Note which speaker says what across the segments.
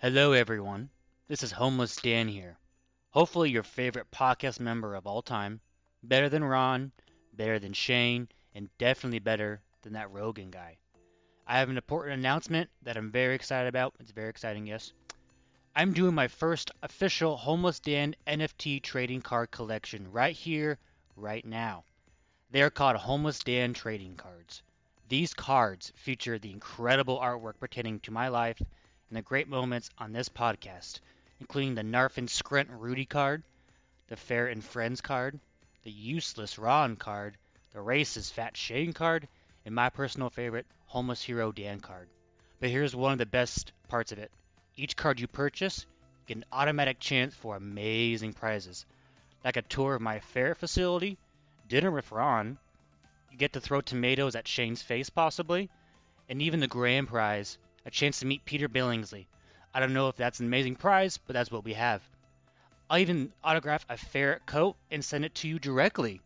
Speaker 1: Hello, everyone. This is Homeless Dan here. Hopefully, your favorite podcast member of all time. Better than Ron, better than Shane, and definitely better than that Rogan guy. I have an important announcement that I'm very excited about. It's very exciting, yes. I'm doing my first official Homeless Dan NFT trading card collection right here, right now. They are called Homeless Dan trading cards. These cards feature the incredible artwork pertaining to my life and the great moments on this podcast, including the Narf and Scrint Rudy card, the Fair and Friends card, the Useless Ron card, the Racist Fat Shane card, and my personal favorite, Homeless Hero Dan card. But here's one of the best parts of it. Each card you purchase, you get an automatic chance for amazing prizes, like a tour of my fair facility, dinner with Ron, you get to throw tomatoes at Shane's face possibly, and even the grand prize, a chance to meet Peter Billingsley. I don't know if that's an amazing prize, but that's what we have. I'll even autograph a ferret coat and send it to you directly.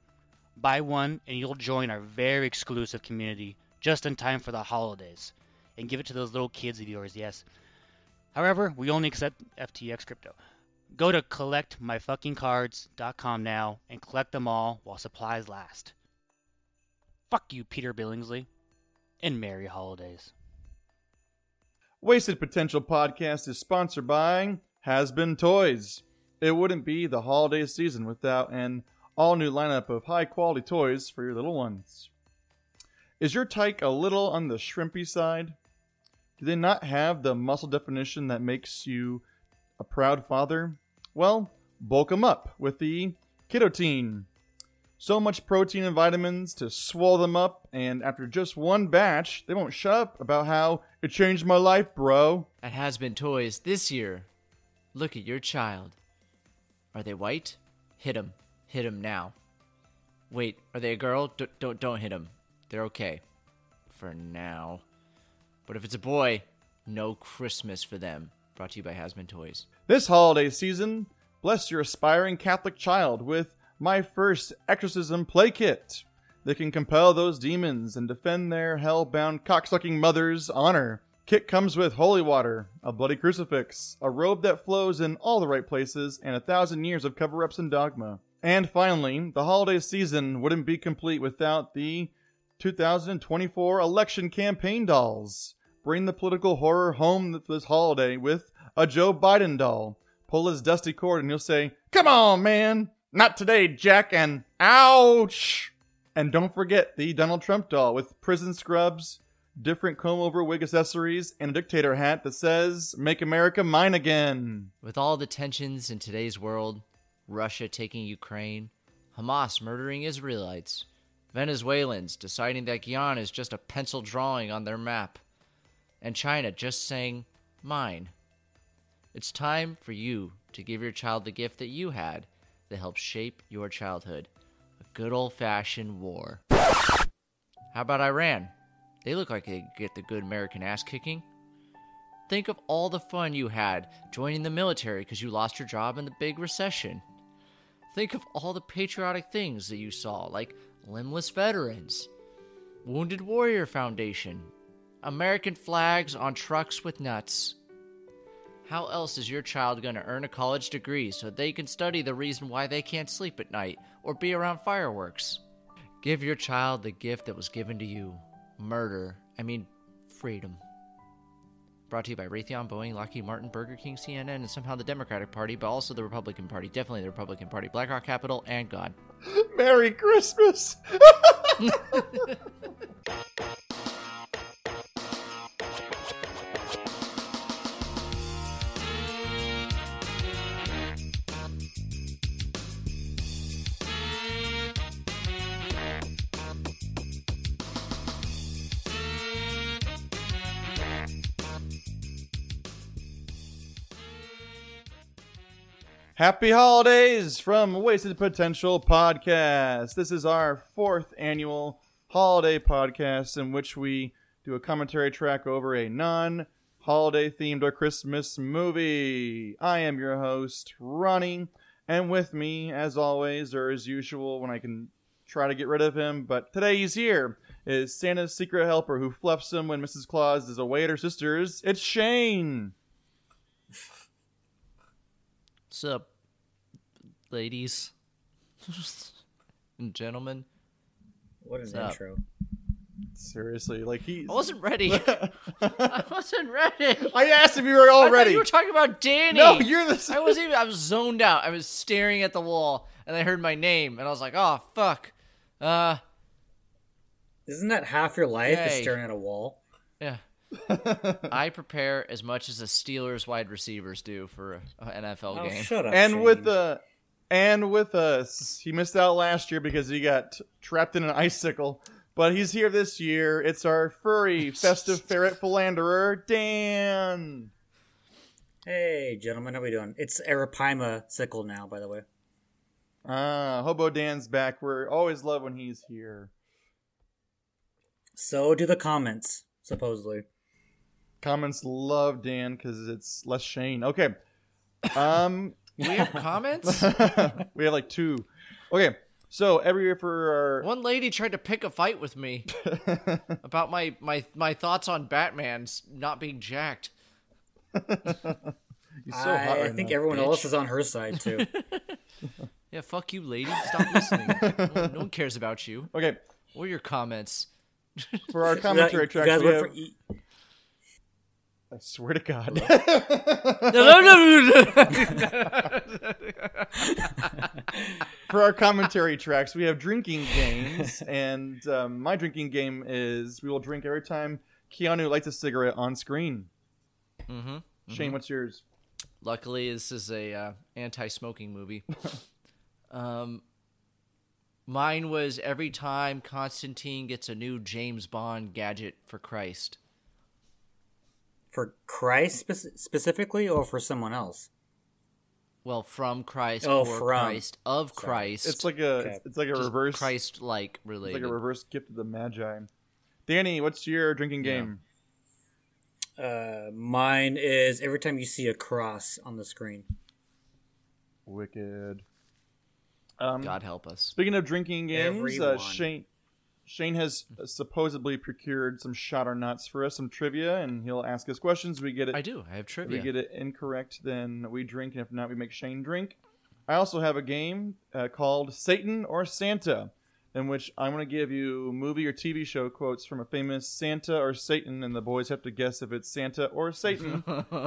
Speaker 1: Buy one and you'll join our very exclusive community just in time for the holidays. And give it to those little kids of yours, yes. However, we only accept FTX crypto. Go to collectmyfuckingcards.com now and collect them all while supplies last. Fuck you, Peter Billingsley. And Merry Holidays.
Speaker 2: Wasted Potential Podcast is sponsored by Has Been Toys. It wouldn't be the holiday season without an all new lineup of high quality toys for your little ones. Is your tyke a little on the shrimpy side? Do they not have the muscle definition that makes you a proud father? Well, bulk 'em up with the Kidotine. So much protein and vitamins to swell them up, and after just one batch, they won't shut up about how it changed my life, bro.
Speaker 3: at Has Been Toys this year. Look at your child. Are they white? Hit 'em. Hit 'em now. Wait, are they a girl? D- don't don't hit 'em. They're okay for now. But if it's a boy, no Christmas for them. Brought to you by Has Been Toys.
Speaker 2: This holiday season, bless your aspiring Catholic child with my first exorcism play kit that can compel those demons and defend their hell-bound cocksucking mother's honor. Kit comes with holy water, a bloody crucifix, a robe that flows in all the right places, and a thousand years of cover-ups and dogma. And finally, the holiday season wouldn't be complete without the 2024 election campaign dolls. Bring the political horror home this holiday with a Joe Biden doll. Pull his dusty cord and you'll say, Come on, man! Not today, Jack, and ouch! And don't forget the Donald Trump doll with prison scrubs, different comb over wig accessories, and a dictator hat that says, Make America Mine Again.
Speaker 3: With all the tensions in today's world Russia taking Ukraine, Hamas murdering Israelites, Venezuelans deciding that Guyana is just a pencil drawing on their map, and China just saying, mine. It's time for you to give your child the gift that you had that helped shape your childhood a good old fashioned war. How about Iran? They look like they get the good American ass kicking. Think of all the fun you had joining the military because you lost your job in the big recession. Think of all the patriotic things that you saw, like Limbless Veterans, Wounded Warrior Foundation, American flags on trucks with nuts. How else is your child going to earn a college degree so they can study the reason why they can't sleep at night or be around fireworks? Give your child the gift that was given to you murder. I mean, freedom. Brought to you by Raytheon, Boeing, Lockheed Martin, Burger King, CNN, and somehow the Democratic Party, but also the Republican Party. Definitely the Republican Party, BlackRock Capital, and God.
Speaker 2: Merry Christmas! Happy holidays from Wasted Potential Podcast. This is our fourth annual holiday podcast in which we do a commentary track over a non holiday themed or Christmas movie. I am your host, Ronnie, and with me, as always, or as usual, when I can try to get rid of him, but today he's here, is Santa's secret helper who fluffs him when Mrs. Claus is away at her sister's. It's Shane!
Speaker 3: Sup, ladies and gentlemen?
Speaker 4: What an
Speaker 3: What's up?
Speaker 4: intro.
Speaker 2: Seriously, like he.
Speaker 3: I wasn't ready. I wasn't ready.
Speaker 2: I asked if you were all
Speaker 3: I thought
Speaker 2: ready.
Speaker 3: you were talking about Danny.
Speaker 2: no, you're the.
Speaker 3: I wasn't even. I was zoned out. I was staring at the wall, and I heard my name, and I was like, "Oh fuck." Uh,
Speaker 4: Isn't that half your life is
Speaker 3: Yay.
Speaker 4: staring at a wall?
Speaker 3: yeah. I prepare as much as the Steelers wide receivers do for an NFL
Speaker 4: Oh,
Speaker 3: game.
Speaker 4: shut up.
Speaker 2: and with
Speaker 4: Shane.
Speaker 2: the and with us he missed out last year because he got trapped in an icicle but he's here this year it's our furry festive ferret philanderer dan
Speaker 4: Hey, gentlemen, how we doing? It's Arapaima sickle now, by the way.
Speaker 2: ah hobo dan's back we're always love when he's here
Speaker 4: So do the comments, supposedly.
Speaker 2: comments love dan because it's less shane okay um
Speaker 3: We have comments.
Speaker 2: we have like two okay so every year for our
Speaker 3: One lady tried to pick a fight with me about my my my thoughts on Batman's not being jacked.
Speaker 2: he's so
Speaker 4: I,
Speaker 2: hot
Speaker 4: I
Speaker 2: right
Speaker 4: think
Speaker 2: now.
Speaker 4: everyone
Speaker 3: bitch.
Speaker 4: else is on her side, too.
Speaker 3: Yeah, fuck you, lady. Stop listening. no, one- no one cares about you
Speaker 2: okay
Speaker 3: or your comments.
Speaker 2: for our commentary
Speaker 4: You guys-
Speaker 2: track
Speaker 4: you guys
Speaker 2: we
Speaker 4: went
Speaker 2: have,
Speaker 4: for E-
Speaker 2: i swear to god
Speaker 3: No, no, no, no, no.
Speaker 2: for our commentary tracks, we have drinking games, and um, my drinking game is we will drink every time Keanu lights a cigarette on screen.
Speaker 3: Mhm,
Speaker 2: Shane, what's yours?
Speaker 3: Luckily, this is a uh, anti-smoking movie. um, mine was every time Constantine gets a new James Bond gadget for Christ.
Speaker 4: for Christ spec- specifically or for someone else?
Speaker 3: Well, from Christ,
Speaker 4: Oh,
Speaker 3: for
Speaker 4: from.
Speaker 3: Christ, of Christ.
Speaker 2: It's like a
Speaker 4: Okay.
Speaker 2: it's, it's like a reverse it's
Speaker 3: Christ-like related.
Speaker 2: like a reverse gift of the Magi. Danny, what's your drinking game?
Speaker 4: Uh, mine is every time you see a cross on the screen.
Speaker 2: Wicked. Um,
Speaker 3: God help us.
Speaker 2: Speaking of drinking games, uh,
Speaker 4: Everyone.
Speaker 2: Shane Shane has supposedly procured some shot or nuts for us, some trivia, and he'll ask us questions. We get it
Speaker 3: I do. I have
Speaker 2: If we
Speaker 3: trivia.
Speaker 2: get it incorrect, then we drink, and if not, we make Shane drink. I also have a game uh, called Satan or Santa, in which I'm going to give you movie or TV show quotes from a famous Santa or Satan, and the boys have to guess if it's Santa or Satan.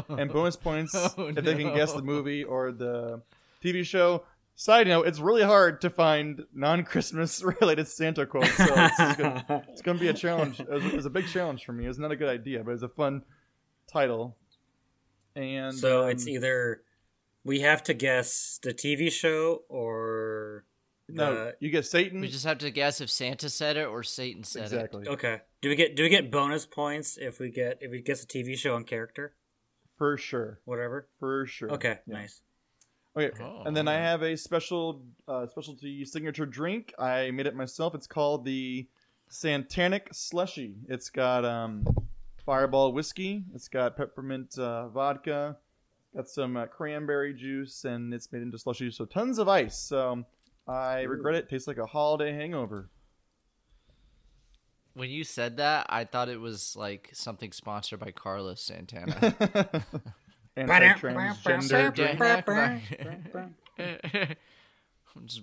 Speaker 2: and bonus points
Speaker 3: Oh,
Speaker 2: if they can
Speaker 3: no.
Speaker 2: guess the movie or the TV show. Side note: It's really hard to find non-Christmas related Santa quotes, so it's just gonna it's gonna be a challenge. It was, it was a big challenge for me. It was not a good idea, but it was a fun title. And
Speaker 4: so
Speaker 2: um,
Speaker 4: it's either we have to guess the TV show or
Speaker 2: um, no,
Speaker 4: the-
Speaker 2: you get Satan.
Speaker 3: we just have to guess if Santa said it or Satan said it.
Speaker 2: exactly
Speaker 4: okay. Do we get do we get bonus points if we get if we guess a TV show and character,
Speaker 2: for sure,
Speaker 4: whatever?
Speaker 2: for sure.
Speaker 4: Okay,
Speaker 2: Yeah.
Speaker 4: nice.
Speaker 2: Okay,
Speaker 3: Oh,
Speaker 2: and then I
Speaker 3: alright.
Speaker 2: have a special uh, specialty signature drink. I made it myself. It's called the Santanic Slushy. It's got um, Fireball whiskey. It's got peppermint uh, vodka. Got some uh, cranberry juice, and it's made into slushy. So tons of ice. So um, I regret it. Tastes like a holiday hangover.
Speaker 3: When you said that, I thought it was like something sponsored by Carlos Santana.
Speaker 2: Anti-transgender drink.
Speaker 3: Just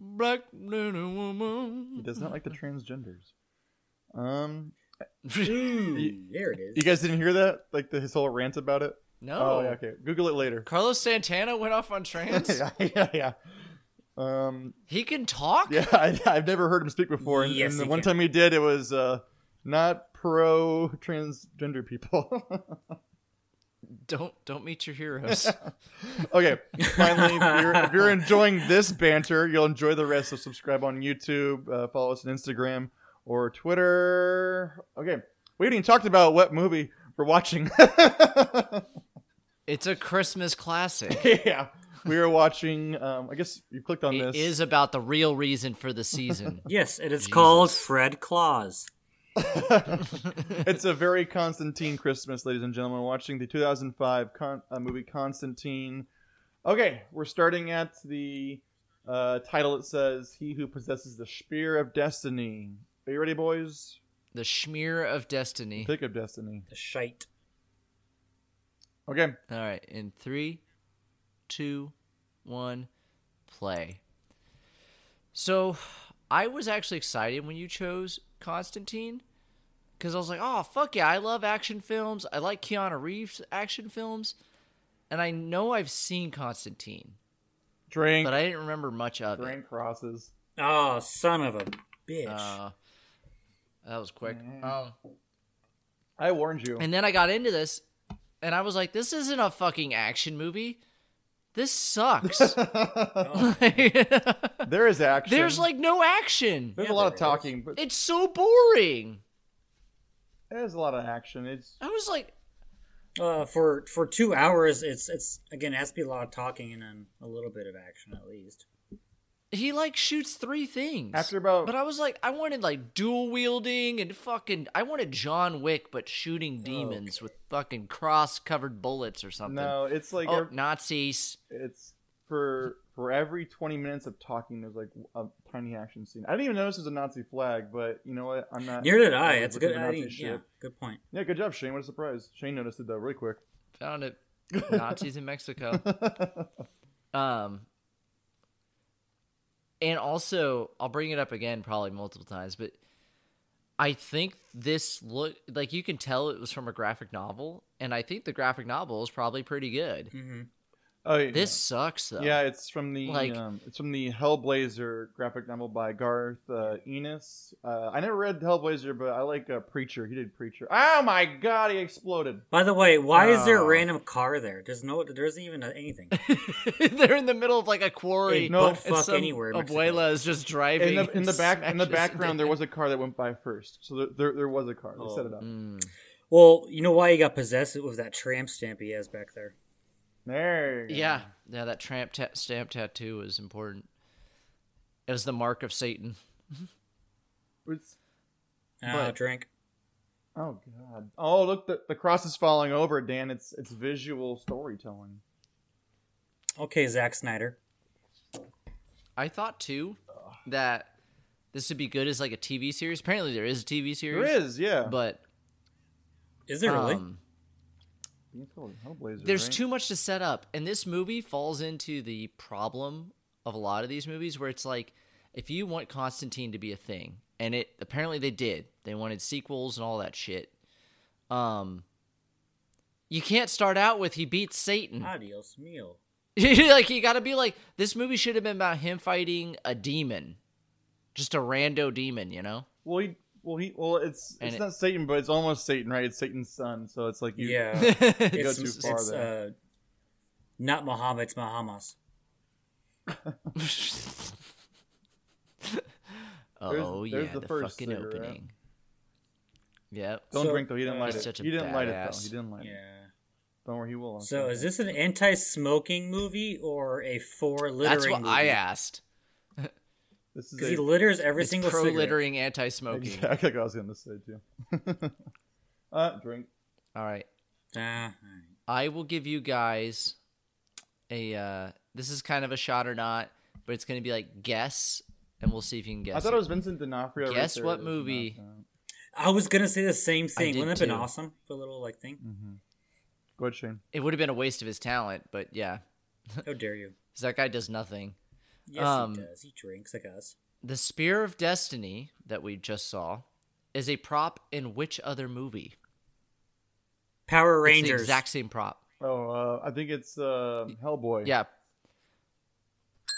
Speaker 3: Black little woman.
Speaker 2: He does not like the transgenders. Um,
Speaker 4: Mm, there it is.
Speaker 2: you guys didn't hear that? Like the, his whole rant about it.
Speaker 3: No.
Speaker 2: Oh, yeah, okay. Google it later.
Speaker 3: Carlos Santana went off on trans.
Speaker 2: yeah, yeah, yeah. Um,
Speaker 3: He can talk.
Speaker 2: yeah, I, I've never heard him speak before, and,
Speaker 4: Yes,
Speaker 2: and the
Speaker 4: he
Speaker 2: one
Speaker 4: can.
Speaker 2: time he did, it was uh, not pro transgender people.
Speaker 3: Don't don't meet your heroes.
Speaker 2: okay, finally, if you're, if you're enjoying this banter, you'll enjoy the rest. So subscribe on YouTube, uh, follow us on Instagram or Twitter. Okay, we haven't even talked about what movie we're watching.
Speaker 3: it's a Christmas classic.
Speaker 2: yeah, we are watching. Um, I guess you clicked on
Speaker 3: It
Speaker 2: this.
Speaker 3: is about the real reason for the season.
Speaker 4: Yes, it is called Fred Claus.
Speaker 2: it's a very Constantine Christmas, ladies and gentlemen. Watching the 2005 con- uh, movie Constantine. Okay, we're starting at the uh, title. It says, "He who possesses the spear of destiny." Are you ready, boys?
Speaker 3: the smear of destiny.
Speaker 2: Pick of destiny.
Speaker 4: The shite.
Speaker 2: Okay,
Speaker 3: All right, in three, two, one, play. So I was actually excited when you chose Constantine because I was like, oh, fuck yeah, I love action films. I like Keanu Reeves action films. And I know I've seen Constantine,
Speaker 2: Drink,
Speaker 3: but I didn't remember much of it.
Speaker 2: drink crosses.
Speaker 4: Oh, son of a bitch.
Speaker 3: Uh, that was quick. Um,
Speaker 2: I warned you.
Speaker 3: And then I got into this, and I was like, "This isn't a fucking action movie. This sucks. Like,
Speaker 2: there is action.
Speaker 3: there's like no action.
Speaker 2: there's a
Speaker 4: Yeah,
Speaker 2: lot
Speaker 4: there
Speaker 2: of
Speaker 4: is.
Speaker 2: talking, but
Speaker 3: It's so boring."
Speaker 2: there's a lot of action. It's
Speaker 3: I was like,
Speaker 4: Uh, for for two hours, it's it's again it has to be a lot of talking and then a little bit of action at least.
Speaker 3: "He like shoots three things."
Speaker 2: After about-
Speaker 3: but I was like, I wanted like dual wielding and fucking. I wanted John Wick, but
Speaker 2: Oh,
Speaker 3: shooting demons with fucking cross covered bullets or something.
Speaker 2: no, it's like
Speaker 3: oh,
Speaker 2: ev-
Speaker 3: Nazis.
Speaker 2: it's for for every 20 minutes of talking, there's like a tiny action scene. I didn't even notice there's a Nazi flag, but you know what? I'm not.
Speaker 4: Near did I.
Speaker 2: I'm
Speaker 4: It's a
Speaker 2: looking
Speaker 4: good.
Speaker 2: for
Speaker 4: I
Speaker 2: Nazi
Speaker 4: didn't-
Speaker 2: shit.
Speaker 4: yeah, good point.
Speaker 2: Yeah, good job, Shane. What a surprise. Shane noticed it though, really quick.
Speaker 3: Found it. Nazis in Mexico. Um, and also, I'll bring it up again probably multiple times, but I think this look like you can tell it was from a graphic novel, and I think the graphic novel is probably pretty good.
Speaker 4: hmm
Speaker 2: Oh, yeah.
Speaker 3: This sucks though.
Speaker 2: Yeah, it's from the
Speaker 3: Like-
Speaker 2: um, it's from the Hellblazer graphic novel by Garth uh, Ennis. Uh, I never read Hellblazer, but I like uh, Preacher. He did Preacher. Oh my God, he exploded!
Speaker 4: By the way, why is there a
Speaker 3: Oh.
Speaker 4: random car there? There's no. There isn't even anything.
Speaker 3: they're in the middle of like a quarry.
Speaker 4: Ain't
Speaker 2: no
Speaker 3: and
Speaker 4: fuck
Speaker 3: some
Speaker 4: anywhere in Mexico.
Speaker 3: Abuela is just driving.
Speaker 2: In the in the
Speaker 3: and
Speaker 2: back in the
Speaker 3: smashes
Speaker 2: background, there
Speaker 3: into-
Speaker 2: was a car that went by first, so there there, there was a car. They set it up.
Speaker 3: Mm.
Speaker 4: well, you know why he got possessed It was that tramp stamp he has back there.
Speaker 2: There. you go.
Speaker 3: Yeah, yeah, that tramp ta- stamp tattoo was important. It was the mark of Satan.
Speaker 2: It's-
Speaker 4: Ah,
Speaker 3: But-
Speaker 4: drink.
Speaker 2: oh God. Oh look, the, the cross is falling over, Dan. It's it's visual storytelling.
Speaker 4: Okay, Zack Snyder.
Speaker 3: I thought too that this would be good as like a TV series. Apparently, there is a TV
Speaker 2: There
Speaker 3: series.
Speaker 2: is, yeah.
Speaker 3: but
Speaker 4: Is there really?
Speaker 3: um,
Speaker 2: It's called Hellblazer,
Speaker 3: there's
Speaker 2: right?
Speaker 3: too much to set up, and this movie falls into the problem of a lot of these movies where it's like, if you want Constantine to be a thing, and it apparently they did, they wanted sequels and all that shit. Um, you can't start out with he beats Satan.
Speaker 4: Adios, meal.
Speaker 3: like you got to be like this movie should have been about him fighting a demon, just a rando demon, you know.
Speaker 2: Well, he, well, he, well, it's
Speaker 3: And
Speaker 2: it's
Speaker 3: it-
Speaker 2: not Satan, but it's almost Satan, right? It's Satan's son, so it's like you,
Speaker 4: Yeah.
Speaker 2: you go
Speaker 4: it's
Speaker 2: too far
Speaker 4: it's
Speaker 2: there.
Speaker 4: uh, not Muhammad. It's Mahamas.
Speaker 3: oh
Speaker 2: there's
Speaker 3: yeah,
Speaker 2: the
Speaker 3: the,
Speaker 2: first
Speaker 3: fucking
Speaker 2: cigarette.
Speaker 3: opening. Yep.
Speaker 2: Don't
Speaker 4: So,
Speaker 2: drink though. He didn't
Speaker 4: uh,
Speaker 2: light
Speaker 4: He's
Speaker 2: it.
Speaker 3: such a
Speaker 2: He didn't light it though.
Speaker 3: badass.
Speaker 2: He didn't light it.
Speaker 4: Yeah.
Speaker 2: Don't worry, he will. on
Speaker 4: So is
Speaker 2: Sunday.
Speaker 4: this an anti-smoking movie or a for littering?
Speaker 3: That's what
Speaker 4: movie?
Speaker 3: I asked.
Speaker 2: This
Speaker 4: Because he
Speaker 2: is a,
Speaker 4: litters every
Speaker 3: It's
Speaker 4: single
Speaker 3: pro
Speaker 4: cigarette.
Speaker 3: littering, anti smoking.
Speaker 2: exactly what I was gonna say too. uh, drink.
Speaker 3: All right.
Speaker 4: Ah,
Speaker 3: I will give you guys a uh this is kind of a shot or not, but it's gonna be like guess and we'll see if you can guess.
Speaker 2: I thought it was Vincent D'Onofrio. right
Speaker 3: Guess
Speaker 2: there.
Speaker 3: what
Speaker 2: It was
Speaker 3: movie?
Speaker 2: D'Onofrio.
Speaker 4: I was gonna say the same thing.
Speaker 3: did
Speaker 4: Wouldn't it have been
Speaker 3: too.
Speaker 4: awesome for a little like thing?
Speaker 2: Mm-hmm. Go ahead, Shane.
Speaker 3: it would have been a waste of his talent, but yeah.
Speaker 4: How dare you?
Speaker 3: 'cause that guy does nothing.
Speaker 4: Yes,
Speaker 3: Um,
Speaker 4: he does. He drinks like us.
Speaker 3: The Spear of Destiny that we just saw is a prop in which other movie?
Speaker 4: Power
Speaker 3: It's the
Speaker 4: Rangers.
Speaker 3: exact same prop.
Speaker 2: Oh, uh, I think it's uh, Hellboy.
Speaker 3: Yeah.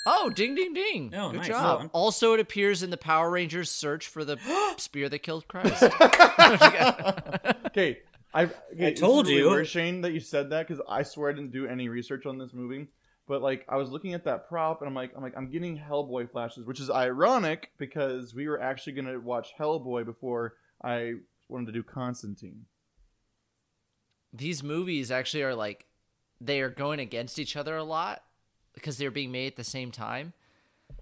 Speaker 3: Oh, ding, ding, ding.
Speaker 4: Oh,
Speaker 3: Good
Speaker 4: nice.
Speaker 3: job.
Speaker 4: Well done.
Speaker 3: Also, it appears in the Power Rangers search for the spear that killed Christ.
Speaker 2: Okay. I, okay, this is
Speaker 4: told
Speaker 2: really
Speaker 4: you.
Speaker 2: weird, Shane, that you said that because I swear I didn't do any research on this movie. But like, I was looking at that prop, and I'm like, I'm like, I'm getting Hellboy flashes, which is ironic because we were actually gonna watch Hellboy before I wanted to do Constantine.
Speaker 3: These movies actually are like, they are going against each other a lot because they're being made at the same time.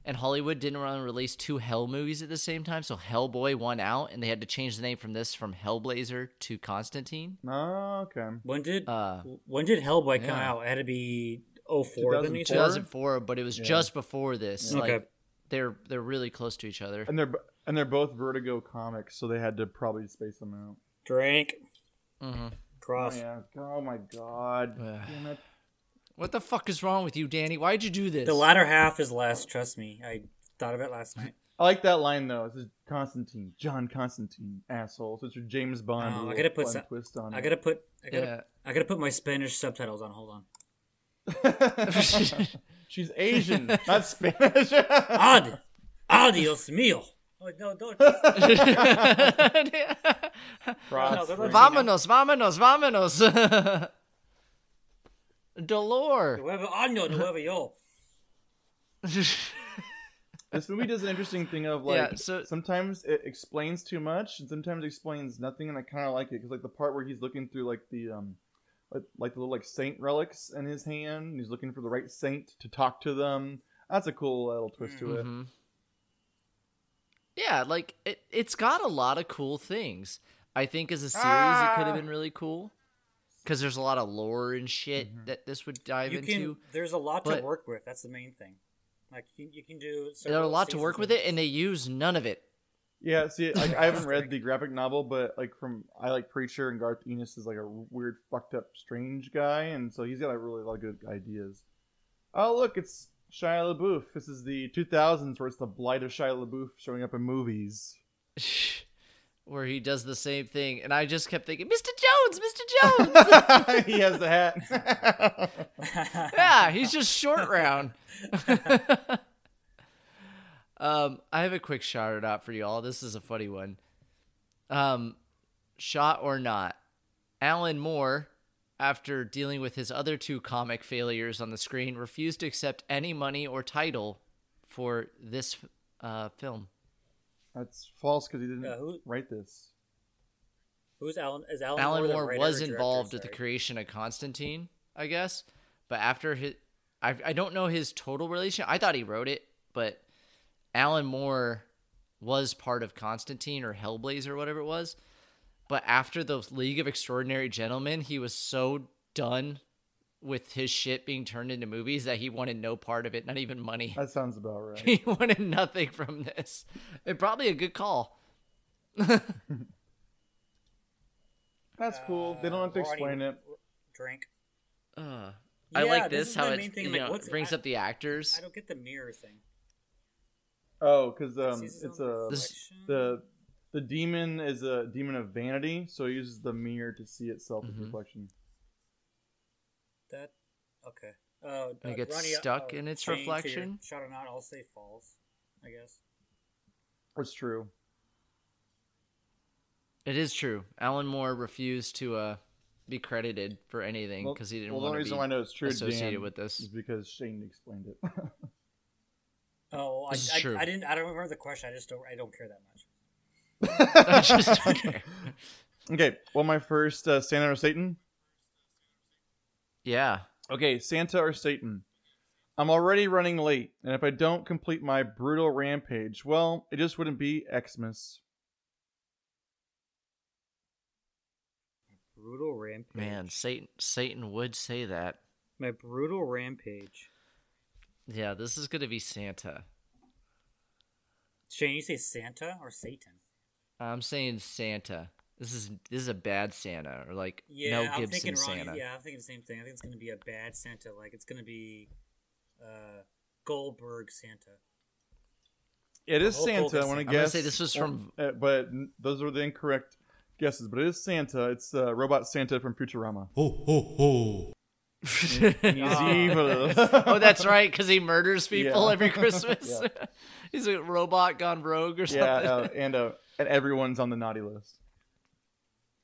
Speaker 3: And Hollywood didn't want to release two Hell movies at the same time, so Hellboy won out, and they had to change the name from this from Hellblazer to Constantine.
Speaker 2: Oh, okay.
Speaker 4: When did
Speaker 3: Uh,
Speaker 4: when did Hellboy come
Speaker 3: yeah.
Speaker 4: out? It had to be 04 then you said?
Speaker 2: 2004?
Speaker 3: 2004, but it was just before this.
Speaker 4: Okay.
Speaker 3: Like they're they're really close to each other.
Speaker 2: And they're b- and they're both Vertigo comics, so they had to probably space them out.
Speaker 4: Drink.
Speaker 3: Mhm.
Speaker 2: Oh
Speaker 4: Cross.
Speaker 2: yeah. Oh my god.
Speaker 3: Ugh.
Speaker 2: Damn it.
Speaker 3: What the fuck is wrong with you, Danny? Why'd you do this?
Speaker 4: The latter half is less. Trust me, I thought of it last night.
Speaker 2: I like that line though. This is Constantine, John Constantine, asshole. So it's your James Bond.
Speaker 4: Oh, I
Speaker 2: little
Speaker 4: gotta put
Speaker 2: fun
Speaker 4: some-
Speaker 2: twist on
Speaker 4: I gotta put. I gotta.
Speaker 3: yeah.
Speaker 4: I gotta put my Spanish subtitles on. Hold on.
Speaker 2: it. She's Asian, not Spanish.
Speaker 4: Ad, adios mio. Oh, no, don't.
Speaker 2: Cross-
Speaker 4: No, they're not-
Speaker 3: Vámonos, vámonos, vámonos. Dolore.
Speaker 4: Nuevo año, nuevo yo.
Speaker 2: this movie does an interesting thing of like
Speaker 3: Yeah, so-
Speaker 2: sometimes it explains too much and sometimes it explains nothing, and I kind of like it because like the part where he's looking through like the um like, like the little like saint relics in his hand, and he's looking for the right saint to talk to them. That's a cool little twist to it.
Speaker 4: Mm-hmm.
Speaker 3: Mhm. Yeah, like it, it's got a lot of cool things. I think as a series, it could
Speaker 2: Ah.
Speaker 3: have been really cool because there's a lot of lore and shit that this would dive
Speaker 4: Mm-hmm. You
Speaker 3: into.
Speaker 4: can. There's a lot to
Speaker 3: but-
Speaker 4: work with. That's the main thing. Like you, you can do.
Speaker 3: There's a
Speaker 4: several
Speaker 3: lot to work
Speaker 4: seasons
Speaker 3: with it, and they use none of it.
Speaker 2: Yeah, see, like I haven't read the graphic novel, but like from I like Preacher and Garth Ennis is like a weird, fucked up, strange guy, and so he's got a really lot of good ideas. Oh look, it's Shia LaBeouf. This is the 2000s where it's the blight of Shia LaBeouf showing up in movies.
Speaker 3: Where he does the same thing, and I just kept thinking, Mr. Jones, Mr. Jones.
Speaker 2: he has the hat.
Speaker 3: yeah, he's just short round. um, I have a quick shout out for y'all. This is a funny one. Um, shot or not, Alan Moore, after dealing with his other two comic failures on the screen, refused to accept any money or title for this uh, film.
Speaker 2: That's false because he didn't
Speaker 4: Uh, who-
Speaker 2: write this.
Speaker 4: Who's Alan? Is Alan,
Speaker 3: Alan
Speaker 4: the
Speaker 3: Moore
Speaker 4: writer
Speaker 3: was
Speaker 4: or director?
Speaker 3: involved with the
Speaker 4: Sorry.
Speaker 3: creation of Constantine, I guess. But after his, I, I don't know his total relation. I thought he wrote it, but Alan Moore was part of Constantine or Hellblazer, whatever it was. But after the League of Extraordinary Gentlemen, he was so done with his shit being turned into movies that he wanted no part of it, not even money.
Speaker 2: That sounds about right.
Speaker 3: he wanted nothing from this. And probably a good call.
Speaker 2: That's cool. They don't have to
Speaker 4: Uh, Ronnie-
Speaker 2: explain it.
Speaker 4: Drink.
Speaker 3: Uh, I
Speaker 4: Yeah,
Speaker 3: like
Speaker 4: this
Speaker 3: this,
Speaker 4: is
Speaker 3: how
Speaker 4: my
Speaker 3: it
Speaker 4: main thing,
Speaker 3: you
Speaker 4: like,
Speaker 3: know,
Speaker 4: what's-
Speaker 3: brings
Speaker 4: I-
Speaker 3: up the actors.
Speaker 4: I don't get the mirror thing.
Speaker 2: Oh, because um,
Speaker 4: Seasons
Speaker 2: it's
Speaker 4: on
Speaker 2: a
Speaker 4: This-
Speaker 2: the the demon is a demon of vanity, so he uses the mirror to see itself as
Speaker 3: Mhm.
Speaker 2: reflection.
Speaker 4: That okay. Uh,
Speaker 3: And it
Speaker 4: uh,
Speaker 3: gets
Speaker 4: Ronnie, uh,
Speaker 3: stuck in its
Speaker 4: Shane, to your
Speaker 3: reflection?
Speaker 4: Shot or not, I'll say false. I guess.
Speaker 2: That's true.
Speaker 3: It is true. Alan Moore refused to uh, be credited for anything
Speaker 2: Well-
Speaker 3: because he didn't
Speaker 2: well, the
Speaker 3: want
Speaker 2: only
Speaker 3: to
Speaker 2: reason
Speaker 3: be
Speaker 2: why I know it's true,
Speaker 3: associated
Speaker 2: Dan,
Speaker 3: with this.
Speaker 2: is because Shane explained it.
Speaker 4: Oh, I,
Speaker 3: This is
Speaker 4: I,
Speaker 3: true.
Speaker 4: I didn't. I don't remember the question. I just don't. I don't care that much.
Speaker 3: I just don't care.
Speaker 2: okay, well, my first uh, Santa or Satan.
Speaker 3: Yeah.
Speaker 2: Okay, Santa or Satan. I'm already running late, and if I don't complete my brutal rampage, well, it just wouldn't be Xmas.
Speaker 4: Brutal rampage.
Speaker 3: Man, Satan Satan would say that.
Speaker 4: my brutal rampage.
Speaker 3: Yeah, this is gonna be Santa.
Speaker 4: Shane, you say Santa or Satan?
Speaker 3: I'm saying Santa. This is this is a bad Santa or like
Speaker 4: Yeah,
Speaker 3: no
Speaker 4: I'm
Speaker 3: Gibson
Speaker 4: thinking Ronnie.
Speaker 3: Santa.
Speaker 4: Yeah, I'm thinking the same thing. I think it's gonna be a bad Santa. Like it's gonna be uh, Goldberg Santa.
Speaker 2: It is
Speaker 4: Oh,
Speaker 2: Santa. I
Speaker 4: that's-
Speaker 2: want to
Speaker 4: I'm
Speaker 2: guess.
Speaker 3: gonna say this was from-
Speaker 2: uh, but n- those are the incorrect guesses. But it is Santa. It's uh, Robot Santa from Futurama. He's evil.
Speaker 3: oh, that's right, because he murders people
Speaker 2: Yeah.
Speaker 3: every Christmas. He's a robot gone rogue or something.
Speaker 2: yeah, uh, and uh, and everyone's on the naughty list.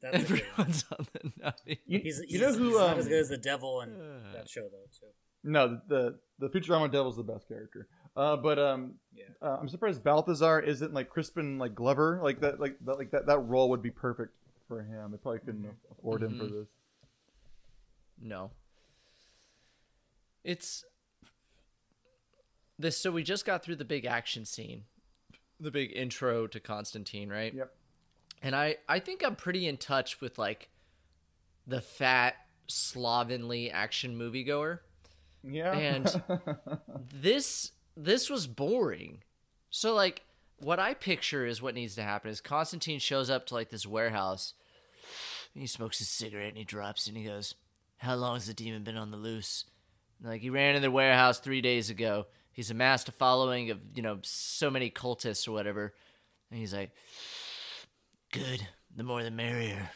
Speaker 4: That's a good one.
Speaker 3: Everyone's on the naughty.
Speaker 2: You,
Speaker 4: He's, he's,
Speaker 2: you know who?
Speaker 4: he's not
Speaker 2: um,
Speaker 4: as good as the devil in
Speaker 3: uh,
Speaker 4: that show though too.
Speaker 2: no, the the Futurama Devil's the best character. Uh, but um,
Speaker 4: Yeah.
Speaker 2: uh, I'm surprised Balthazar isn't like Crispin like Glover like that like that like that that role would be perfect for him. They probably couldn't afford him for this.
Speaker 3: No. It's this so we just got through the big action scene. The big intro to Constantine, right?
Speaker 2: Yep.
Speaker 3: And I I think I'm pretty in touch with like the fat slovenly action moviegoer.
Speaker 2: Yeah.
Speaker 3: And- This this was boring. So like what I picture is what needs to happen is Constantine shows up to like this warehouse and he smokes his cigarette and he drops and he goes, How long has the demon been on the loose? Like he ran in their warehouse three days ago. He's amassed a following of you know so many cultists or whatever, and he's like, "Good, the more the merrier,"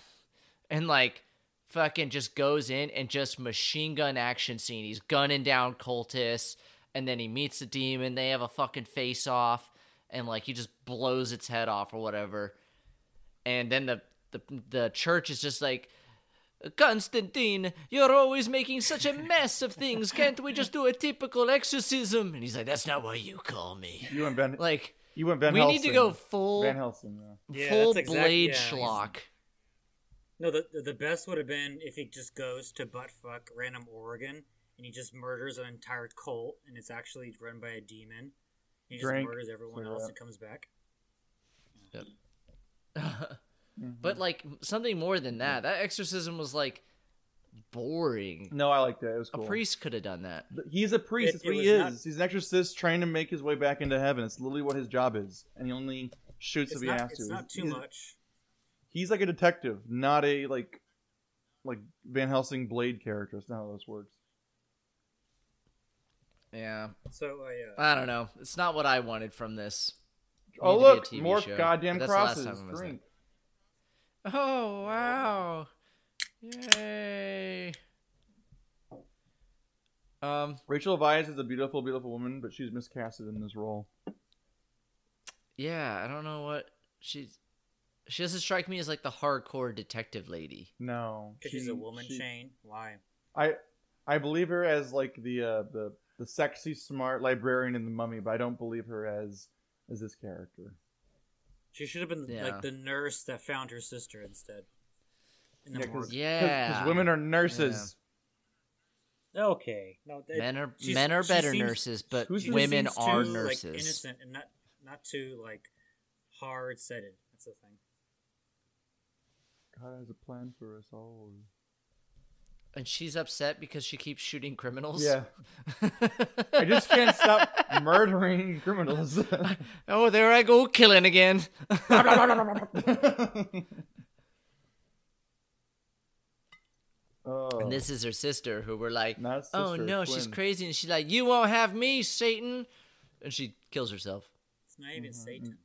Speaker 3: and like fucking just goes in and just machine gun action scene. He's gunning down cultists, and then he meets the demon. They have a fucking face off, and like he just blows its head off or whatever. And then the the the church is just like, Constantine, you're always making such a mess of things. Can't we just do a typical exorcism? And he's like, That's not what you call me.
Speaker 2: You and Van.
Speaker 3: Like
Speaker 2: you and Van.
Speaker 3: we need
Speaker 2: Helsing.
Speaker 3: to go full
Speaker 2: Van Helsing. Yeah.
Speaker 4: Yeah,
Speaker 3: full
Speaker 4: that's exact-
Speaker 3: blade
Speaker 4: yeah, he's-
Speaker 3: schlock.
Speaker 4: No, the the best would have been if he just goes to buttfuck random Oregon and he just murders an entire cult and it's actually run by a demon. He just
Speaker 2: Drink,
Speaker 4: murders everyone
Speaker 2: clear
Speaker 4: else
Speaker 2: up.
Speaker 4: and comes back.
Speaker 2: Mm-hmm.
Speaker 3: But like something more than that. That exorcism was like boring.
Speaker 2: No, I liked that. It was cool.
Speaker 3: A priest could have done that.
Speaker 2: He's a priest.
Speaker 4: It-
Speaker 2: That's
Speaker 4: it
Speaker 2: what he
Speaker 4: was
Speaker 2: is.
Speaker 4: not-
Speaker 2: He's an exorcist trying to make his way back into heaven. It's literally what his job is, and he only shoots
Speaker 4: It's
Speaker 2: if he
Speaker 4: not,
Speaker 2: has
Speaker 4: it's
Speaker 2: to.
Speaker 4: not too
Speaker 2: He's-
Speaker 4: much.
Speaker 2: He's like a detective, not a like like Van Helsing Blade character. It's not how this works.
Speaker 3: Yeah.
Speaker 4: So uh, yeah.
Speaker 3: I don't know. It's not what I wanted from this.
Speaker 2: Oh
Speaker 3: Need to be a
Speaker 2: look,
Speaker 3: TV
Speaker 2: more
Speaker 3: show.
Speaker 2: goddamn
Speaker 3: That's the last
Speaker 2: crosses.
Speaker 3: time I was
Speaker 2: Drink.
Speaker 3: Oh wow! Yay! Um,
Speaker 2: Rachel Weisz is a beautiful, beautiful woman, but she's miscasted in this role.
Speaker 3: yeah, I don't know what she's. She doesn't strike me as like the hardcore detective lady.
Speaker 2: No,
Speaker 4: Because she's a woman, Shane. Why?
Speaker 2: I I believe her as like the uh, the the sexy, smart librarian in the Mummy, but I don't believe her as as this character.
Speaker 4: She should have been
Speaker 3: Yeah.
Speaker 4: like the nurse that found her sister instead. In the
Speaker 2: Yeah, 'cause-
Speaker 4: morgue.
Speaker 3: Yeah,
Speaker 2: because women are nurses.
Speaker 4: Okay. No, that-
Speaker 3: men are
Speaker 4: she's-
Speaker 3: men are
Speaker 4: she
Speaker 3: better
Speaker 4: seems-
Speaker 3: nurses, but
Speaker 2: Who's
Speaker 4: she
Speaker 3: women
Speaker 4: seems
Speaker 3: are
Speaker 4: too,
Speaker 3: nurses.
Speaker 4: Like, innocent and not not too like hard setted. That's the thing.
Speaker 2: God has a plan for us all.
Speaker 3: And she's upset because she keeps shooting criminals.
Speaker 2: Yeah, I just can't stop murdering criminals.
Speaker 3: oh, there I go killing again.
Speaker 2: oh,
Speaker 3: And this is her sister, who were like,
Speaker 2: Not sister,
Speaker 3: "Oh no, she's
Speaker 2: twin."
Speaker 3: crazy," and she's like, "You won't have me, Satan," and she kills herself.
Speaker 4: It's not
Speaker 2: Mm-hmm.
Speaker 4: even Satan.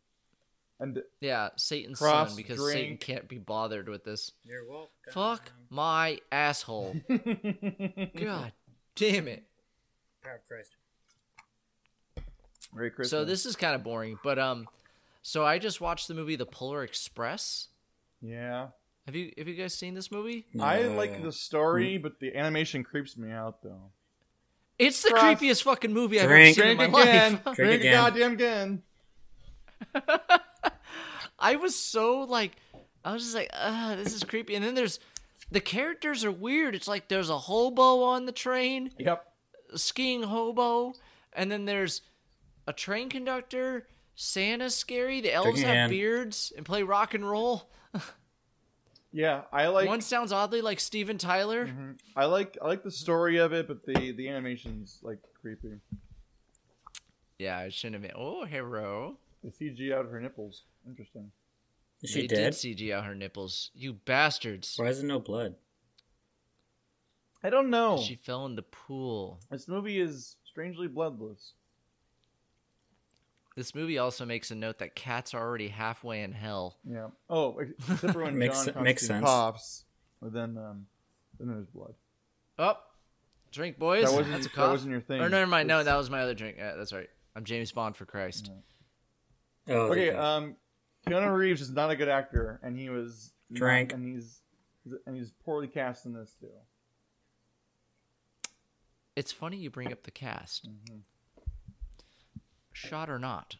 Speaker 2: and
Speaker 3: Yeah, Satan's
Speaker 2: Cross
Speaker 3: son, because Satan
Speaker 2: drink.
Speaker 3: can't be bothered with this.
Speaker 4: You're welcome.
Speaker 3: Fuck my asshole! God damn it!
Speaker 4: Power of Christ.
Speaker 2: Merry Christmas.
Speaker 3: So this is kind of boring, but um, so I just watched the movie The Polar Express.
Speaker 2: yeah,
Speaker 3: Have you have you guys seen this movie?
Speaker 2: I like the story, but the animation creeps me out though.
Speaker 3: It's the
Speaker 2: Cross-
Speaker 3: creepiest fucking movie I've ever
Speaker 4: Drink.
Speaker 3: seen in
Speaker 2: Drink
Speaker 3: my
Speaker 2: again,
Speaker 3: life.
Speaker 2: drink,
Speaker 4: Drink again.
Speaker 2: goddamn again.
Speaker 3: I was so like, I was just like, ah, this is creepy. And then there's the characters are weird. It's like there's a hobo on the train,
Speaker 2: Yep.
Speaker 3: a skiing hobo, and then there's a train conductor. Santa's scary. The elves
Speaker 4: Drinking
Speaker 3: have
Speaker 4: hand.
Speaker 3: beards and play rock and roll.
Speaker 2: Yeah, I like
Speaker 3: One sounds oddly like Steven Tyler.
Speaker 2: I like I like the story of it, but the the animation's like creepy.
Speaker 3: Yeah, I shouldn't have been. Oh, hero.
Speaker 2: The CG out of her nipples. Interesting.
Speaker 4: Is
Speaker 3: they
Speaker 4: she
Speaker 3: did
Speaker 4: dead?
Speaker 3: CG out her nipples. You bastards.
Speaker 4: Why is there no blood?
Speaker 2: I don't know.
Speaker 3: She fell in the pool.
Speaker 2: This movie is strangely bloodless.
Speaker 3: This movie also makes a note that cats are already halfway in hell.
Speaker 2: Yeah. Oh, except for when
Speaker 4: Makes
Speaker 2: John
Speaker 4: se-
Speaker 2: Constantine
Speaker 4: makes sense.
Speaker 2: pops, but then um, then there's blood.
Speaker 3: Oh, drink, boys.
Speaker 2: That wasn't-
Speaker 3: that's a
Speaker 2: that
Speaker 3: cough.
Speaker 2: wasn't your thing.
Speaker 3: Or never mind. No,
Speaker 2: It's-
Speaker 3: that was my other drink. Uh, that's right. I'm James Bond for Christ.
Speaker 4: Oh,
Speaker 2: Okay.
Speaker 3: uh,
Speaker 4: okay.
Speaker 2: Um, Keanu Reeves is not a good actor, and he was not-
Speaker 4: Drank.
Speaker 2: and he's and he's poorly cast in this too.
Speaker 3: It's funny you bring up the cast.
Speaker 2: Mm-hmm.
Speaker 3: Shot or not?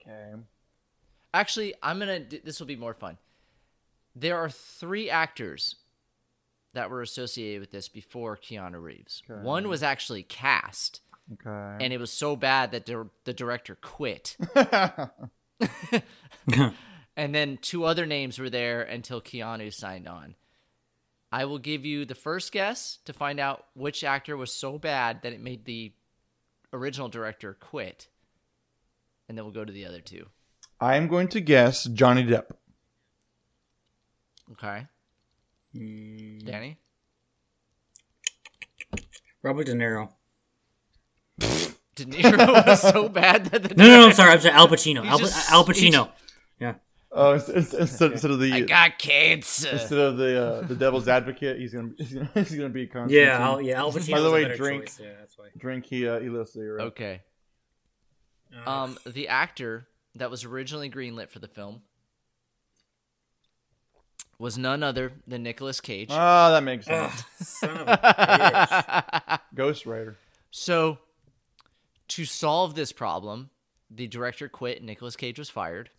Speaker 2: Okay.
Speaker 3: Actually, I'm gonna. d- This will be more fun. There are three actors that were associated with this before Keanu Reeves.
Speaker 2: Okay.
Speaker 3: One was actually cast,
Speaker 2: Okay.
Speaker 3: and it was so bad that dir- the director quit. and then two other names were there until Keanu signed on. I will give you the first guess to find out which actor was so bad that it made the original director quit. And then we'll go to the other two.
Speaker 2: I am going to guess Johnny Depp. Mm.
Speaker 4: Mm.
Speaker 3: Okay. Danny?
Speaker 4: Robert De Niro.
Speaker 3: De Niro was so bad that the
Speaker 4: No, no, no. I'm sorry. I'm sorry. Al Pacino.
Speaker 3: He
Speaker 4: Al,
Speaker 3: just-
Speaker 4: Al
Speaker 3: he
Speaker 4: Pacino. Yeah.
Speaker 2: Oh, ins- ins- instead, instead of
Speaker 3: I
Speaker 2: the
Speaker 3: got cancer.
Speaker 2: instead of the uh, the devil's advocate, he's gonna he's gonna, he's gonna be Constantine.
Speaker 4: Yeah. Al, yeah. Al Pacino.
Speaker 2: By the way,
Speaker 4: a better
Speaker 2: drink.
Speaker 4: Choice. Yeah, that's why.
Speaker 2: Drink he uh, Elisa, right?
Speaker 3: Okay.
Speaker 4: Uh,
Speaker 3: Um, the actor that was originally greenlit for the film was none other than Nicolas Cage.
Speaker 2: Ah, that makes sense.
Speaker 4: ugh, son of a bitch.
Speaker 2: Ghost Rider.
Speaker 3: so, to solve this problem, the director quit. and Nicolas Cage was fired.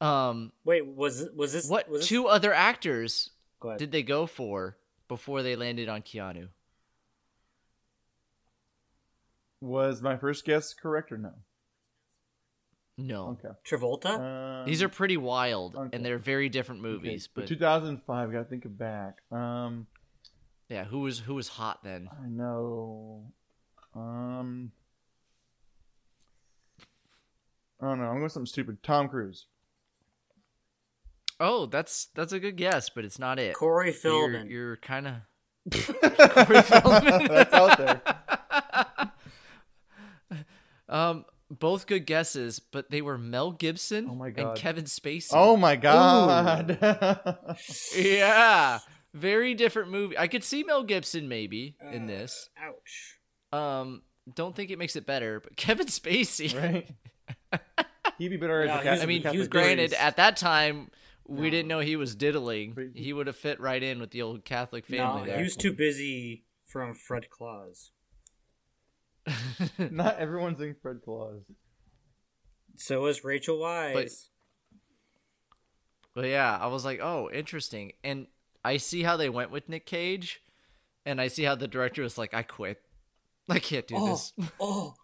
Speaker 3: um,
Speaker 4: Wait, was was this
Speaker 3: what
Speaker 4: Was this,
Speaker 3: two other actors
Speaker 4: Go ahead.
Speaker 3: did they go for before they landed on Keanu?
Speaker 2: Was my first guess correct or no?
Speaker 3: No,
Speaker 2: Okay.
Speaker 4: Travolta?
Speaker 2: Um,
Speaker 3: Uh, these are pretty wild,
Speaker 2: okay.
Speaker 3: and they're very different
Speaker 2: okay,
Speaker 3: movies.
Speaker 2: but
Speaker 3: But
Speaker 2: 2005. Gotta think of back. Um,
Speaker 3: yeah, who was who was hot then?
Speaker 2: I know. Um, I don't know. I'm going with something stupid. Tom Cruise.
Speaker 3: Oh, that's that's a good guess, but it's not it.
Speaker 4: Corey
Speaker 3: Uh, You're,
Speaker 4: Feldman.
Speaker 3: you're kind of Feldman.
Speaker 2: That's out there.
Speaker 3: um, both good guesses, but they were Mel Gibson
Speaker 2: Oh my
Speaker 3: and
Speaker 2: God.
Speaker 3: Kevin Spacey.
Speaker 2: Oh my god.
Speaker 3: yeah, very different movie. I could see Mel Gibson maybe in this.
Speaker 4: Ouch.
Speaker 3: Um, don't think it makes it better, but Kevin Spacey.
Speaker 2: right? He'd be better
Speaker 4: Yeah,
Speaker 2: as a
Speaker 4: he
Speaker 2: cat.
Speaker 4: was-
Speaker 3: I mean,
Speaker 4: Kevin
Speaker 3: he was
Speaker 4: Spacey.
Speaker 3: granted at that time. We didn't know he was diddling.
Speaker 2: But-
Speaker 3: He would have fit right in with the old Catholic family
Speaker 4: no,
Speaker 3: there.
Speaker 4: he was too busy from Fred Claus.
Speaker 2: not everyone's in Fred Claus.
Speaker 4: So was Rachel Wise.
Speaker 3: But yeah, I was like, oh, interesting. And I see how they went with Nick Cage, and I see how the director was like, I quit. I can't do
Speaker 4: oh,
Speaker 3: this.
Speaker 4: oh,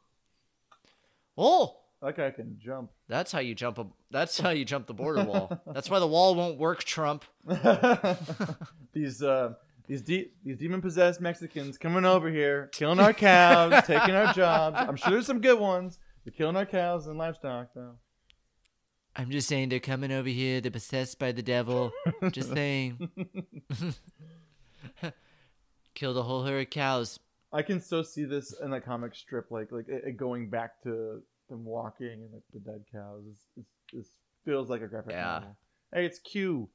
Speaker 3: Oh,
Speaker 2: That guy can jump.
Speaker 3: that's how you jump. A, that's how you jump the border wall. That's why the wall won't work, Trump.
Speaker 2: these uh, these de- these demon possessed Mexicans coming over here, killing our cows, taking our jobs. I'm sure there's some good ones. They're killing our cows and livestock though.
Speaker 3: I'm just saying they're coming over here. They're possessed by the devil. Just saying. Kill the whole herd of cows.
Speaker 2: I can so see this in the comic strip, like like it, it going back to them walking and like the dead cows. It's, it's, this feels like a graphic
Speaker 3: Yeah.
Speaker 2: novel. Hey, it's Q.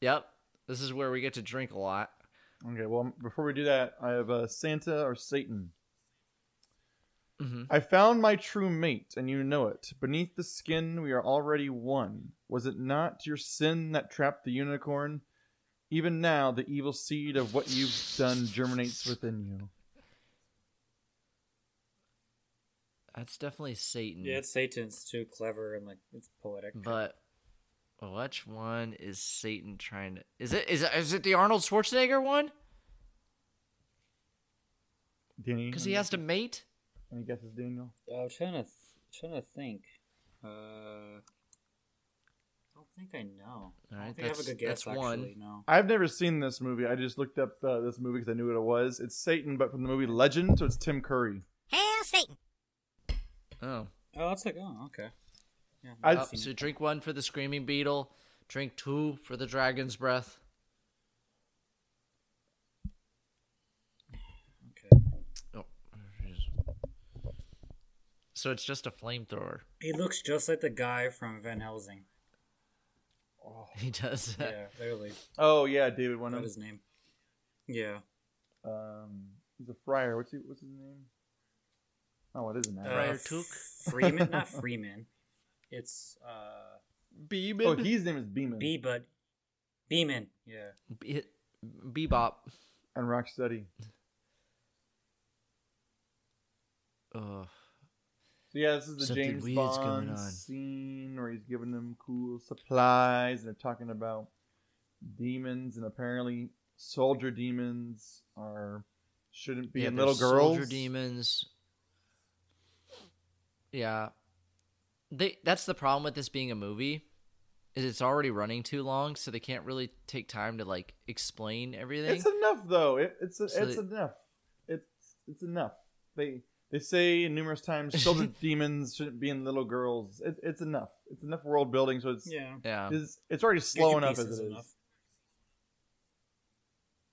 Speaker 3: Yep. This is where we get to drink a lot.
Speaker 2: Okay, well, before we do that, I have uh, Santa or Satan.
Speaker 3: hmm
Speaker 2: I found my true mate, and you know it. Beneath the skin, we are already one. Was it not your sin that trapped the unicorn? Even now, the evil seed of what you've done germinates within you.
Speaker 3: That's definitely Satan.
Speaker 4: yeah, it's Satan's too clever and like it's poetic.
Speaker 3: But which one is Satan trying to? Is it is it, is it the Arnold Schwarzenegger one?
Speaker 2: Danny,
Speaker 3: Because he
Speaker 2: any-
Speaker 3: has to mate.
Speaker 2: Any guesses, Daniel?
Speaker 4: I'm trying to, trying to think. Uh, I don't think I know. I
Speaker 3: Alright,
Speaker 4: don't think I have a
Speaker 3: that's-
Speaker 4: good guess.
Speaker 3: that's one.
Speaker 4: Actually, no.
Speaker 2: I've never seen this movie. I just looked up uh, this movie because I knew what it was. It's Satan, but from the movie Legend, so it's Tim Curry.
Speaker 5: Hail Satan!
Speaker 3: Oh,
Speaker 4: Oh, that's like oh, okay. Yeah,
Speaker 2: I-
Speaker 3: Oh, so drink one for the screaming beetle. Drink two for the dragon's breath.
Speaker 4: okay.
Speaker 3: Oh. So it's just a flamethrower.
Speaker 4: He looks just like the guy from Van Helsing.
Speaker 3: He does. that.
Speaker 4: Yeah, literally.
Speaker 2: Oh yeah, David
Speaker 4: What
Speaker 2: Wenham.
Speaker 4: his name? Yeah.
Speaker 2: Um, he's a friar. What's he, What's his name? Oh, it isn't that?
Speaker 4: Uh,
Speaker 3: Friar Tuke?
Speaker 4: Freeman, not Freeman. It's uh,
Speaker 3: Beeman.
Speaker 2: oh, his name is Beeman.
Speaker 4: B, but Beeman. Yeah.
Speaker 3: Be- Bebop.
Speaker 2: and Rocksteady.
Speaker 3: Ugh.
Speaker 2: So yeah, this is the
Speaker 3: Something
Speaker 2: James
Speaker 3: weird's
Speaker 2: Bond
Speaker 3: going on.
Speaker 2: scene where he's giving them cool supplies, and they're talking about demons, and apparently soldier demons are shouldn't be
Speaker 3: Yeah,
Speaker 2: in
Speaker 3: there's
Speaker 2: little girls.
Speaker 3: Soldier demons. Yeah, they. That's the problem with this being a movie, is it's already running too long, so they can't really take time to like explain everything.
Speaker 2: It's enough though. It, it's
Speaker 3: So
Speaker 2: it's
Speaker 3: they-
Speaker 2: enough. It's it's enough. They they say numerous times soldier demons shouldn't be in little girls. It, it's enough. It's enough world building. So it's
Speaker 4: Yeah.
Speaker 3: yeah,
Speaker 2: it's, it's already slow enough as it is.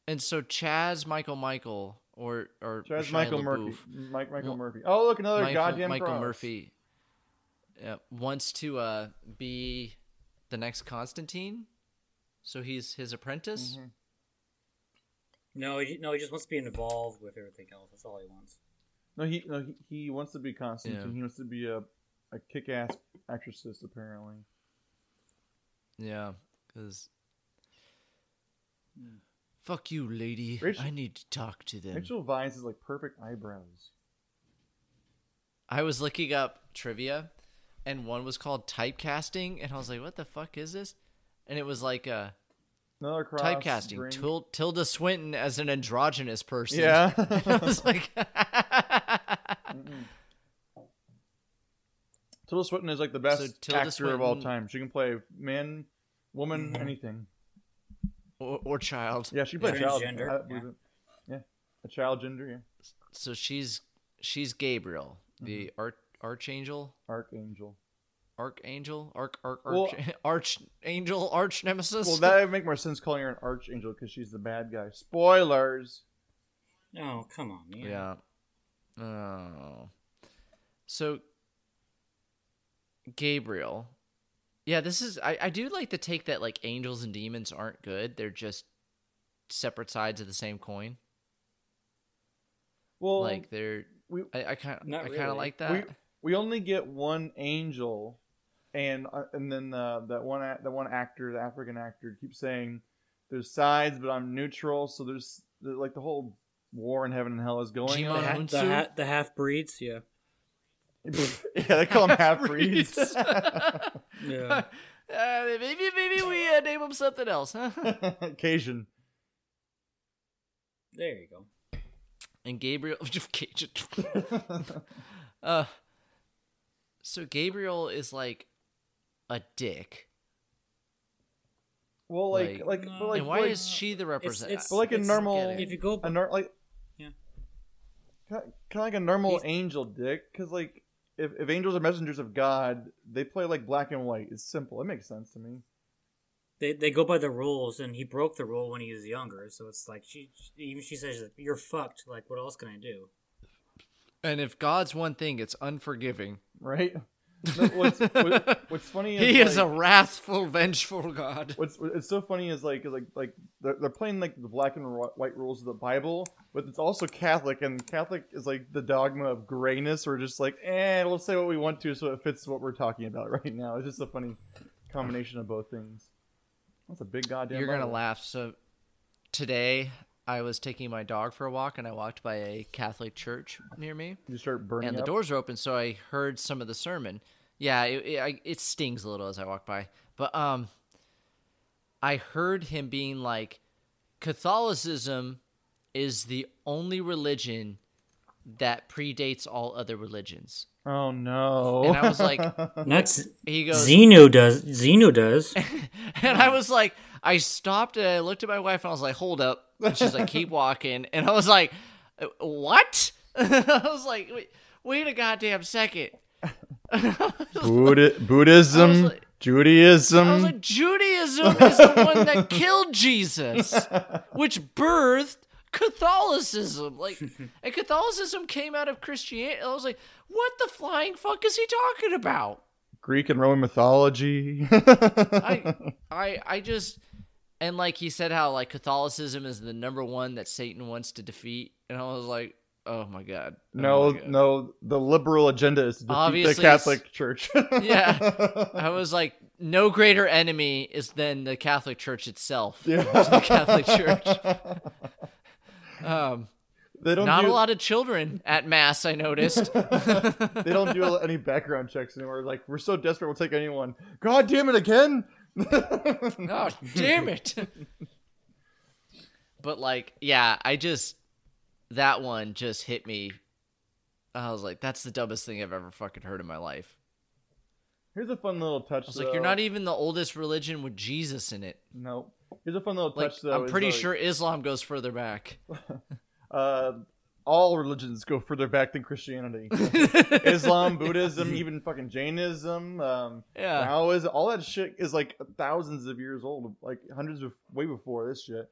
Speaker 3: And so Chaz Michael Michael or or
Speaker 2: Chaz
Speaker 3: Shia
Speaker 2: Michael
Speaker 3: LaBeouf,
Speaker 2: Murphy. Mike Michael
Speaker 3: Well,
Speaker 2: Murphy. Oh, look, another
Speaker 3: Michael,
Speaker 2: goddamn
Speaker 3: Michael
Speaker 2: cross.
Speaker 3: Murphy uh, wants to uh, be the next Constantine, so he's his apprentice.
Speaker 2: Mhm.
Speaker 4: No, he, no, he just wants to be involved with everything else. That's all he wants.
Speaker 2: No, he no he, he wants to be Constantine.
Speaker 3: Yeah.
Speaker 2: He wants to be a a kick ass exorcist apparently. Mm-hmm.
Speaker 3: Yeah, because fuck you, lady.
Speaker 2: Rachel-
Speaker 3: I need to talk to them.
Speaker 2: Rachel Vines is like perfect eyebrows.
Speaker 3: I was looking up trivia, and one was called typecasting, and I was like, "What the fuck is this?" And it was like uh,
Speaker 2: Another cross.
Speaker 3: typecasting
Speaker 2: bring-
Speaker 3: Til- Tilda Swinton as an androgynous person.
Speaker 2: Yeah.
Speaker 3: I was like,
Speaker 2: Tilda Swinton is like the best
Speaker 3: Tilda
Speaker 2: actor of all
Speaker 3: Swinton- Mm-hmm.
Speaker 2: time. She can play man, woman, anything.
Speaker 3: or, or child.
Speaker 2: Yeah, she played
Speaker 4: Yeah.
Speaker 2: child.
Speaker 4: Transgender,
Speaker 2: I believe it. yeah. a child gender. Yeah,
Speaker 3: So she's she's Gabriel, the
Speaker 2: Mm-hmm.
Speaker 3: arch archangel,
Speaker 2: archangel.
Speaker 3: archangel, arch arch
Speaker 2: Well-
Speaker 3: arch archangel, arch nemesis.
Speaker 2: Well, that would make more sense calling her an archangel because she's the bad guy. Spoilers.
Speaker 4: Oh, come on, man.
Speaker 3: yeah. Oh. So Gabriel. Yeah, this is I, I do like the take that like angels and demons aren't good. They're just separate sides of the same coin.
Speaker 2: Well,
Speaker 3: like they're
Speaker 2: we
Speaker 3: I, I kind
Speaker 4: Not
Speaker 3: I kind of
Speaker 4: really.
Speaker 3: like that.
Speaker 2: we only get one angel, and uh, and then uh, that one a- that one actor, the African actor, keeps saying, "There's sides, but I'm neutral." So there's the- like the whole war in heaven and hell is going.
Speaker 4: The,
Speaker 3: Jimon-
Speaker 2: on.
Speaker 4: ha-
Speaker 3: Hunsu?
Speaker 4: the, ha- the half breeds, yeah.
Speaker 2: yeah, they call them half breeds.
Speaker 4: Yeah.
Speaker 3: Uh, maybe maybe we uh, name them something else, huh?
Speaker 2: Cajun.
Speaker 4: There you go.
Speaker 3: And Gabriel Cajun. uh, so Gabriel is like a dick.
Speaker 2: Well, like
Speaker 3: Like-
Speaker 2: like, but like
Speaker 3: and why
Speaker 2: like,
Speaker 3: is she the representative?
Speaker 4: it's-
Speaker 2: but like a
Speaker 4: it's-
Speaker 2: normal
Speaker 4: If you go,
Speaker 2: a nor- like
Speaker 4: Yeah.
Speaker 2: kind of like a normal
Speaker 4: He's-
Speaker 2: angel dick because like if, if angels are messengers of god they play like black and white it's simple it makes sense to me
Speaker 4: they, they go by the rules, and he broke the rule when he was younger. So it's like she, she- even she says, "You're fucked." Like, what else can I do?
Speaker 3: and if God's one thing, it's unforgiving.
Speaker 2: right No, what's, what- what's funny is,
Speaker 3: He is a
Speaker 2: like,
Speaker 3: wrathful, vengeful God.
Speaker 2: what's it's so funny is like is like like they're, they're playing like the black and ro- white rules of the bible but it's also catholic and catholic is like the dogma of grayness or just like eh we'll say what we want to so it fits what we're talking about right now it's just a funny combination of both things that's a big goddamn
Speaker 3: You're gonna
Speaker 2: Bible.
Speaker 3: laugh. So today, I was taking my dog for a walk, and I walked by a Catholic church near me.
Speaker 2: you start burning
Speaker 3: and the
Speaker 2: up.
Speaker 3: doors are open, so I heard some of the sermon. Yeah, it, it, I, it stings a little as I walk by, but um, I heard him being like, Catholicism is the only religion that predates all other religions,
Speaker 2: Oh no!
Speaker 3: and I was like,
Speaker 4: That's
Speaker 3: he goes,
Speaker 4: Xeno does. Xeno does.
Speaker 3: and I was like, I stopped and I looked at my wife and I was like, hold up, and she's like, keep walking, and I was like, "Uh, what? I was like, wait, wait a goddamn second.
Speaker 2: Buddha-
Speaker 3: I
Speaker 2: Buddhism,
Speaker 3: was like- I was
Speaker 2: Judaism.
Speaker 3: like, Judaism is the one that killed Jesus, which birthed Catholicism. Like, and Catholicism came out of Christianity. I was like, what the flying fuck is he talking about?
Speaker 2: Greek and Roman mythology.
Speaker 3: I, I, I just, and like he said, how like Catholicism is the number one that Satan wants to defeat, and I was like, oh my god, Oh
Speaker 2: no,
Speaker 3: my God.
Speaker 2: no, the liberal agenda is to defeat the
Speaker 3: Obviously,
Speaker 2: Catholic Church.
Speaker 3: yeah. I was like, no greater enemy is than the Catholic Church itself.
Speaker 2: Yeah.
Speaker 3: the Catholic Church. Um,
Speaker 2: they don't
Speaker 3: not
Speaker 2: do,
Speaker 3: a lot of children at mass. I noticed.
Speaker 2: They don't do any background checks anymore. Like we're so desperate, we'll take anyone. God damn it again!
Speaker 3: oh, damn it! but like, yeah, I just that one just hit me. I was like, that's the dumbest thing I've ever fucking heard in my life.
Speaker 2: Here's a fun little touch.
Speaker 3: I was like, you're
Speaker 2: though.
Speaker 3: not e-" even the oldest religion with Jesus in it.
Speaker 2: No. Here's a fun little
Speaker 3: Like,
Speaker 2: touch. Though
Speaker 3: I'm
Speaker 2: is,
Speaker 3: pretty
Speaker 2: like,
Speaker 3: sure Islam goes further back.
Speaker 2: uh, all religions go further back than Christianity. Islam, Buddhism, even fucking Jainism, um,
Speaker 3: Yeah.
Speaker 2: Taoism, all that shit is like thousands of years old, like hundreds of way before this shit.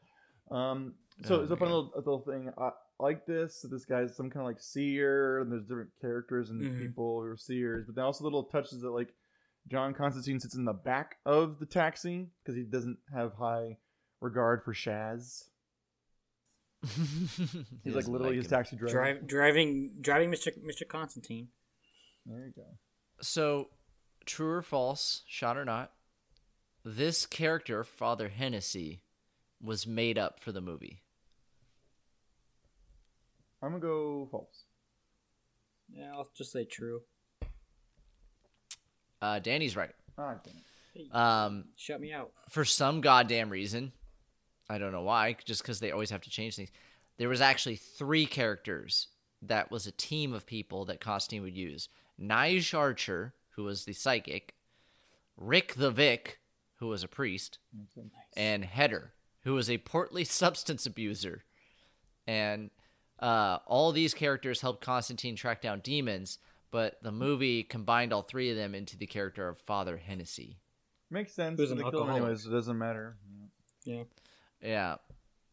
Speaker 2: Um, So
Speaker 3: Oh
Speaker 2: it's a
Speaker 3: my
Speaker 2: fun
Speaker 3: God.
Speaker 2: little, little thing. I I like this. This guy's some kind of like seer, and there's different characters and
Speaker 3: Mm-hmm.
Speaker 4: Mhm.
Speaker 2: people who are seers. But then also little touches that like John Constantine sits in the back of the taxi because he doesn't have high regard for Shaz.
Speaker 3: He
Speaker 2: He's like
Speaker 3: doesn't
Speaker 2: literally
Speaker 3: like
Speaker 2: his
Speaker 3: him.
Speaker 2: taxi driver.
Speaker 4: Drive, driving, driving, Mister Mister Constantine.
Speaker 2: There you go.
Speaker 3: So, true or false, shot or not, this character, Father Hennessy, was made up for the movie.
Speaker 2: I'm gonna go false.
Speaker 4: Yeah, I'll just say true.
Speaker 3: Uh, Danny's right.
Speaker 2: Ah, damn it.
Speaker 3: Um,
Speaker 4: Shut me out.
Speaker 3: for some goddamn reason, I don't know why, just because they always have to change things. There was actually three characters that was a team of people that Costine would use. Nige Archer, who was the psychic, Rick the Vic, who was a priest,
Speaker 2: Makes sense.
Speaker 3: and Header, who was a portly substance abuser. And uh, all these characters helped Constantine track down demons, but the movie combined all three of them into the character of Father Hennessy.
Speaker 2: Makes sense.
Speaker 4: Who's an
Speaker 2: They kill him
Speaker 4: alcoholic.
Speaker 2: anyways, so it doesn't matter. Yeah.
Speaker 3: Yeah,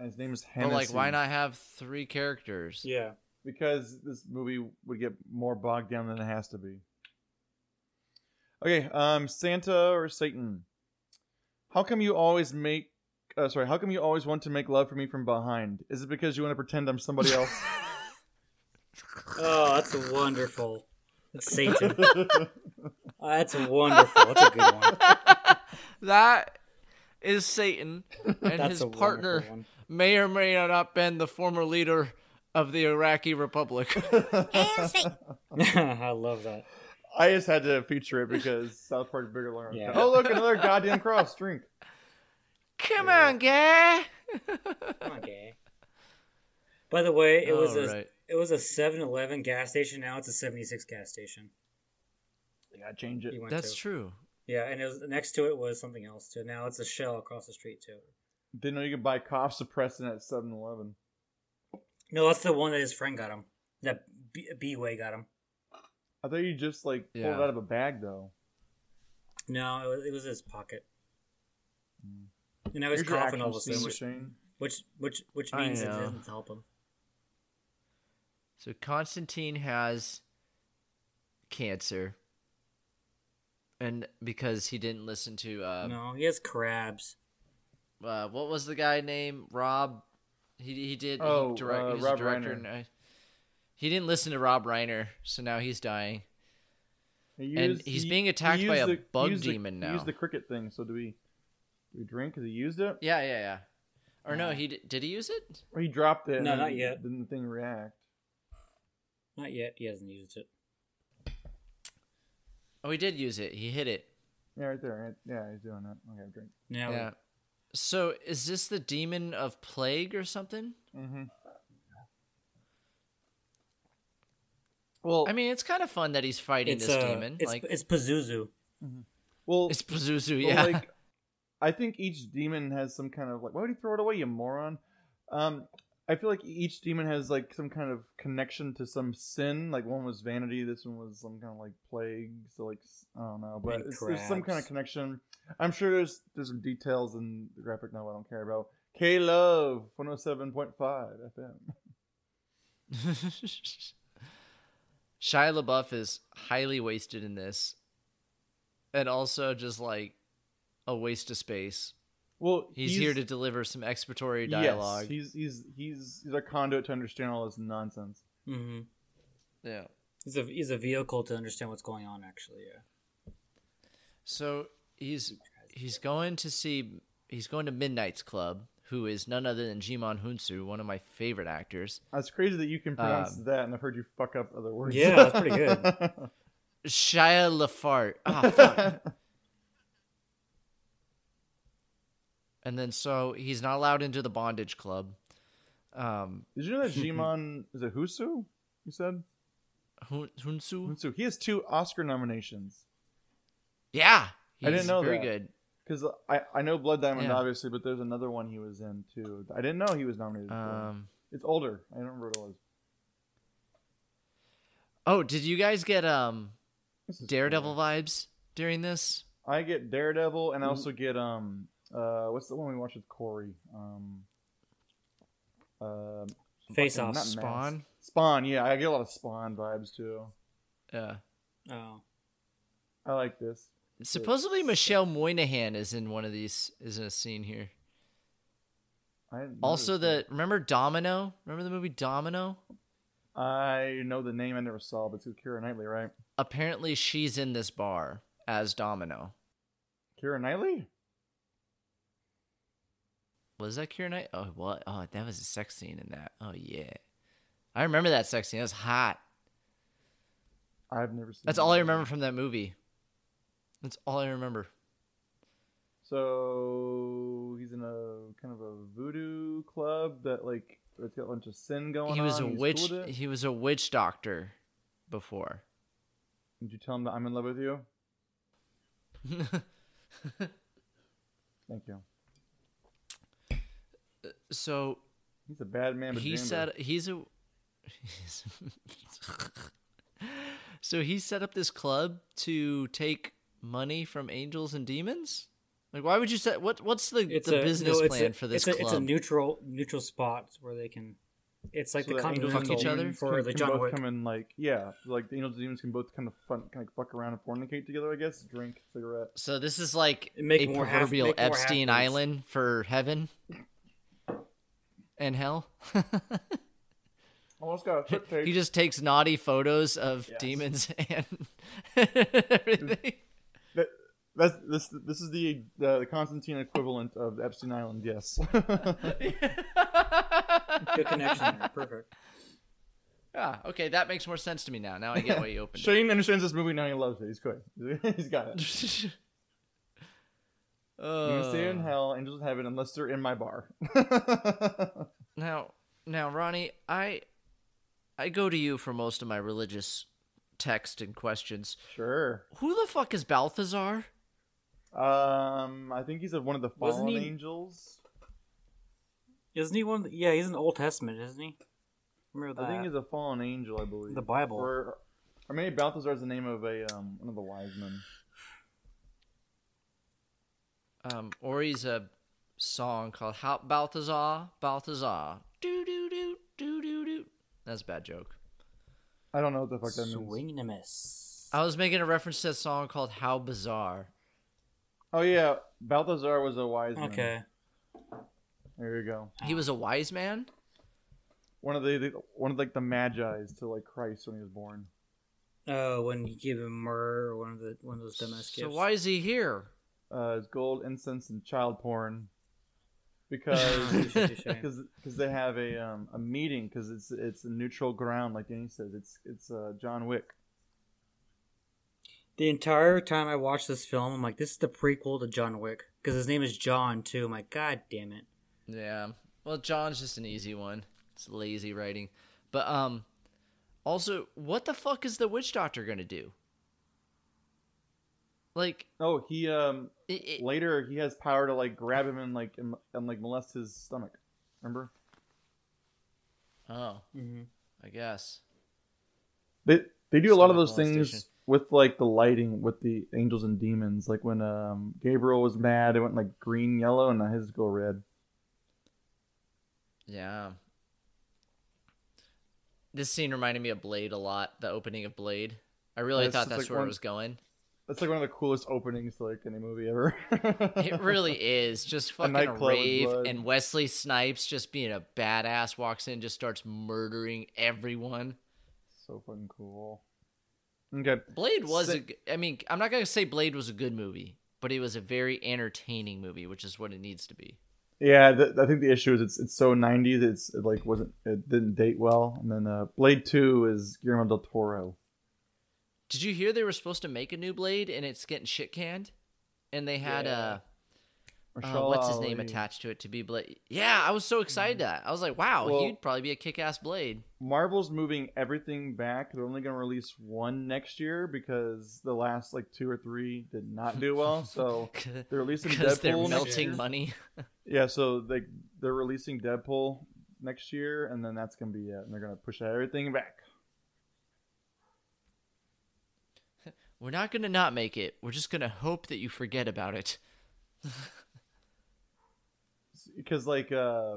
Speaker 2: And his name is
Speaker 3: But
Speaker 2: Hennessy.
Speaker 3: like, why not have three characters?
Speaker 4: Yeah,
Speaker 2: because this movie would get more bogged down than it has to be. Okay, um, Santa or Satan? How come you always make? Uh, sorry, how come you always want to make love for me from behind? Is it because you want to pretend I'm somebody else?
Speaker 4: Oh, that's wonderful. Satan. Oh, that's wonderful. That's a good one.
Speaker 3: that is Satan, and
Speaker 4: That's
Speaker 3: his
Speaker 4: a
Speaker 3: partner
Speaker 4: wonderful one.
Speaker 3: may or may not have been the former leader of the Iraqi Republic.
Speaker 4: I love that.
Speaker 2: I just had to feature it because South Park bigger learn.
Speaker 4: Yeah.
Speaker 2: Oh look, another goddamn cross drink.
Speaker 3: Come on, guy.
Speaker 4: Okay. By the way, it was a
Speaker 3: Alright.
Speaker 4: it was a 7-Eleven gas station. Now it's a 76 gas station.
Speaker 2: They gotta change
Speaker 4: you
Speaker 2: it.
Speaker 4: went
Speaker 3: That's
Speaker 4: to.
Speaker 3: true.
Speaker 4: Yeah, and it was, next to it was something else too. Now it's a shell across the street too.
Speaker 2: Didn't know you could buy cough suppressant at 7-Eleven.
Speaker 4: No, that's the one that his friend got him. That B- B-Way got him.
Speaker 2: I thought you just like pulled
Speaker 3: Yeah.
Speaker 2: it out of a bag though.
Speaker 4: No, it was, it was his pocket.
Speaker 3: Hmm.
Speaker 2: Mm.
Speaker 4: And now he's
Speaker 2: Here's your
Speaker 4: coughing all of a
Speaker 2: action
Speaker 4: sudden,
Speaker 2: scene,
Speaker 4: which
Speaker 2: Shane.
Speaker 4: which which, which
Speaker 3: I
Speaker 4: means it
Speaker 3: know.
Speaker 4: doesn't help him.
Speaker 3: So Constantine has cancer, and because he didn't listen to uh,
Speaker 4: no, he has crabs.
Speaker 3: uh what was the guy name? Rob. He he did.
Speaker 2: Oh,
Speaker 3: he direct,
Speaker 2: uh,
Speaker 3: he was
Speaker 2: Rob
Speaker 3: a director.
Speaker 2: Reiner.
Speaker 3: And I, he didn't listen to Rob Reiner, so now he's dying.
Speaker 2: He
Speaker 3: And he's being attacked by
Speaker 2: used
Speaker 3: a bug
Speaker 2: he used
Speaker 3: demon
Speaker 2: He
Speaker 3: now.
Speaker 2: used the cricket thing, so do we? Do we drink? Cause he used it,
Speaker 3: Yeah, yeah, yeah. Or no,
Speaker 4: Yeah.
Speaker 3: he d- did he use it?
Speaker 2: or he dropped it.
Speaker 4: No,
Speaker 2: and
Speaker 4: not
Speaker 2: then
Speaker 4: yet.
Speaker 2: Didn't the thing react?
Speaker 4: Not yet. He hasn't used it.
Speaker 3: Oh, he did use it. He hit it.
Speaker 2: Yeah, right there. Right? Yeah, he's doing it. Okay, drink.
Speaker 4: Now,
Speaker 3: Yeah. So is this the demon of plague or something?
Speaker 2: Mm-hmm. Well,
Speaker 3: I mean, it's kind of fun that he's fighting
Speaker 4: it's
Speaker 3: this
Speaker 4: uh,
Speaker 3: demon.
Speaker 4: It's,
Speaker 3: like
Speaker 4: it's Pazuzu.
Speaker 2: well,
Speaker 3: it's Pazuzu,
Speaker 2: well,
Speaker 3: yeah.
Speaker 2: Like, I think each demon has some kind of like. Why would he throw it away, you moron? Um, I feel like each demon has like some kind of connection to some sin. Like one was vanity, this one was some kind of like plague. So like s- I don't know, but
Speaker 4: And
Speaker 2: it's, there's some kind of
Speaker 4: crabs.
Speaker 2: connection. I'm sure there's there's some details in the graphic novel I don't care about. oh K Love 107.5 FM.
Speaker 3: Shia LaBeouf is highly wasted in this, and also just like a waste of space.
Speaker 2: Well,
Speaker 3: He's, here to deliver some exploratory dialogue.
Speaker 2: Yes, he's he's he's he's a conduit to understand all this nonsense.
Speaker 4: Mm-hmm.
Speaker 3: yeah.
Speaker 4: He's a he's a vehicle to understand what's going on. Actually, yeah.
Speaker 3: So he's he's going to see he's going to Midnight's Club, who is none other than Jimon Hunsu, one of my favorite actors.
Speaker 2: That's crazy that you can pronounce
Speaker 3: Um,
Speaker 2: that, and I've heard you fuck up other words.
Speaker 4: Yeah, that's pretty good.
Speaker 3: Shia LaFart. Ah, fuck. and then so he's not allowed into the Bondage Club. Um,
Speaker 2: Did you know that Jimon is it Husu? You said
Speaker 3: Hun- Hunsu.
Speaker 2: Husu. He has two Oscar nominations.
Speaker 3: Yeah,
Speaker 2: I didn't
Speaker 3: he's
Speaker 2: know
Speaker 3: Very
Speaker 2: that.
Speaker 3: good.
Speaker 2: Because I, I know Blood Diamond
Speaker 3: Yeah.
Speaker 2: obviously, but there's another one he was in too. I didn't know he was nominated. for.
Speaker 3: Um,
Speaker 2: it's older. I don't remember what it was.
Speaker 3: oh, did you guys get um
Speaker 2: This is
Speaker 3: Daredevil
Speaker 2: cool.
Speaker 3: vibes during this?
Speaker 2: I get Daredevil,
Speaker 3: Mm-hmm.
Speaker 2: and I also get um uh what's the one we watched with Corey? Um, Um,
Speaker 4: Face
Speaker 2: fucking-
Speaker 4: Off.
Speaker 2: not Mask.
Speaker 3: Spawn.
Speaker 2: Spawn. Yeah, I get a lot of Spawn vibes too.
Speaker 3: Yeah.
Speaker 4: Oh,
Speaker 2: I like this.
Speaker 3: Supposedly Michelle Moynihan is in one of these. Is in a scene here.
Speaker 2: I didn't
Speaker 3: Also, the
Speaker 2: notice
Speaker 3: remember Domino? Remember the movie Domino?
Speaker 2: that. I know the name I never saw, but it's with Kira Knightley, right?
Speaker 3: Apparently, she's in this bar as Domino.
Speaker 2: Kira Knightley.
Speaker 3: Was that Kira Knight? Oh, what? Oh, that was a sex scene in that. Oh yeah, I remember that sex scene. That was hot.
Speaker 2: I've never seen.
Speaker 3: That's
Speaker 2: that
Speaker 3: all I
Speaker 2: movie.
Speaker 3: remember from that movie. That's all I remember.
Speaker 2: So he's in a kind of a voodoo club that like it's got a bunch of sin going
Speaker 3: He
Speaker 2: on.
Speaker 3: was a
Speaker 2: He's cool
Speaker 3: witch.
Speaker 2: with it?
Speaker 3: He was a witch doctor before.
Speaker 2: Did you tell him that I'm in love with you? Thank you.
Speaker 3: so
Speaker 2: He's a bad man. But
Speaker 3: he
Speaker 2: Xander.
Speaker 3: said he's a. so he set up this club to take money from angels and demons. Like, why would you set what? What's the,
Speaker 4: it's
Speaker 3: the
Speaker 4: a
Speaker 3: business
Speaker 4: no, it's
Speaker 3: plan
Speaker 4: a,
Speaker 3: for this
Speaker 4: it's a,
Speaker 3: club?
Speaker 4: It's a neutral neutral spot where they can. It's like
Speaker 2: So
Speaker 4: the
Speaker 2: that angels
Speaker 4: common
Speaker 3: Fuck each other?
Speaker 2: can-
Speaker 4: for the
Speaker 2: can
Speaker 4: John
Speaker 2: both
Speaker 4: Wick.
Speaker 2: Come and like yeah, like the angels and demons can both kind of fun, kind of fuck around and fornicate together. I guess drink, cigarette.
Speaker 3: So this is like
Speaker 4: Make
Speaker 3: a
Speaker 4: more half-
Speaker 3: proverbial
Speaker 4: make more
Speaker 3: Epstein
Speaker 4: half-breeds.
Speaker 3: Island for heaven and hell.
Speaker 2: Almost got a foot tape.
Speaker 3: he just takes naughty photos of
Speaker 2: Yes.
Speaker 3: demons and everything.
Speaker 2: That- that's this. This is the uh, the Constantine equivalent of Epstein Island. Yes.
Speaker 4: Good connection there. Perfect.
Speaker 3: Ah, okay, that makes more sense to me now. Now I get why you opened
Speaker 2: Shane understands this movie now. He loves it. He's good. He's got it.
Speaker 3: it.
Speaker 2: You can stay in
Speaker 3: Uh,
Speaker 2: hell, angels in heaven, unless they're in my bar.
Speaker 3: Now, now, Ronnie, I, I go to you for most of my religious text and questions.
Speaker 2: sure.
Speaker 3: Who the fuck is Balthazar?
Speaker 2: Um, I think he's a, one of the
Speaker 4: Wasn't
Speaker 2: fallen
Speaker 4: he-
Speaker 2: angels.
Speaker 4: Isn't he one? Yeah, he's in the Old Testament, isn't he? Remember that?
Speaker 2: I think he's a fallen angel, I believe.
Speaker 4: The Bible.
Speaker 2: Or, or maybe Balthazar is the name of a um, one of the wise men.
Speaker 3: um, Ori's a song called How Balthazar, Balthazar. Do do do do do do. That's a bad joke.
Speaker 2: I don't know what the fuck that means.
Speaker 4: Swing and a miss.
Speaker 3: I was making a reference to a song called How Bizarre.
Speaker 2: Oh yeah, Balthazar was a wise man.
Speaker 4: Okay.
Speaker 2: There you go.
Speaker 3: He was a wise man.
Speaker 2: One of the, the one of like the magi's to like Christ when he was born.
Speaker 4: Oh, when you give him myrrh or one of the one of those dumbass
Speaker 3: So
Speaker 4: gifts.
Speaker 3: why is he here?
Speaker 2: Uh, it's gold, incense, and child porn.
Speaker 4: Oh,
Speaker 2: Because because they have a um, a meeting because it's it's a neutral ground like Danny says it's it's uh, John Wick.
Speaker 4: the entire time I watched this film, I'm like, this is the prequel to John Wick because his name is John too. I'm like, God damn it!
Speaker 3: Yeah. Well, John's just an easy one. It's lazy writing. But um, also, what the fuck is the witch doctor gonna do? Like,
Speaker 2: Oh, he um
Speaker 3: it, it,
Speaker 2: later he has power to like grab him and like and, and like molest his stomach. Remember?
Speaker 3: oh,
Speaker 4: Mm-hmm.
Speaker 3: I guess.
Speaker 2: They they do a lot of
Speaker 3: Stomach
Speaker 2: those things
Speaker 3: molestation.
Speaker 2: with like the lighting with the angels and demons. Like when um Gabriel was mad, it went like green, yellow, and his go red.
Speaker 3: Yeah. This scene reminded me of Blade a lot, the opening of Blade. I really
Speaker 2: Yeah, it's
Speaker 3: thought
Speaker 2: just
Speaker 3: that's
Speaker 2: like
Speaker 3: where
Speaker 2: one-
Speaker 3: it was going.
Speaker 2: That's like one of the coolest openings to like any movie ever.
Speaker 3: It really is. Just fucking a,
Speaker 2: nightclub with
Speaker 3: rave
Speaker 2: blood.
Speaker 3: and Wesley Snipes just being a badass walks in, just starts murdering everyone.
Speaker 2: so fucking cool. Okay.
Speaker 3: Blade was
Speaker 2: Sa-
Speaker 3: a g- I mean, I'm not going to say Blade was a good movie, but it was a very entertaining movie, which is what it needs to be.
Speaker 2: Yeah, th- I think the issue is it's it's so '90s. It's it like wasn't it didn't date well. And then uh, Blade Two is Guillermo del Toro.
Speaker 3: Did you hear they were supposed to make a new Blade and it's getting shit canned? And they had
Speaker 2: Yeah.
Speaker 3: uh uh,
Speaker 2: Mahershala
Speaker 3: what's his name
Speaker 2: Ali. Mm-hmm.
Speaker 3: attached to it to be Blade. Yeah, I was so excited that I was like, wow,
Speaker 2: Well-
Speaker 3: he'd probably be a kick-ass Blade.
Speaker 2: Marvel's moving everything back. They're only going to release one next year because the last like two or three did not do well. So they're releasing
Speaker 3: Because
Speaker 2: Deadpool. next
Speaker 3: they're melting
Speaker 2: year.
Speaker 3: money.
Speaker 2: Yeah, so they they're releasing Deadpool next year, and then that's going to be it. And they're going to push everything back.
Speaker 3: We're not gonna not make it. We're just gonna hope that you forget about it.
Speaker 2: because like because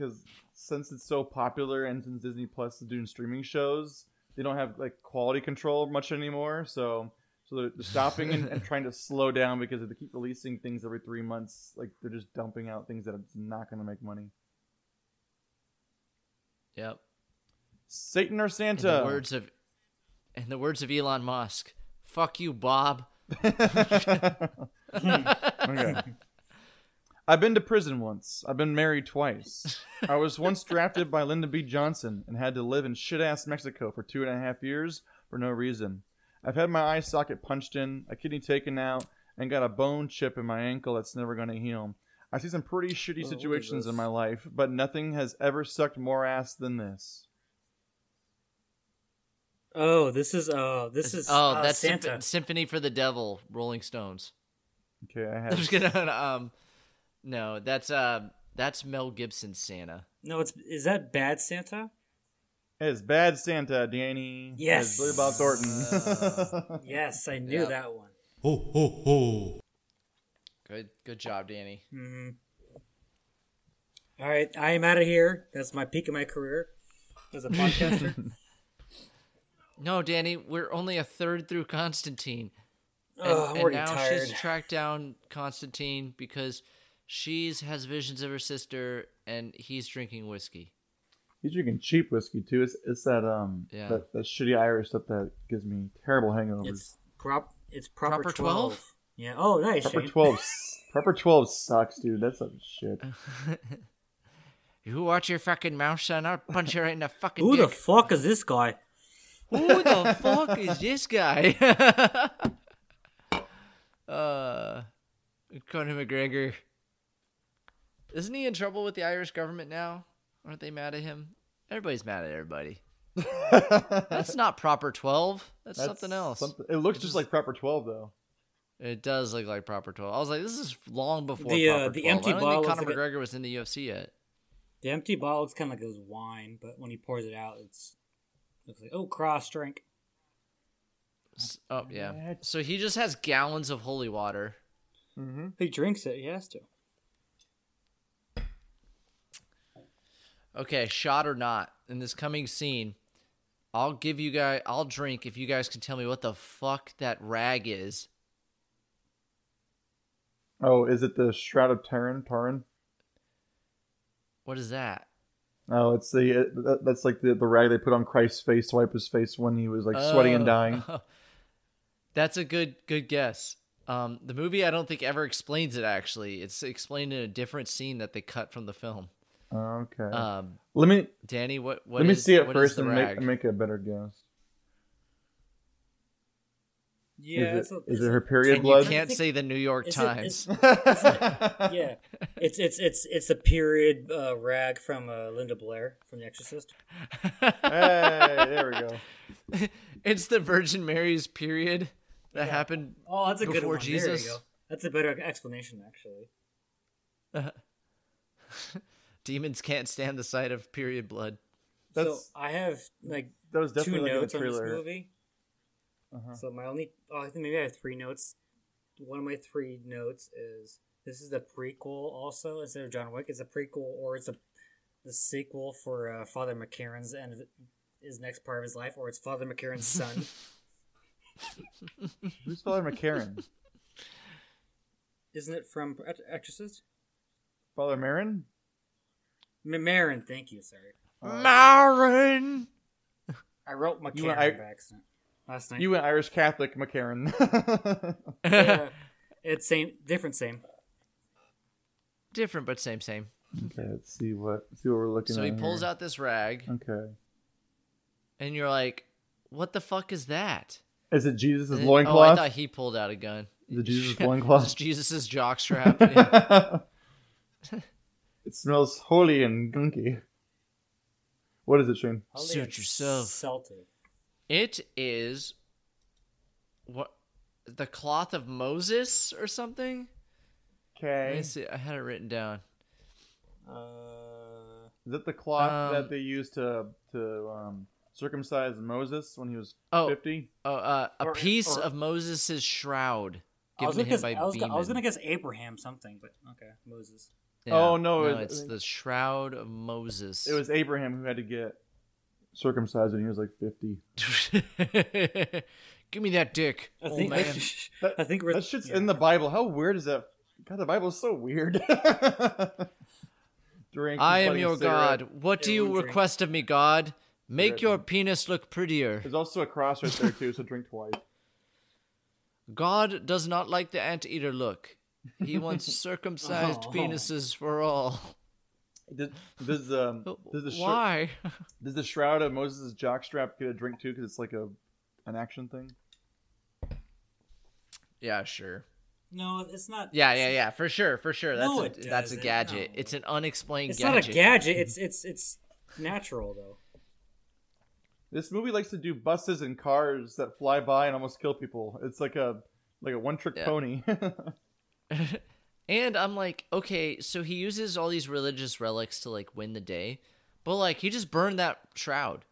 Speaker 2: uh, since it's so popular and since Disney Plus is doing streaming shows, they don't have like quality control much anymore. So so they're, they're stopping and, and trying to slow down because if they keep releasing things every three months, like they're just dumping out things that are not going to make money.
Speaker 3: Yep.
Speaker 2: Satan or
Speaker 3: In
Speaker 2: Santa?
Speaker 3: the words of, in the words of Elon Musk, "Fuck you, Bob."
Speaker 2: okay. I've been to prison once. I've been married twice. I was once drafted by Lyndon B. Johnson and had to live in shit ass Mexico for two and a half years for no reason. I've had my eye socket punched in, a kidney taken out, and got a bone chip in my ankle that's never going to heal. I see some pretty shitty
Speaker 4: Oh, what is
Speaker 2: situations in
Speaker 4: this?
Speaker 2: my life, but nothing has ever sucked more ass than this.
Speaker 4: Oh, this is oh, this is
Speaker 3: oh,
Speaker 4: uh,
Speaker 3: that's Symp-
Speaker 4: Santa.
Speaker 3: Symphony for the Devil, Rolling Stones.
Speaker 2: Okay, I
Speaker 3: I'm
Speaker 2: have.
Speaker 3: just gonna, um, no, that's uh, that's Mel Gibson's Santa.
Speaker 4: no, it's is that bad Santa?
Speaker 2: It is Bad Santa, Danny. It's
Speaker 4: Yes.
Speaker 2: Billy Bob Thornton.
Speaker 4: Yes, I knew
Speaker 3: Yeah.
Speaker 4: that one.
Speaker 3: Good, good job, Danny.
Speaker 4: hmm All right, I am out of here. That's my peak of my career as a podcaster.
Speaker 3: No, Danny, we're only a third through Constantine. And,
Speaker 4: Ugh, Oh, I'm
Speaker 3: and
Speaker 4: already
Speaker 3: now
Speaker 4: tired.
Speaker 3: she's tracked down Constantine because she's has visions of her sister and he's drinking whiskey.
Speaker 2: He's drinking cheap whiskey too. It's it's that um
Speaker 3: Yeah.
Speaker 2: that, that shitty Irish stuff that gives me terrible hangovers.
Speaker 4: It's prop. It's proper,
Speaker 3: Proper
Speaker 4: 12?
Speaker 3: 12?
Speaker 4: Yeah. Oh, nice.
Speaker 2: Proper
Speaker 4: Shane.
Speaker 2: twelve, s- proper twelve sucks, dude. That's some shit.
Speaker 3: You watch your fucking mouth, son. I'll punch you right in the fucking
Speaker 4: Who the
Speaker 3: dick.
Speaker 4: fuck is this guy?
Speaker 3: Who the fuck is this guy? uh, Conor McGregor. Isn't he in trouble with the Irish government now? Aren't they mad at him? Everybody's mad at everybody. That's not proper 12. That's,
Speaker 2: That's
Speaker 3: something else.
Speaker 2: something- it looks just like proper twelve though.
Speaker 3: It does look like proper 12. I was like, this is long before
Speaker 4: The, uh,
Speaker 3: proper
Speaker 4: the
Speaker 3: 12.
Speaker 4: empty
Speaker 3: I don't think
Speaker 4: bottle
Speaker 3: Conor
Speaker 4: looks like a-
Speaker 3: McGregor was in the UFC yet.
Speaker 4: The empty bottle looks kind of like it was wine, but when he pours it out, it's looks like oh cross drink.
Speaker 3: S- Oh, yeah. So he just has gallons of holy water.
Speaker 2: Mm-hmm.
Speaker 4: He drinks it. He has to.
Speaker 3: Okay, shot or not, in this coming scene, I'll give you guys, I'll drink if you guys can tell me what the fuck that rag is.
Speaker 2: Oh, is it the Shroud of Turin? Turin?
Speaker 3: What is that?
Speaker 2: Oh, it's the uh, that- that's like the, the rag they put on Christ's face to wipe his face when he was like sweaty and
Speaker 3: Oh.
Speaker 2: dying.
Speaker 3: That's a good good guess. Um, the movie I don't think ever explains it actually. It's explained in a different scene that they cut from the film.
Speaker 2: Oh, Okay.
Speaker 3: Um,
Speaker 2: let me
Speaker 3: Danny, what what
Speaker 2: let me
Speaker 3: is-
Speaker 2: see it
Speaker 3: what is
Speaker 2: first
Speaker 3: the
Speaker 2: and make,
Speaker 3: rag?
Speaker 2: make a better guess.
Speaker 4: Yeah.
Speaker 2: is
Speaker 4: that's
Speaker 2: it,
Speaker 4: what-
Speaker 2: is
Speaker 4: that's
Speaker 2: it
Speaker 4: what-
Speaker 2: her period
Speaker 3: and you
Speaker 2: blood?
Speaker 3: can't say the New York
Speaker 4: Is it-
Speaker 3: Times.
Speaker 4: is- yeah, it's it's it's it's a period uh, rag from uh, Linda Blair from The Exorcist.
Speaker 2: hey, there we go.
Speaker 3: it's the Virgin Mary's period that happened.
Speaker 4: Oh, that's a good
Speaker 3: Before
Speaker 4: one. There
Speaker 3: Jesus.
Speaker 4: you go. That's a better explanation, actually.
Speaker 3: Demons can't stand the sight of period blood.
Speaker 2: That's-
Speaker 4: so I have like
Speaker 2: That was
Speaker 4: two
Speaker 2: definitely like in the
Speaker 4: notes on this
Speaker 2: trailer.
Speaker 4: movie.
Speaker 2: Uh-huh.
Speaker 4: So my only, oh, I think maybe I have three notes. One of my three notes is this is the prequel. Also, instead of John Wick, it's a prequel or it's a the sequel for uh, Father McCarran's end of his next part of his life, or it's Father McCarran's son.
Speaker 2: Who's Father McCarran?
Speaker 4: Isn't it from Ex- Exorcist?
Speaker 2: Father Marin?
Speaker 4: M- Marin, thank you, sorry.
Speaker 3: Marin.
Speaker 4: I wrote McCarran
Speaker 2: You and I-
Speaker 4: by accident last night.
Speaker 2: You went Irish Catholic McCarran.
Speaker 4: Yeah. Uh, it's same, different, same.
Speaker 3: Different but same same.
Speaker 2: okay, let's see what see what we're looking
Speaker 3: So
Speaker 2: at.
Speaker 3: he pulls
Speaker 2: here.
Speaker 3: out this rag
Speaker 2: Okay.
Speaker 3: and you're like, "What the fuck is that?"
Speaker 2: Is it Jesus'
Speaker 3: And-
Speaker 2: loincloth?
Speaker 3: Oh, I thought he pulled out a gun.
Speaker 2: The Jesus
Speaker 3: It's
Speaker 2: loincloth.
Speaker 3: Jesus's jockstrap. Yeah.
Speaker 2: it smells holy and gunky. What is it, Shane?
Speaker 4: Holy
Speaker 3: Suit
Speaker 4: and
Speaker 3: yourself.
Speaker 4: Salty.
Speaker 3: it is what the cloth of Moses or something. Let
Speaker 2: Okay.
Speaker 3: me
Speaker 2: Is
Speaker 3: see. I had it written down.
Speaker 4: Uh,
Speaker 2: it the cloth
Speaker 3: Um,
Speaker 2: that they used to to um, circumcise Moses when he was
Speaker 3: Oh.
Speaker 2: fifty?
Speaker 3: Oh, uh, a
Speaker 4: Or-
Speaker 3: piece
Speaker 4: or-
Speaker 3: of Moses' shroud
Speaker 4: I was
Speaker 3: given to
Speaker 4: gonna
Speaker 3: him
Speaker 4: guess-
Speaker 3: by
Speaker 4: I was, go- I was
Speaker 3: Beeman.
Speaker 4: gonna guess Abraham something, but okay, Moses.
Speaker 2: Oh, no, it-
Speaker 3: it's the Shroud of Moses.
Speaker 2: It was Abraham who had to get circumcised when he was like 50.
Speaker 3: Give me that dick,
Speaker 4: I
Speaker 3: old
Speaker 4: think
Speaker 3: man.
Speaker 2: That-
Speaker 4: I think we're-
Speaker 2: that shit's
Speaker 4: yeah.
Speaker 2: in the Bible. How weird is that? God, the Bible's so weird. Drink.
Speaker 3: I am
Speaker 2: bloody
Speaker 3: your
Speaker 2: cigarette.
Speaker 3: god. What do
Speaker 4: Yeah,
Speaker 3: you
Speaker 4: one drink.
Speaker 3: request of me, God? Make
Speaker 2: Cigarette.
Speaker 3: your penis look prettier.
Speaker 2: There's also a cross right there too, so drink twice.
Speaker 3: God does not like the anteater look. He wants circumcised
Speaker 4: Oh.
Speaker 3: penises for all.
Speaker 2: Does, does um does the shir-
Speaker 3: Why?
Speaker 2: does the shroud of Moses' jockstrap get a drink too? Because it's like a an action thing.
Speaker 3: Yeah, sure.
Speaker 4: No, it's not.
Speaker 3: Yeah, yeah, yeah, for sure, for sure. That's
Speaker 4: No,
Speaker 3: a,
Speaker 4: it
Speaker 3: that's a
Speaker 4: doesn't.
Speaker 3: gadget.
Speaker 4: No.
Speaker 3: It's an unexplained
Speaker 4: It's
Speaker 3: gadget.
Speaker 4: not a gadget. It's it's it's natural though.
Speaker 2: This movie likes to do buses and cars that fly by and almost kill people. It's like a like a one trick
Speaker 3: Yeah.
Speaker 2: pony.
Speaker 3: And I'm like, okay, so he uses all these religious relics to like win the day, but like he just burned that shroud.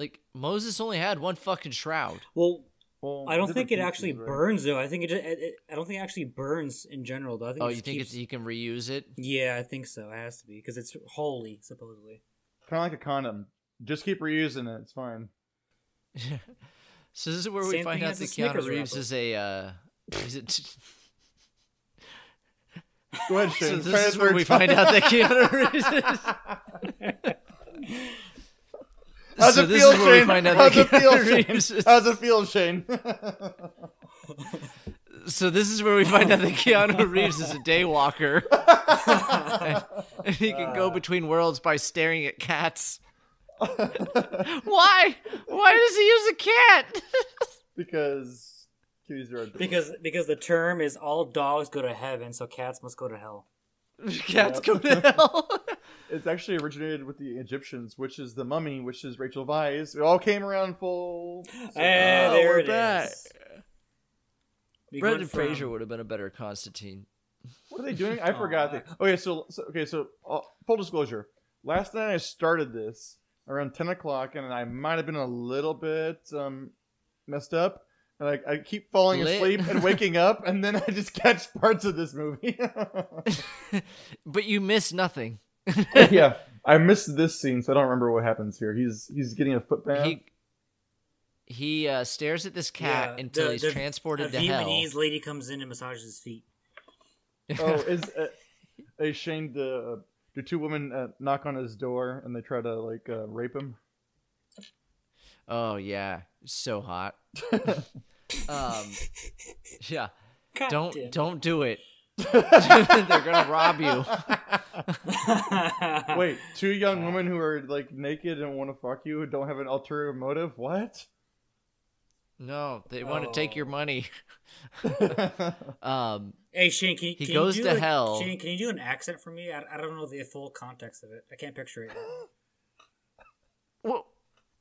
Speaker 3: Like Moses only had one fucking shroud.
Speaker 4: Well,
Speaker 2: well,
Speaker 4: I don't
Speaker 2: different
Speaker 4: think it actually
Speaker 2: pieces, right?
Speaker 4: burns though. I think it, just, it, it. I don't think it actually burns in general though. I think
Speaker 3: Oh,
Speaker 4: it
Speaker 3: you
Speaker 4: just
Speaker 3: think
Speaker 4: keeps-
Speaker 3: it's you can reuse it?
Speaker 4: Yeah, I think so. It has to be because it's holy, supposedly.
Speaker 2: Kind of like a condom. Just keep reusing it. It's fine.
Speaker 3: So this is where we
Speaker 4: Same
Speaker 3: find
Speaker 4: thing
Speaker 3: out
Speaker 4: as the
Speaker 3: that Keanu
Speaker 4: Snickers
Speaker 3: Reeves
Speaker 4: wrapper.
Speaker 3: is a uh, is it?
Speaker 2: Go ahead,
Speaker 3: so
Speaker 2: Shane. Try
Speaker 3: this is
Speaker 2: that
Speaker 3: where
Speaker 2: third
Speaker 3: we
Speaker 2: time.
Speaker 3: find out that Keanu Reeves.
Speaker 2: How's
Speaker 3: So
Speaker 2: it
Speaker 3: this
Speaker 2: feel,
Speaker 3: is where we
Speaker 2: Shane?
Speaker 3: find out
Speaker 2: How's
Speaker 3: that
Speaker 2: it feel,
Speaker 3: Keanu Reeves
Speaker 2: Shane?
Speaker 3: is-
Speaker 2: How's it feel, Shane?
Speaker 3: Is, so this is where we find out that Keanu Reeves is a daywalker, and, and he can
Speaker 4: Uh.
Speaker 3: go between worlds by staring at cats. Why? Why does he use a cat?
Speaker 2: because kitties are adorable.
Speaker 4: Because because the term is all dogs go to heaven, so cats must go to hell.
Speaker 3: Cats go to hell.
Speaker 2: it's actually originated with the Egyptians, which is the mummy, which is Rachel Vise. It all came around full.
Speaker 4: Hey,
Speaker 3: Oh,
Speaker 4: there
Speaker 3: we're
Speaker 4: it is.
Speaker 3: back.
Speaker 4: We
Speaker 3: Brendan
Speaker 4: went from-
Speaker 3: Fraser would have been a better Constantine.
Speaker 2: What are they doing? I forgot. They, okay, so, so okay, so uh, full disclosure. Last night I started this around ten o'clock, and I might have been a little bit um, messed up. And I, I keep falling
Speaker 3: Lit.
Speaker 2: asleep and waking up, and then I just catch parts of this movie.
Speaker 3: But you miss nothing.
Speaker 2: yeah, I missed this scene, so I don't remember what happens here. He's he's getting a foot bath.
Speaker 3: He he uh, stares at this cat
Speaker 4: Yeah,
Speaker 3: until
Speaker 4: the-
Speaker 3: he's
Speaker 4: the-
Speaker 3: transported
Speaker 4: a
Speaker 3: to hell.
Speaker 4: Vietnamese lady comes in and massages his feet.
Speaker 2: oh, is uh, is Shane the uh, do two women uh, knock on his door and they try to like uh, rape him?
Speaker 3: Oh yeah, so hot. um, yeah.
Speaker 4: God
Speaker 3: Don't
Speaker 4: damn.
Speaker 3: don't do it. They're gonna rob you.
Speaker 2: Wait, two
Speaker 3: Uh,
Speaker 2: young women who are like naked and want to fuck you and don't have an ulterior motive? What?
Speaker 3: No, they want to take
Speaker 4: Oh.
Speaker 3: your money. um,
Speaker 4: Hey Shane, can you,
Speaker 3: He
Speaker 4: can
Speaker 3: goes
Speaker 4: you do
Speaker 3: to
Speaker 4: a-
Speaker 3: hell.
Speaker 4: Shane, can you do an accent for me? I, I don't know the full context of it. I can't picture it.
Speaker 3: wh-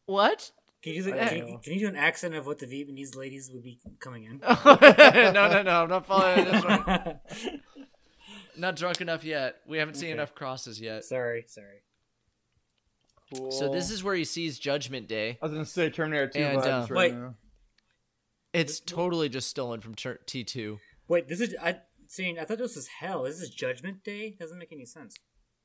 Speaker 3: what?
Speaker 4: Can you do the,
Speaker 2: I
Speaker 4: can,
Speaker 2: don't
Speaker 4: you,
Speaker 2: know.
Speaker 4: can you do an accent of what the Vietnamese ladies would be coming in?
Speaker 3: no, no, no! I'm not following this one. Not drunk enough yet. We haven't seen
Speaker 4: Okay.
Speaker 3: enough crosses yet.
Speaker 4: sorry, sorry.
Speaker 2: Cool.
Speaker 3: So this is where he sees Judgment Day.
Speaker 2: I was gonna say Terminator Two
Speaker 3: And,
Speaker 2: vibes
Speaker 3: uh,
Speaker 2: right
Speaker 4: Wait.
Speaker 2: now.
Speaker 3: It's totally just stolen from T two.
Speaker 4: Wait, this is I Shane. I thought this was hell. This is Judgment Day. Doesn't make any sense.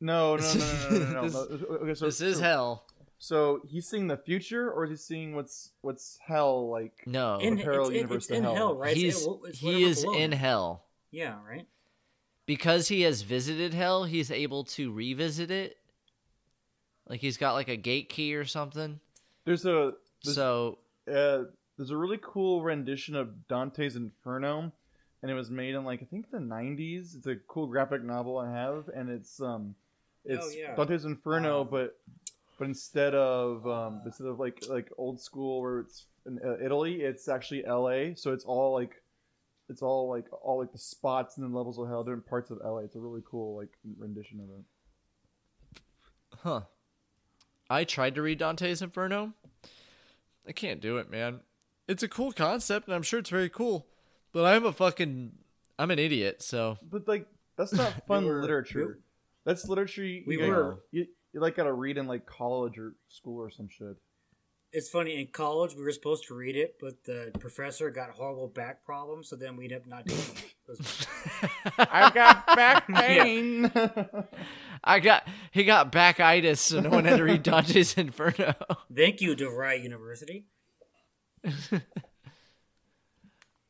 Speaker 2: No, no, no, no, no, no, no.
Speaker 3: This-
Speaker 2: no. Okay, so
Speaker 3: This is
Speaker 2: so-
Speaker 3: hell.
Speaker 2: So he's seeing the future, or is he seeing what's what's hell like?
Speaker 3: No,
Speaker 4: in
Speaker 2: the parallel
Speaker 4: it's,
Speaker 2: universe
Speaker 4: it's
Speaker 2: to
Speaker 4: in
Speaker 2: hell.
Speaker 4: hell, right? It's-
Speaker 3: he's
Speaker 4: it- it's
Speaker 3: he
Speaker 4: whatever
Speaker 3: is
Speaker 4: below.
Speaker 3: in hell
Speaker 4: Yeah, right.
Speaker 3: because he has visited hell. He's able to revisit it. Like he's got like a gate key or something.
Speaker 2: There's a there's
Speaker 3: so
Speaker 2: uh, there's a really cool rendition of Dante's Inferno, and it was made in like I think the '90s. It's a cool graphic novel I have, and it's um, it's
Speaker 4: yeah.
Speaker 2: Dante's Inferno,
Speaker 4: Um,
Speaker 2: but but instead of um, instead of like like old school where it's in uh, Italy, it's actually L.A. So it's all like it's all like all like the spots and the levels of hell, different parts of L.A. It's a really cool like rendition of it.
Speaker 3: Huh. I tried to read Dante's Inferno. I can't do it, man. It's a cool concept, and I'm sure it's very cool. But I'm a fucking, I'm an idiot. So
Speaker 2: But like that's not fun
Speaker 4: were-
Speaker 2: literature. That's literature you,
Speaker 4: We
Speaker 2: you,
Speaker 4: were-
Speaker 2: you, you like gotta read in like college or school or some shit.
Speaker 4: It's funny. In college, we were supposed to read it, but the professor got horrible back problems, so then we ended up not doing it. It was
Speaker 2: I've got back
Speaker 4: Yeah.
Speaker 2: pain.
Speaker 3: I got he got back itis and went had to read Dante's Inferno.
Speaker 4: thank you, DeVry University.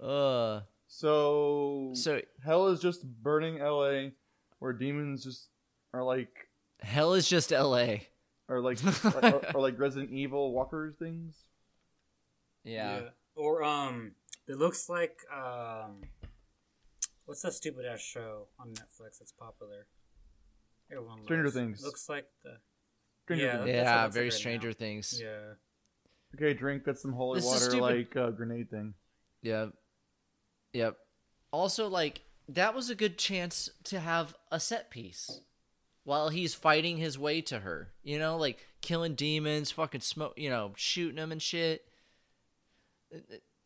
Speaker 3: Uh,
Speaker 2: so,
Speaker 3: so
Speaker 2: hell is just burning LA, where demons just are like
Speaker 3: hell is just L.A.
Speaker 2: are like are, are like Resident Evil walkers things.
Speaker 3: Yeah.
Speaker 4: Or um, it looks like um, what's that stupid ass show on Netflix that's popular? Everyone
Speaker 2: Stranger
Speaker 4: loves.
Speaker 2: Things.
Speaker 4: Looks like the
Speaker 2: Stranger
Speaker 4: Yeah.
Speaker 2: Things.
Speaker 4: That's
Speaker 3: Yeah,
Speaker 4: what I'm saying
Speaker 3: very
Speaker 4: right now.
Speaker 3: Stranger Things. Yeah.
Speaker 4: yeah.
Speaker 2: Okay, drink. That's some holy
Speaker 3: This is
Speaker 2: water, like
Speaker 3: stupid.
Speaker 2: uh, grenade thing.
Speaker 3: Yep. Yep. Also, like that was a good chance to have a set piece while he's fighting his way to her. You know, like killing demons, fucking smoke, you know, shooting them and shit.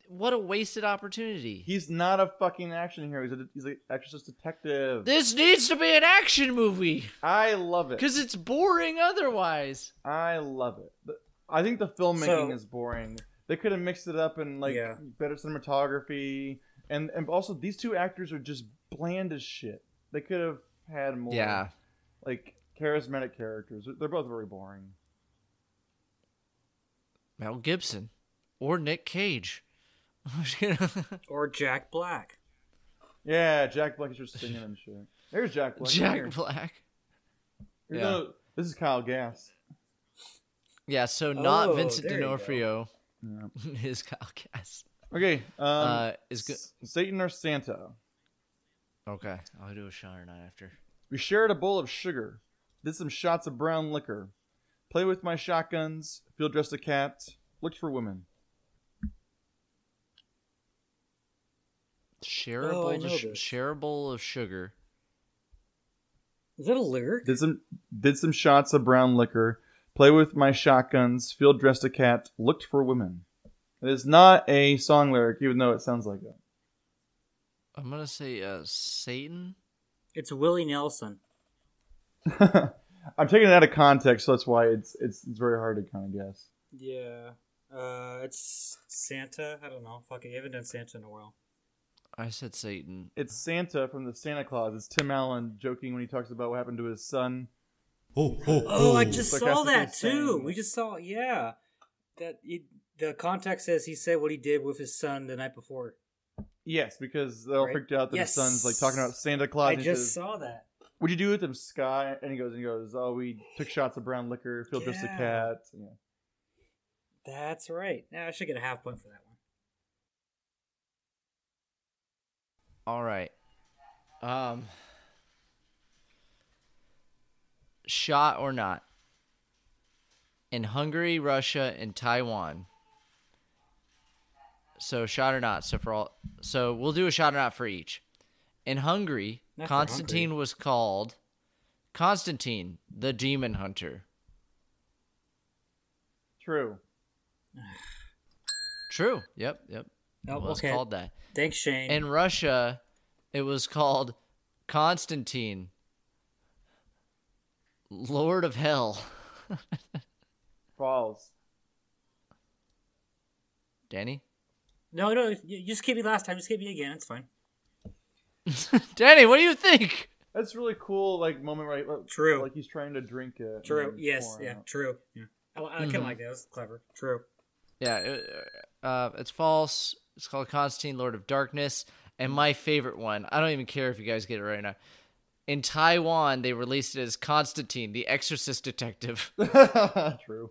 Speaker 3: What a wasted opportunity.
Speaker 2: He's not a fucking action hero. He's a, he's an exorcist detective.
Speaker 3: this needs to be an action movie
Speaker 2: I love it.
Speaker 3: because it's boring otherwise.
Speaker 2: I love it. The- I think the filmmaking
Speaker 4: So-
Speaker 2: is boring. They could have mixed it up and like
Speaker 4: Yeah.
Speaker 2: better cinematography, and and also these two actors are just bland as shit. They could have had more,
Speaker 3: Yeah.
Speaker 2: like charismatic characters. They're both very boring.
Speaker 3: Mel Gibson or Nick Cage.
Speaker 4: Or Jack Black.
Speaker 2: Yeah, Jack Black is just singing and shit. There's Jack Black.
Speaker 3: Jack
Speaker 2: Here.
Speaker 3: Black.
Speaker 2: Here's
Speaker 3: yeah.
Speaker 2: another- this is Kyle Gass.
Speaker 3: Yeah, so not
Speaker 4: Oh,
Speaker 3: Vincent
Speaker 4: there you go.
Speaker 3: D'Onofrio
Speaker 2: Yeah.
Speaker 3: is Kyle Cass.
Speaker 2: Okay. Um,
Speaker 3: uh, is good.
Speaker 2: S- Satan or Santa?
Speaker 3: Okay, I'll do a shot or not after.
Speaker 4: Oh,
Speaker 2: We shared a bowl of sugar, did some shots of brown liquor, play with my shotguns, field dressed a cat, looked for women.
Speaker 3: Share a
Speaker 4: Oh, I
Speaker 3: bowl
Speaker 4: know
Speaker 3: of sh-
Speaker 4: this.
Speaker 3: share a bowl of sugar.
Speaker 4: Is that a lyric?
Speaker 2: Did some did some shots of brown liquor, play with my shotguns, field dressed a cat, looked for women. It is not a song lyric, even though it sounds like it.
Speaker 3: I'm gonna say uh, Satan.
Speaker 4: It's Willie Nelson.
Speaker 2: I'm taking it out of context, so that's why it's it's, it's very hard to kind of guess.
Speaker 4: Yeah. Uh, it's Santa. I don't know. Fuck it. I haven't done Santa in a while.
Speaker 3: I said Satan.
Speaker 2: It's Santa from the Santa Claus. It's Tim Allen joking when he talks about what happened to his son.
Speaker 4: Oh, I just saw
Speaker 2: sarcastically
Speaker 4: that too.
Speaker 2: saying-
Speaker 4: We just saw, yeah. That it, the context says he said what he did with his son the night before.
Speaker 2: Yes, because they all
Speaker 4: Right.
Speaker 2: freaked out that
Speaker 4: Yes.
Speaker 2: his son's like talking about Santa Claus.
Speaker 4: I
Speaker 2: and he
Speaker 4: just
Speaker 2: says,
Speaker 4: saw that.
Speaker 2: What'd you do with them, Sky? And he goes and he goes, Oh, we took shots of brown liquor, filled just a
Speaker 4: Yeah.
Speaker 2: cat. Yeah.
Speaker 4: That's right. Nah, I should get a half point for that one.
Speaker 3: All right. Um. Shot or not. In Hungary, Russia, and Taiwan. So shot or not. So for all. So we'll do a shot or not for each. In Hungary,
Speaker 4: Not for
Speaker 3: Constantine
Speaker 4: Hungary.
Speaker 3: was called Constantine the Demon Hunter.
Speaker 2: True.
Speaker 3: True. Yep. Yep.
Speaker 4: Oh,
Speaker 3: it was
Speaker 4: okay.
Speaker 3: called that.
Speaker 4: Thanks, Shane.
Speaker 3: In Russia, it was called Constantine, Lord of Hell.
Speaker 2: False.
Speaker 3: Danny?
Speaker 4: no, no, you, you just gave me last time. Just gave me again. It's fine.
Speaker 3: Danny, what do you think?
Speaker 2: That's really cool, like moment right.
Speaker 4: True.
Speaker 2: Like he's trying to drink it. and
Speaker 4: True.
Speaker 2: then
Speaker 4: Yes.
Speaker 2: pour it
Speaker 4: Yeah.
Speaker 2: out. Mm-hmm.
Speaker 4: True. Yeah. I, I kind of
Speaker 3: Mhm.
Speaker 4: like that. That was clever. True.
Speaker 3: Yeah, uh, uh, it's false. It's called Constantine, Lord of Darkness. And my favorite one, I don't even care if you guys get it right or not. In Taiwan, they released it as Constantine, the Exorcist Detective.
Speaker 2: True.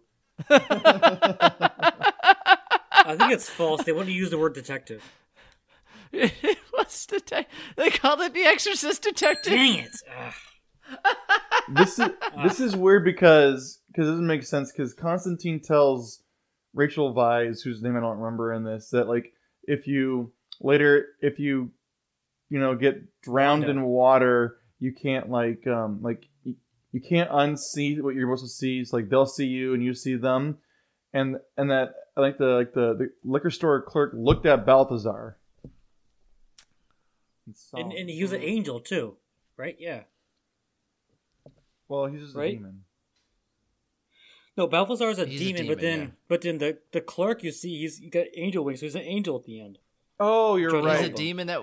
Speaker 4: I think it's false. They wouldn't use the word detective.
Speaker 3: it was detec- they called it the Exorcist Detective.
Speaker 4: Dang it! Ugh.
Speaker 2: This is this is weird because because it doesn't make sense because Constantine tells Rachel Vise, whose name I don't remember in this, that like if you later if you you know get drowned in water, you can't like um like you, you can't unsee what you're supposed to see. It's like they'll see you and you see them, and and that I think the like the, the liquor store clerk looked at Balthazar. And saw-
Speaker 4: And, and he was an
Speaker 2: Mm-hmm.
Speaker 4: angel too, right? Yeah.
Speaker 2: well, he's just
Speaker 4: right?
Speaker 2: a demon.
Speaker 4: No, Balthazar is a,
Speaker 3: He's a
Speaker 4: demon, but
Speaker 3: demon,
Speaker 4: then
Speaker 3: yeah.
Speaker 4: but then the the clerk you see he's he got angel wings, so he's an angel at the end.
Speaker 2: Oh, you're
Speaker 4: So he's
Speaker 2: right.
Speaker 3: He's a demon that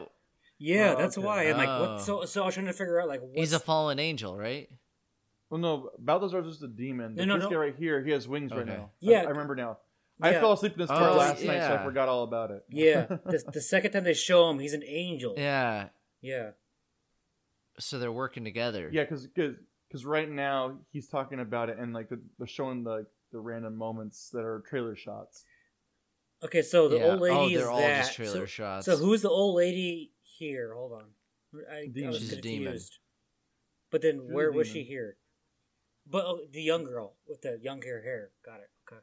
Speaker 4: Yeah,
Speaker 2: Oh,
Speaker 4: that's
Speaker 2: okay.
Speaker 4: why. I'm like,
Speaker 3: Oh.
Speaker 4: what? So, so I was trying to figure out like what's
Speaker 3: He's a fallen angel, right?
Speaker 2: Well, no, Balthazar's just a demon. but
Speaker 4: No, no,
Speaker 2: this
Speaker 4: no.
Speaker 2: guy right here, he has wings right
Speaker 3: Okay.
Speaker 2: now. I-
Speaker 4: Yeah.
Speaker 2: I, remember now. I
Speaker 4: Yeah.
Speaker 2: fell asleep in this
Speaker 3: Oh,
Speaker 2: part last night, so I
Speaker 3: yeah.
Speaker 2: forgot all about it.
Speaker 4: yeah. The, the second time they show him, he's an angel.
Speaker 3: Yeah.
Speaker 4: Yeah.
Speaker 3: So they're working together.
Speaker 2: yeah, because because right now he's talking about it, and like the, they're showing the the random moments that are trailer shots.
Speaker 4: Okay, so the
Speaker 3: Yeah.
Speaker 4: old lady
Speaker 3: oh, they're
Speaker 4: is
Speaker 3: all
Speaker 4: that.
Speaker 3: just trailer
Speaker 4: so,
Speaker 3: shots.
Speaker 4: so who's the old lady here? Hold on. I, I
Speaker 2: Demon.
Speaker 4: was
Speaker 2: She's
Speaker 4: confused.
Speaker 3: a demon.
Speaker 4: But then
Speaker 2: a
Speaker 4: where was she
Speaker 2: demon.
Speaker 4: here? But oh, the young girl with the young hair hair. Got it. Okay.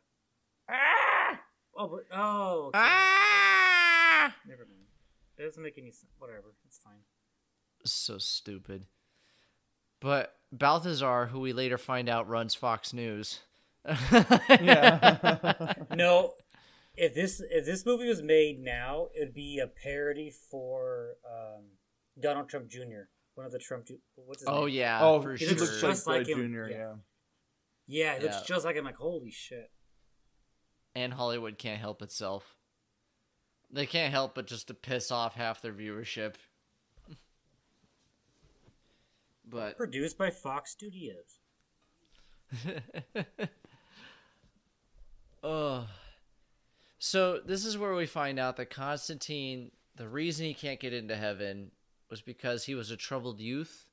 Speaker 4: Oh, but, oh. okay.
Speaker 3: Ah!
Speaker 4: Never mind. That doesn't make any sense. Whatever. It's fine.
Speaker 3: So stupid. But Balthazar, who we later find out runs Fox News. Ah,
Speaker 2: Yeah.
Speaker 4: no, if this if this movie was made now, it'd be a parody for um, Donald Trump Jr. One of the Trump. Ju- What's his
Speaker 3: oh
Speaker 4: name?
Speaker 3: yeah.
Speaker 2: oh,
Speaker 3: for
Speaker 2: she
Speaker 3: sure.
Speaker 2: looks
Speaker 4: just
Speaker 2: like,
Speaker 4: like
Speaker 2: Roy
Speaker 4: him.
Speaker 2: Junior.
Speaker 4: Yeah.
Speaker 2: Yeah.
Speaker 4: yeah, he
Speaker 3: Yeah.
Speaker 4: looks just like him. Like holy shit.
Speaker 3: and Hollywood can't help itself. They can't help but just to piss off half their viewership. But
Speaker 4: Produced by Fox Studios.
Speaker 3: oh. So this is where we find out that Constantine, the reason he can't get into heaven was because he was a troubled youth.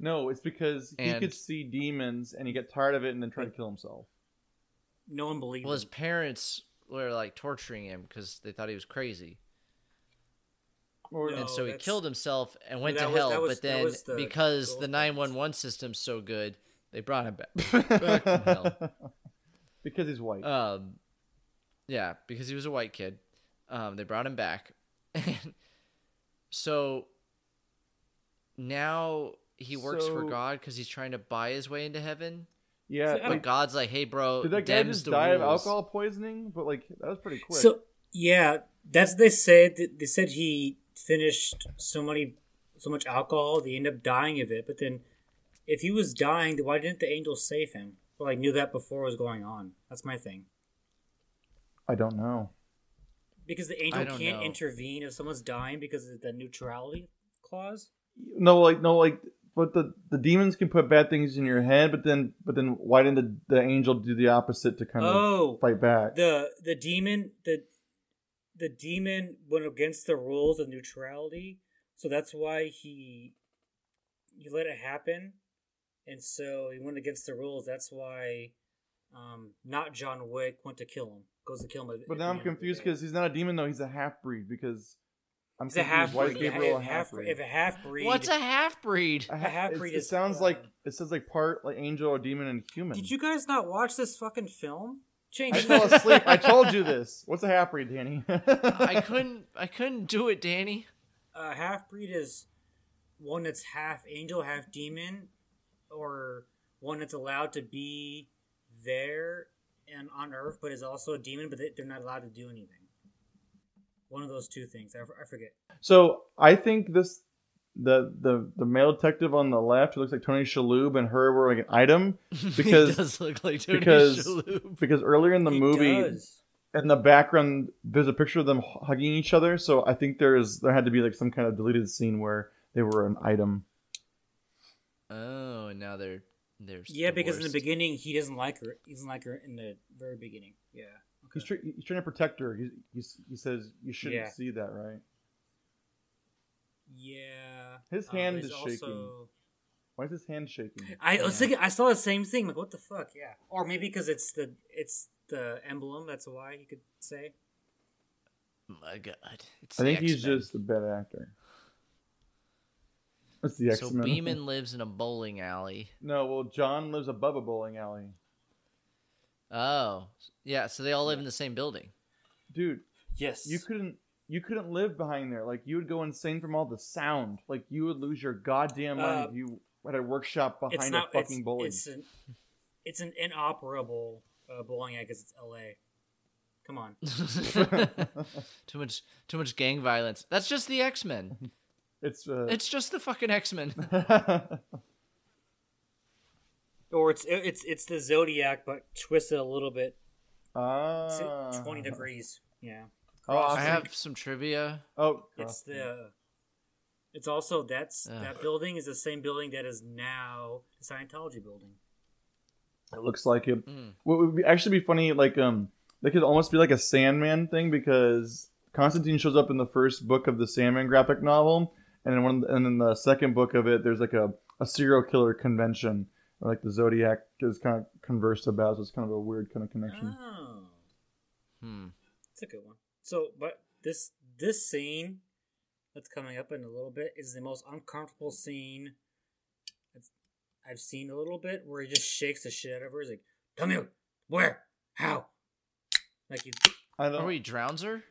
Speaker 2: No, it's because he
Speaker 3: And-
Speaker 2: could see demons and he got tired of it and then tried to kill himself.
Speaker 4: No one believes.
Speaker 3: Well, his
Speaker 4: Was
Speaker 3: parents were like torturing him because they thought he was crazy,
Speaker 2: Or
Speaker 4: No.
Speaker 3: and so he
Speaker 4: that's-
Speaker 3: killed himself and went
Speaker 4: that
Speaker 3: to
Speaker 4: was-
Speaker 3: hell.
Speaker 4: that was-
Speaker 3: but
Speaker 4: that
Speaker 3: then,
Speaker 4: was the
Speaker 3: because
Speaker 4: gold
Speaker 3: the
Speaker 4: coins.
Speaker 3: nine one one system's so good, they brought him back. Back from hell.
Speaker 2: because he's
Speaker 4: Uh,
Speaker 2: white.
Speaker 3: Um, yeah, because he was a white kid. Um, they brought him back, and so now he works for
Speaker 2: So-
Speaker 3: God because he's trying to buy his way into heaven.
Speaker 2: yeah,
Speaker 4: See, I
Speaker 2: like,
Speaker 3: But God's like, "Hey, bro,
Speaker 2: did that guy
Speaker 3: Dems
Speaker 2: just
Speaker 3: the
Speaker 2: die of
Speaker 3: rules."
Speaker 2: alcohol poisoning? But like that was pretty quick.
Speaker 4: So yeah, that's what they said. They said he finished so many, so much alcohol. They end up dying of it. But then, if he was dying, then why didn't the angels save him? Well, I knew that before was going on. That's my thing.
Speaker 2: I don't know.
Speaker 4: Because the
Speaker 3: I
Speaker 4: angel
Speaker 3: don't
Speaker 4: can't
Speaker 3: know.
Speaker 4: intervene if someone's dying because of the neutrality clause.
Speaker 2: No, like no, like but the the demons can put bad things in your head, but then but then why didn't the, the angel do the opposite to kind
Speaker 4: Oh,
Speaker 2: of fight back?
Speaker 4: the the demon the the demon went against the rules of neutrality, so that's why he he let it happen, and so he went against the rules. That's why, um, not John Wick went to kill him. Goes to kill him. at-
Speaker 2: but
Speaker 4: at
Speaker 2: now
Speaker 4: the
Speaker 2: I'm
Speaker 4: end of the
Speaker 2: confused
Speaker 4: day.
Speaker 2: because he's not a demon though; he's a half breed. Because I'm
Speaker 4: he's a half
Speaker 2: confused, why is
Speaker 4: breed.
Speaker 2: Gabriel a half
Speaker 4: half
Speaker 2: breed?
Speaker 4: if a half breed.
Speaker 3: What's a half breed?
Speaker 2: A ha-
Speaker 4: a half
Speaker 2: it's-
Speaker 4: breed
Speaker 2: It
Speaker 4: is,
Speaker 2: sounds
Speaker 4: uh,
Speaker 2: like it sounds like part like angel or demon and human.
Speaker 4: Did you guys not watch this fucking film? Change.
Speaker 2: I
Speaker 4: it.
Speaker 2: fell asleep. I told you this. What's a half breed, Danny?
Speaker 3: I couldn't, I couldn't do it, Danny.
Speaker 4: uh, half breed is one that's half angel, half demon, or one that's allowed to be there and on Earth, but is also a demon, but they, they're not allowed to do anything. One of those two things. I, f- I forget.
Speaker 2: So I think this the the the male detective on the left who looks like Tony Shalhoub and her were like an item
Speaker 3: he
Speaker 2: Because-
Speaker 3: does look like Tony
Speaker 2: because-
Speaker 3: Shalhoub.
Speaker 2: because earlier in the
Speaker 4: He
Speaker 2: movie
Speaker 4: does.
Speaker 2: in the background there's a picture of them h- hugging each other. So I think there is there had to be like some kind of deleted scene where they were an item.
Speaker 3: Oh, and now they're they're
Speaker 4: Yeah, because in the
Speaker 3: divorced.
Speaker 4: beginning he doesn't like her. He doesn't like her in the very beginning. Yeah.
Speaker 2: He's, tr- he's trying to protect her. He, he's, he says you shouldn't
Speaker 4: Yeah.
Speaker 2: see that, right?
Speaker 4: Yeah.
Speaker 2: His hand
Speaker 4: Uh, he's
Speaker 2: is shaking. Why is his hand shaking?
Speaker 4: I was
Speaker 3: Yeah.
Speaker 4: thinking, I saw the same thing. Like, what the fuck? Yeah, or maybe because it's the it's the emblem. That's why you could say.
Speaker 3: My God, it's
Speaker 2: I think
Speaker 3: the
Speaker 2: he's
Speaker 3: X-Men.
Speaker 2: just a bad actor. That's the X Men.
Speaker 3: So Beeman lives in a bowling alley.
Speaker 2: No, well, John lives above a bowling alley.
Speaker 3: Oh, yeah. So they all live in the same building.
Speaker 2: Dude,
Speaker 4: Yes,
Speaker 2: you couldn't you couldn't live behind there. Like you would go insane from all the sound. Like you would lose your goddamn mind
Speaker 4: Uh,
Speaker 2: if you had a workshop behind a fucking
Speaker 4: it's,
Speaker 2: bowling.
Speaker 4: It's an, it's an inoperable uh, bowling alley because it's L.A. Come on,
Speaker 3: too much, too much gang violence. That's just the X Men.
Speaker 2: It's, uh,
Speaker 3: It's just the fucking X Men.
Speaker 4: or it's it's it's the zodiac but twisted a little bit, It's
Speaker 2: Ah.
Speaker 4: twenty degrees. Yeah,
Speaker 2: Oh,
Speaker 3: I
Speaker 2: awesome.
Speaker 3: have some trivia.
Speaker 2: oh,
Speaker 4: it's the It's also that's
Speaker 3: Ugh.
Speaker 4: that building is the same building that is now the Scientology building.
Speaker 2: It looks like it.
Speaker 3: Mm.
Speaker 2: What would be, actually be funny, like um, that could almost be like a Sandman thing because Constantine shows up in the first book of the Sandman graphic novel, and in one, and in the second book of it, there's like a, a serial killer convention, or like the Zodiac is kind of conversed about. So it's kind of a weird kind of connection.
Speaker 4: Oh,
Speaker 3: Hmm.
Speaker 4: it's a good one. So, but this this scene that's coming up in a little bit is the most uncomfortable scene I've, I've seen a little bit, where he just shakes the shit out of her. He's like, "Tell me where, how." Like he's
Speaker 2: I don't.
Speaker 3: Are we drowns her?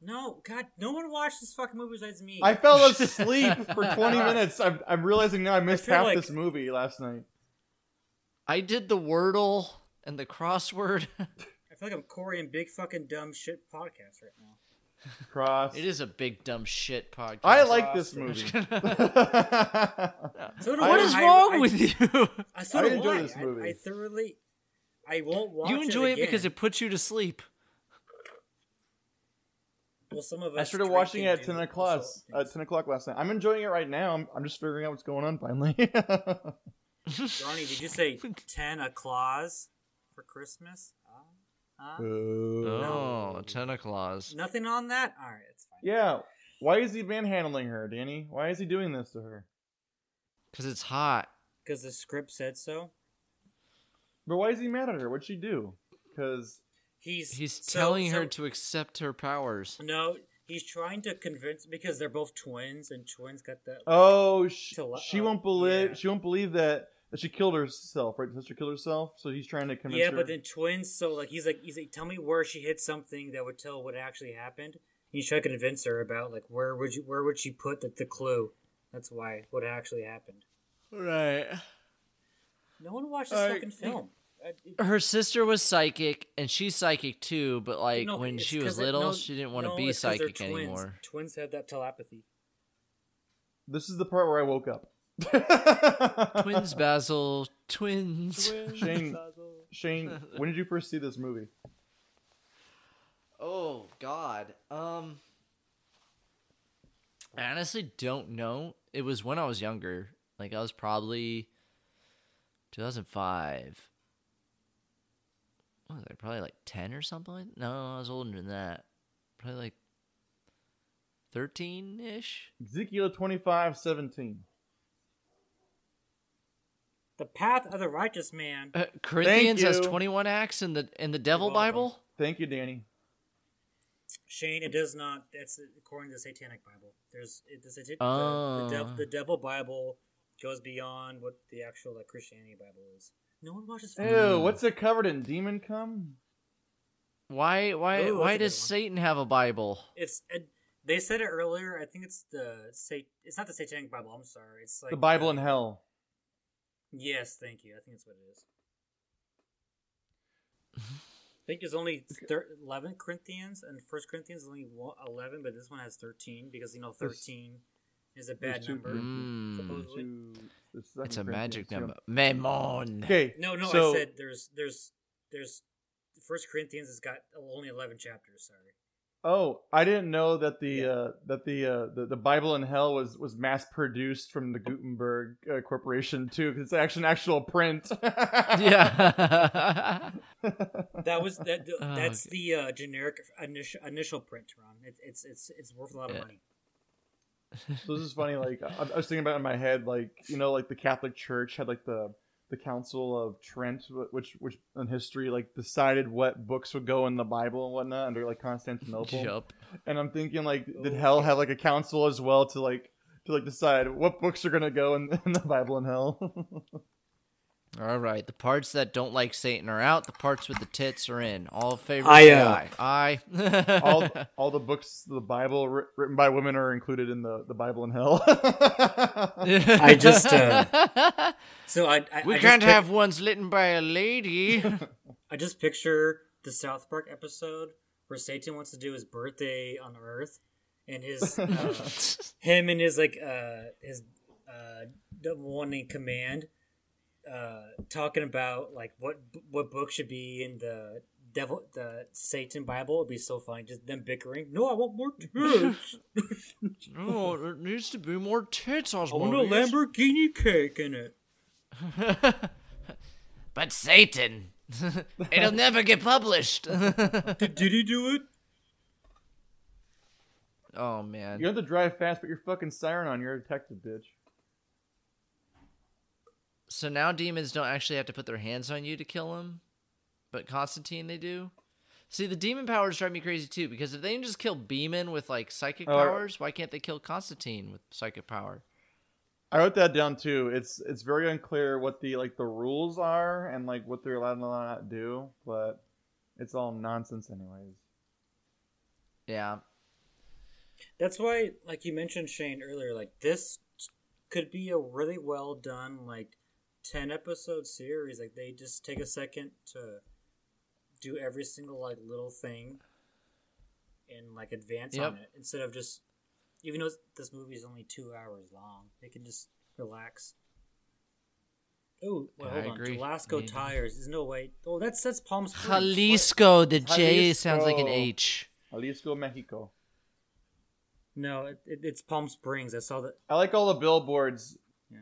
Speaker 4: no, God, no one watched this fucking movie besides me.
Speaker 2: I fell asleep for 20 minutes. I'm, I'm realizing now I missed
Speaker 4: feel
Speaker 2: half
Speaker 4: like-
Speaker 2: this movie last night.
Speaker 3: I did the wordle and the crossword.
Speaker 4: I feel like I'm Corey and big fucking dumb shit podcast right now.
Speaker 2: Cross.
Speaker 3: it is a big dumb shit podcast.
Speaker 2: I like this movie.
Speaker 4: So do
Speaker 3: what
Speaker 4: I.
Speaker 3: is
Speaker 4: I-
Speaker 3: wrong
Speaker 4: I-
Speaker 3: with you?
Speaker 4: I, so
Speaker 2: I
Speaker 4: do
Speaker 2: enjoy
Speaker 4: I.
Speaker 2: this
Speaker 4: I-
Speaker 2: movie.
Speaker 4: I, thoroughly. I won't watch.
Speaker 3: you enjoy it,
Speaker 4: again.
Speaker 3: because it puts you to sleep.
Speaker 4: Well, some of us
Speaker 2: I started
Speaker 4: drink
Speaker 2: watching it
Speaker 4: and
Speaker 2: at
Speaker 4: do
Speaker 2: 10 o'clock.
Speaker 4: also
Speaker 2: At
Speaker 4: things.
Speaker 2: 10 o'clock last night. I'm enjoying it right now. I'm, I'm just figuring out what's going on finally.
Speaker 4: Johnny, did you say ten o'clock for Christmas? Uh, Huh? Huh?
Speaker 3: Oh, ten o'clock.
Speaker 4: Nothing on that. All right, it's fine.
Speaker 2: yeah. Why is he manhandling her, Danny? Why is he doing this to her?
Speaker 3: Because it's hot.
Speaker 4: Because the script said so.
Speaker 2: But why is he mad at her? What'd she do? Because
Speaker 4: He's
Speaker 3: He's
Speaker 4: so-
Speaker 3: telling
Speaker 4: so-
Speaker 3: her to accept her powers.
Speaker 4: No, he's trying to convince because they're both twins, and twins got that.
Speaker 2: oh, sh-
Speaker 4: To lo-
Speaker 2: she
Speaker 4: oh,
Speaker 2: won't believe
Speaker 4: yeah.
Speaker 2: she won't believe that, that she killed herself, right? Sister killed herself, so he's trying to convince
Speaker 4: yeah,
Speaker 2: her.
Speaker 4: but then twins. So like, he's like, he's like, tell me where she hit something that would tell what actually happened. And he's trying to convince her about like where would you where would she put the, the clue? That's why what actually happened.
Speaker 3: Right.
Speaker 4: No one watched this
Speaker 2: I-
Speaker 4: fucking film. I- it-
Speaker 3: Her sister was psychic, and she's psychic too. But like
Speaker 4: no,
Speaker 3: when
Speaker 4: it's
Speaker 3: she was
Speaker 4: 'cause it-
Speaker 3: little,
Speaker 4: no,
Speaker 3: she didn't want to
Speaker 4: no,
Speaker 3: be
Speaker 4: it's 'cause they're
Speaker 3: psychic
Speaker 4: twins.
Speaker 3: anymore.
Speaker 4: Twins have that telepathy.
Speaker 2: This is the part where I woke up.
Speaker 3: twins, Basil. Twins.
Speaker 2: Shane, Shane, when did you first see this movie?
Speaker 3: Oh God. Um. I honestly don't know. It was when I was younger. Like I was probably 2005. What was I? Probably like 10 or something. like- No, I was older than that. Probably like 13 ish.
Speaker 2: Ezekiel twenty-five seventeen.
Speaker 4: The path of the righteous man.
Speaker 3: Uh, Corinthians has
Speaker 2: you.
Speaker 3: 21 acts in the in the Devil
Speaker 4: You're welcome.
Speaker 3: Bible.
Speaker 2: Thank you, Danny.
Speaker 4: Shane, it does not. That's according to the Satanic Bible. There's it, the, Satan-
Speaker 3: Oh.
Speaker 4: the, the, dev, the Devil Bible goes beyond what the actual like Christianity Bible is. No one watches.
Speaker 2: Ew,
Speaker 4: film.
Speaker 2: what's it covered in? Demon cum?
Speaker 3: Why why
Speaker 4: Ooh,
Speaker 3: why
Speaker 4: that's a good
Speaker 3: does
Speaker 4: one.
Speaker 3: Satan have a Bible?
Speaker 4: It's it, they said it earlier. I think it's the say. It's not the Satanic Bible. I'm sorry. It's like uh,
Speaker 2: the Bible in hell.
Speaker 4: Yes, thank you. I think that's what it is.
Speaker 3: Mm-hmm.
Speaker 4: I think there's only thir- 11 Corinthians, and First Corinthians is only one- 11, but this one has 13 because, you know,
Speaker 2: There's-
Speaker 4: 13 is a
Speaker 2: there's
Speaker 4: bad
Speaker 2: two
Speaker 4: number,
Speaker 3: Corinthians.
Speaker 4: supposedly.
Speaker 3: It's Hmm, a magic number. Mammon.
Speaker 2: Okay,
Speaker 4: No, no,
Speaker 2: so
Speaker 4: I said there's, there's, there's, First Corinthians has got only 11 chapters, sorry.
Speaker 2: Oh, I didn't know that the uh, that the, uh, the the Bible in Hell was was mass produced from the Gutenberg uh, Corporation too, because it's actually an actual print.
Speaker 3: Yeah.
Speaker 4: That was, that.
Speaker 3: Oh,
Speaker 4: that's the uh, generic initial, initial print, Ron. It, it's, it's, it's worth a lot of
Speaker 3: Yeah.
Speaker 4: money.
Speaker 2: So this is funny. Like I, I was thinking about it in my head, like you know, like the Catholic Church had like the the Council of Trent, wh- which which in history like decided what books would go in the Bible and whatnot under like Constantinople.
Speaker 3: Yup.
Speaker 2: And I'm thinking like, did Hell have like a council as well to like to like decide what books are gonna go in, in the Bible in Hell?
Speaker 3: All right. The parts that don't like Satan are out. The parts with the tits are in. All favors.
Speaker 4: I,
Speaker 3: I.
Speaker 4: uh,
Speaker 3: I.
Speaker 2: all all the books of the Bible wri- written by women are included in the the Bible in Hell.
Speaker 4: I just, uh, So I, I
Speaker 3: we
Speaker 4: I just
Speaker 3: can't
Speaker 4: pick-
Speaker 3: have ones written by a lady.
Speaker 4: I just picture the South Park episode where Satan wants to do his birthday on Earth, and his uh, him and his like uh his uh the one in command uh talking about like what what book should be in the devil, the Satan Bible would be so funny. Just them bickering. No, I want more tits.
Speaker 3: No, there needs to be more tits,
Speaker 4: I want a Lamborghini cake in it.
Speaker 3: but Satan, it'll never get published.
Speaker 4: Did, did he do it?
Speaker 3: oh man.
Speaker 2: You have to drive fast, but your fucking siren on. You're a detective, bitch.
Speaker 3: So now demons don't actually have to put their hands on you to kill them, but Constantine they do. See, the demon powers drive me crazy too because if they can just kill Beeman with like psychic
Speaker 2: Oh, I-
Speaker 3: powers, why can't they kill Constantine with psychic power?
Speaker 2: I wrote that down too. It's it's very unclear what the like the rules are and like what they're allowed and allowed not to do, but it's all nonsense anyways.
Speaker 3: Yeah,
Speaker 4: That's why, like you mentioned, Shane earlier, like this could be a really well done, like ten episode series. Like they just take a second to do every single like little thing and like advance on
Speaker 3: Yep.
Speaker 4: it instead of just even though this movie is only two hours long, they can just relax. Oh, well,
Speaker 3: I
Speaker 4: hold on.
Speaker 3: agree.
Speaker 4: Tabasco
Speaker 3: Maybe.
Speaker 4: tires. There's no way. Oh, that's that's Palm Springs. What?
Speaker 3: Jalisco. The J sounds like an
Speaker 2: Jalisco.
Speaker 3: H.
Speaker 2: Jalisco, Mexico.
Speaker 4: No, it, it, it's Palm Springs. I saw that.
Speaker 2: I like all the billboards.
Speaker 4: Yeah.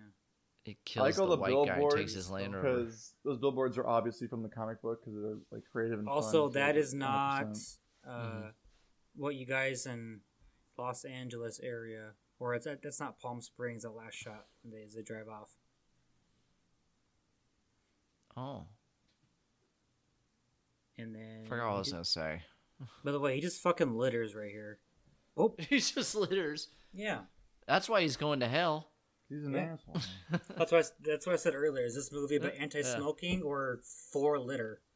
Speaker 3: It
Speaker 2: I like
Speaker 3: kills
Speaker 2: all
Speaker 3: the,
Speaker 2: the,
Speaker 3: white guy,
Speaker 2: billboards
Speaker 3: takes his Land Rover.
Speaker 2: because those billboards are obviously from the comic book because they're like creative and
Speaker 4: also
Speaker 2: fun, so
Speaker 4: that
Speaker 2: it's
Speaker 4: is not
Speaker 2: 100%.
Speaker 4: uh,
Speaker 3: Mhm.
Speaker 4: what you guys in los angeles area or it's that, that's not palm springs that last shot when they, as they drive off
Speaker 3: Oh,
Speaker 4: and then
Speaker 3: forgot what I
Speaker 4: he
Speaker 3: was
Speaker 4: did-
Speaker 3: gonna say.
Speaker 4: by the way he just fucking litters right here oh
Speaker 3: he just litters.
Speaker 4: yeah
Speaker 3: That's why he's going to hell.
Speaker 2: He's an
Speaker 4: Yeah.
Speaker 2: asshole.
Speaker 4: that's why I, s- that's what i said earlier is this movie about
Speaker 3: Yeah.
Speaker 4: anti-smoking or for litter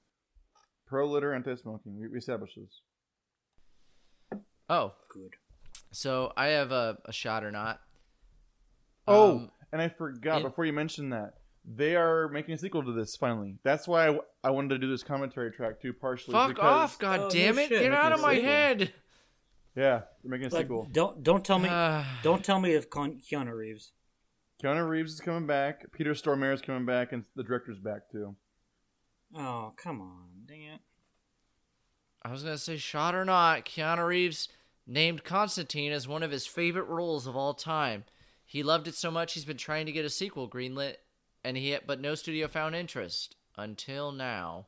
Speaker 2: Pro litter, anti smoking. We, we established this.
Speaker 3: Oh,
Speaker 4: good
Speaker 3: so I have a, a shot or not.
Speaker 2: Oh,
Speaker 3: Um,
Speaker 2: and I forgot
Speaker 3: in-
Speaker 2: before you mentioned that they are making a sequel to this finally. That's why I, w- I wanted to do this commentary track too, partially.
Speaker 3: fuck
Speaker 2: because,
Speaker 3: off! God
Speaker 4: Oh,
Speaker 3: damn
Speaker 4: no
Speaker 3: it!
Speaker 4: shit.
Speaker 3: Get out of my
Speaker 2: Making a
Speaker 3: head.
Speaker 2: Yeah, they're making a
Speaker 4: But
Speaker 2: sequel.
Speaker 4: don't don't tell me
Speaker 3: Ah.
Speaker 4: don't tell me of Con- keanu reeves
Speaker 2: Keanu Reeves is coming back. Peter Stormare is coming back, and the director's back too.
Speaker 4: oh come on dang it
Speaker 3: I was gonna say, shot or not, Keanu Reeves named Constantine as one of his favorite roles of all time. He loved it so much he's been trying to get a sequel greenlit, and he but no studio found interest until now.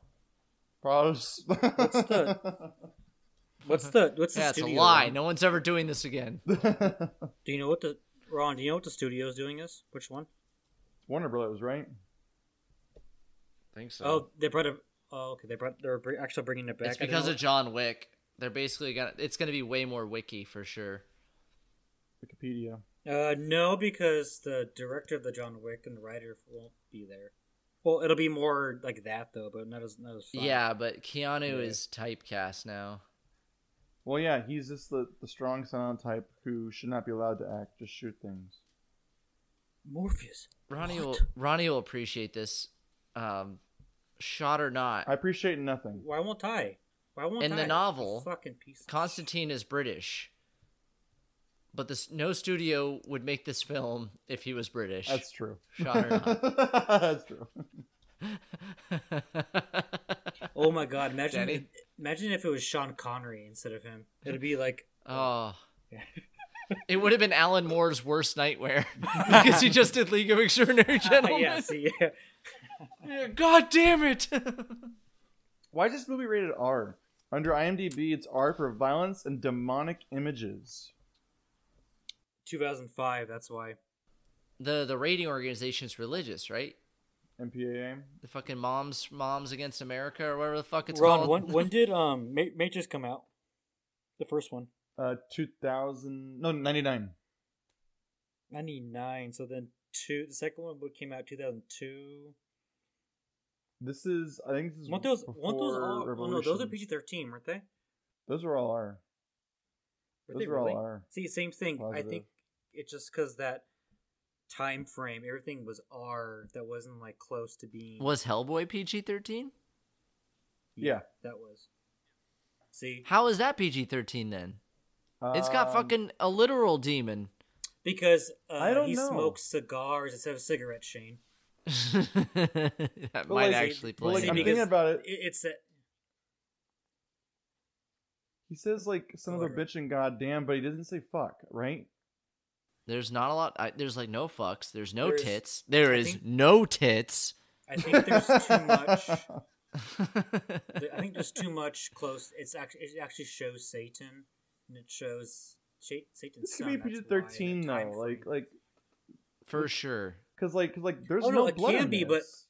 Speaker 2: Props.
Speaker 4: What's the- what's the what's the
Speaker 3: Yeah, it's a
Speaker 4: studio,
Speaker 3: lie.
Speaker 4: Ron?
Speaker 3: No one's ever doing this again.
Speaker 4: do you know what the ron do you know what the studio's doing is which one
Speaker 2: Warner Brothers, right?
Speaker 3: think so.
Speaker 4: Oh, they brought it. Oh, okay. They brought. They're br- actually bringing it back.
Speaker 3: it's
Speaker 4: I didn't
Speaker 3: because
Speaker 4: know-
Speaker 3: of John Wick. They're basically gonna. It's gonna be way more wiki for sure.
Speaker 2: Wikipedia.
Speaker 4: Uh, no, because the director of the John Wick and the writer won't be there. Well, it'll be more like that though, but not as not as fun.
Speaker 3: Yeah, but Keanu
Speaker 4: Yeah.
Speaker 3: is typecast now.
Speaker 2: Well, yeah, he's just the, the strong silent type who should not be allowed to act, just shoot things.
Speaker 4: Morpheus.
Speaker 3: Ronnie will
Speaker 4: What?
Speaker 3: Ronnie will appreciate this. Um, shot or not,
Speaker 2: I appreciate nothing.
Speaker 4: Why won't I? Why won't
Speaker 3: In
Speaker 4: I?
Speaker 3: the novel,
Speaker 4: fucking piece. of
Speaker 3: Constantine is British, but this no studio would make this film if he was British.
Speaker 2: That's true.
Speaker 3: Shot or not.
Speaker 2: That's true.
Speaker 4: shit. Oh my god! Imagine,
Speaker 3: Danny?
Speaker 4: imagine if it was Sean Connery instead of him. It'd be like,
Speaker 3: oh. It would have been Alan Moore's worst nightmare because he just did League of Extraordinary Gentlemen.
Speaker 4: yeah, see, yeah.
Speaker 3: Yeah, God damn it!
Speaker 2: Why is this movie rated R? Under IMDb, it's R for violence and demonic images.
Speaker 4: 2005. That's why.
Speaker 3: the the rating organization's religious, right?
Speaker 2: MPAA.
Speaker 3: The fucking moms moms against America or whatever the fuck it's
Speaker 4: Ron,
Speaker 3: called.
Speaker 4: when, when did um Ma- Matrix come out? The first one.
Speaker 2: Uh, 2000. No, 99.
Speaker 4: 99 so then two the second one would- came out 2002
Speaker 2: This is, I think this is.
Speaker 4: weren't those weren't those
Speaker 2: before
Speaker 4: all oh no those are
Speaker 2: Revolution.
Speaker 4: pg-13 weren't they
Speaker 2: Those are all R.
Speaker 4: were
Speaker 2: Those
Speaker 4: they
Speaker 2: were all
Speaker 4: really?
Speaker 2: R.
Speaker 4: see same thing i
Speaker 2: Positive.
Speaker 4: think it's just because that time frame everything was r that wasn't like close to being E.
Speaker 3: was Hellboy PG thirteen?
Speaker 2: Yeah.
Speaker 4: that was see
Speaker 3: How is that PG thirteen then? It's got
Speaker 2: Um,
Speaker 3: fucking a literal demon.
Speaker 4: because uh,
Speaker 2: I don't
Speaker 4: he
Speaker 2: know.
Speaker 4: smokes cigars instead of cigarettes shane
Speaker 3: that might
Speaker 2: like-
Speaker 3: actually
Speaker 2: But
Speaker 3: play.
Speaker 2: like,
Speaker 4: See,
Speaker 2: I'm
Speaker 4: because
Speaker 2: thinking about
Speaker 4: it,
Speaker 2: it.
Speaker 4: it's that
Speaker 2: He says like son of a
Speaker 4: Literally.
Speaker 2: bitch and goddamn, but he doesn't say fuck, right?
Speaker 3: There's not a lot. I, there's like no fucks. There's no
Speaker 4: There's-
Speaker 3: tits. There
Speaker 4: I
Speaker 3: is
Speaker 4: think-
Speaker 3: no tits.
Speaker 4: I think there's too much. I think there's too much close. It's actually it actually shows Satan, and it shows Sha- Satan's
Speaker 2: This could
Speaker 4: son.
Speaker 2: be
Speaker 4: that's
Speaker 2: PG
Speaker 4: why
Speaker 2: thirteen
Speaker 4: the time
Speaker 2: though, like
Speaker 4: frame-
Speaker 2: like
Speaker 3: for sure.
Speaker 2: because like 'cause, like there's
Speaker 4: Oh, no,
Speaker 2: no,
Speaker 4: it
Speaker 2: blood.
Speaker 4: can
Speaker 2: in
Speaker 4: be, but-
Speaker 2: this.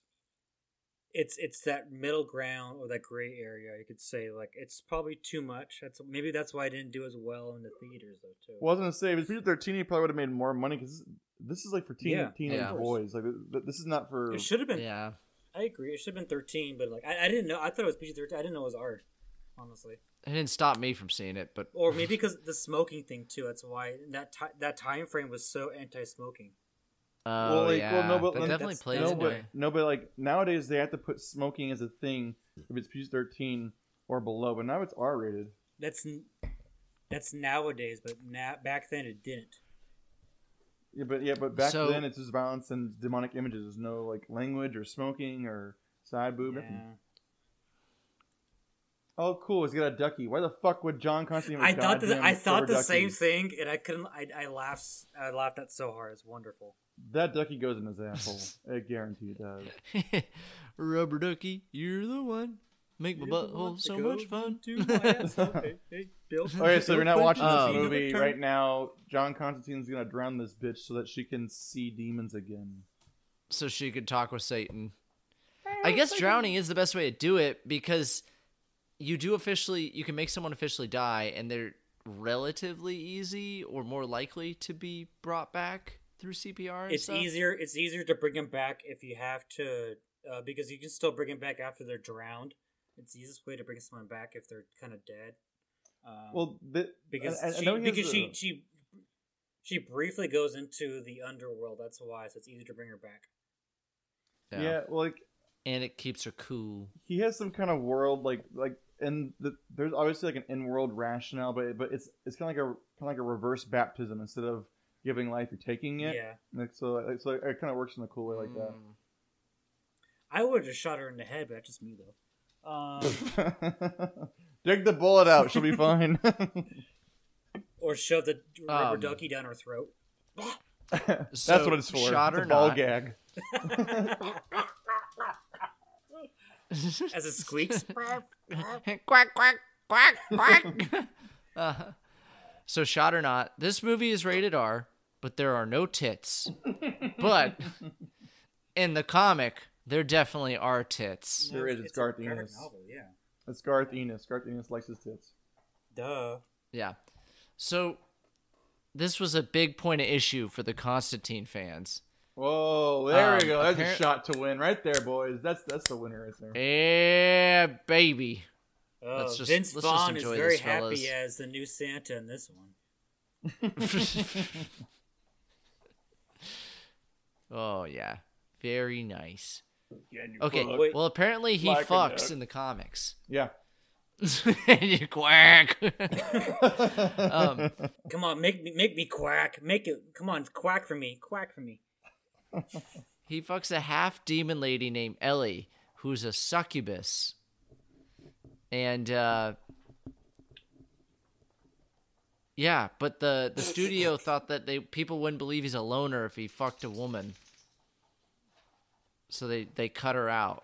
Speaker 4: it's it's that middle ground or that gray area. You could say like it's probably too much. That's maybe that's why I didn't do as well in the theaters though too.
Speaker 2: Well, I was gonna say if it's PG thirteen, he probably would have made more money because this is like for teen
Speaker 4: Yeah.
Speaker 2: teenage
Speaker 3: Yeah.
Speaker 2: boys. Like th- th- this is not for.
Speaker 4: it should have been.
Speaker 3: Yeah.
Speaker 4: I agree. It should have been thirteen, but like I, I didn't know. I thought it was PG thirteen. I didn't know it was R. Honestly,
Speaker 3: It didn't stop me from seeing it, but
Speaker 4: or maybe because the smoking thing too. That's why that ti- that time frame was so anti-smoking.
Speaker 3: oh
Speaker 2: well, like,
Speaker 3: yeah,
Speaker 2: well, no, but
Speaker 3: that
Speaker 2: then-
Speaker 3: definitely
Speaker 4: that's-
Speaker 3: plays
Speaker 2: no,
Speaker 4: Blazing
Speaker 3: into
Speaker 2: but
Speaker 3: it.
Speaker 2: no, but like nowadays they have to put smoking as a thing if it's PG thirteen or below, but now it's R rated.
Speaker 4: That's n- that's nowadays, but now back then it didn't.
Speaker 2: Yeah, but yeah, but back
Speaker 3: So-
Speaker 2: then it's just violence and demonic images. There's no like language or smoking or side boob. nothing.
Speaker 4: Yeah.
Speaker 2: Oh, cool! He's got a ducky. Why the fuck would John Constantine?
Speaker 4: I
Speaker 2: have a
Speaker 4: thought the,
Speaker 2: goddamn
Speaker 4: I thought
Speaker 2: rubber
Speaker 4: the
Speaker 2: ducky?
Speaker 4: same thing, and I couldn't. I, I laughed. s- I laughed at so hard. It's wonderful.
Speaker 2: That ducky goes in his asshole. I guarantee it does.
Speaker 3: Rubber ducky, you're the one. Make my
Speaker 2: oh,
Speaker 3: butthole so much fun.
Speaker 2: Okay, so we're not watching
Speaker 3: Um,
Speaker 2: this movie right now. John Constantine's gonna drown this bitch so that she can see demons again.
Speaker 3: so she could talk with Satan. I guess drowning is the best way to do it because you do officially you can make someone officially die and they're relatively easy or more likely to be brought back through CPR. and
Speaker 4: It's
Speaker 3: stuff.
Speaker 4: easier. It's easier to bring them back if you have to, uh, because you can still bring them back after they're drowned. It's the easiest way to bring someone back if they're kind of dead. Um,
Speaker 2: Well, the,
Speaker 4: because
Speaker 2: I, I
Speaker 4: she,
Speaker 2: know he has
Speaker 4: because she
Speaker 2: a-
Speaker 4: she she briefly goes into the underworld. That's why. So it's easier to bring her back.
Speaker 2: yeah. well, like
Speaker 3: and it keeps her cool.
Speaker 2: he has some kind of world, like like, and the, there's obviously like an in-world rationale, but but it's it's kind of like a kind of like a reverse baptism instead of giving life, you're taking
Speaker 4: Yeah.
Speaker 2: it. Like, so like, so it kind of works in a cool way like
Speaker 3: Mm.
Speaker 4: I would have just shot her in the head, but that's just me though. Um,
Speaker 2: that. Dig the bullet out; she'll be fine.
Speaker 4: or shove the rubber
Speaker 3: Um,
Speaker 4: ducky down her throat.
Speaker 2: That's
Speaker 3: So,
Speaker 2: what it's for.
Speaker 3: shot
Speaker 2: it's
Speaker 3: or
Speaker 2: a ball
Speaker 3: not.
Speaker 2: gag.
Speaker 4: As it squeaks.
Speaker 3: quack quack quack quack. uh, so shot or not, this movie is rated R, but there are no tits. but in the comic, there definitely are tits.
Speaker 2: There is, it's
Speaker 4: a
Speaker 2: Garth
Speaker 4: graphic
Speaker 2: Ennis.
Speaker 4: novel, yeah.
Speaker 2: That's Garth Ennis. Garth Ennis likes his tips.
Speaker 4: Duh.
Speaker 3: Yeah. So this was a big point of issue for the Constantine fans.
Speaker 2: Whoa, there
Speaker 3: Um,
Speaker 2: we go. That's
Speaker 3: apparent-
Speaker 2: a shot to win right there, boys. That's that's the winner right there.
Speaker 3: Yeah, baby.
Speaker 4: Oh,
Speaker 3: Let's just-
Speaker 4: Vince
Speaker 3: let's just
Speaker 4: Vaughn is
Speaker 3: enjoy
Speaker 4: very
Speaker 3: this, fellas.
Speaker 4: happy as the new Santa in this one.
Speaker 3: oh yeah, very nice. Okay,
Speaker 4: fuck Wait.
Speaker 3: well apparently he
Speaker 2: like a
Speaker 3: fucks
Speaker 2: duck.
Speaker 3: in the comics.
Speaker 2: Yeah.
Speaker 3: you quack.
Speaker 2: Uh,
Speaker 3: um,
Speaker 4: Come on, make me make me quack. Make it come on, quack for me. Quack for me.
Speaker 3: he fucks a half demon lady named Ellie, who's a succubus. And uh, yeah, but the the studio thought that they people wouldn't believe he's a loner if he fucked a woman, so they they cut her out.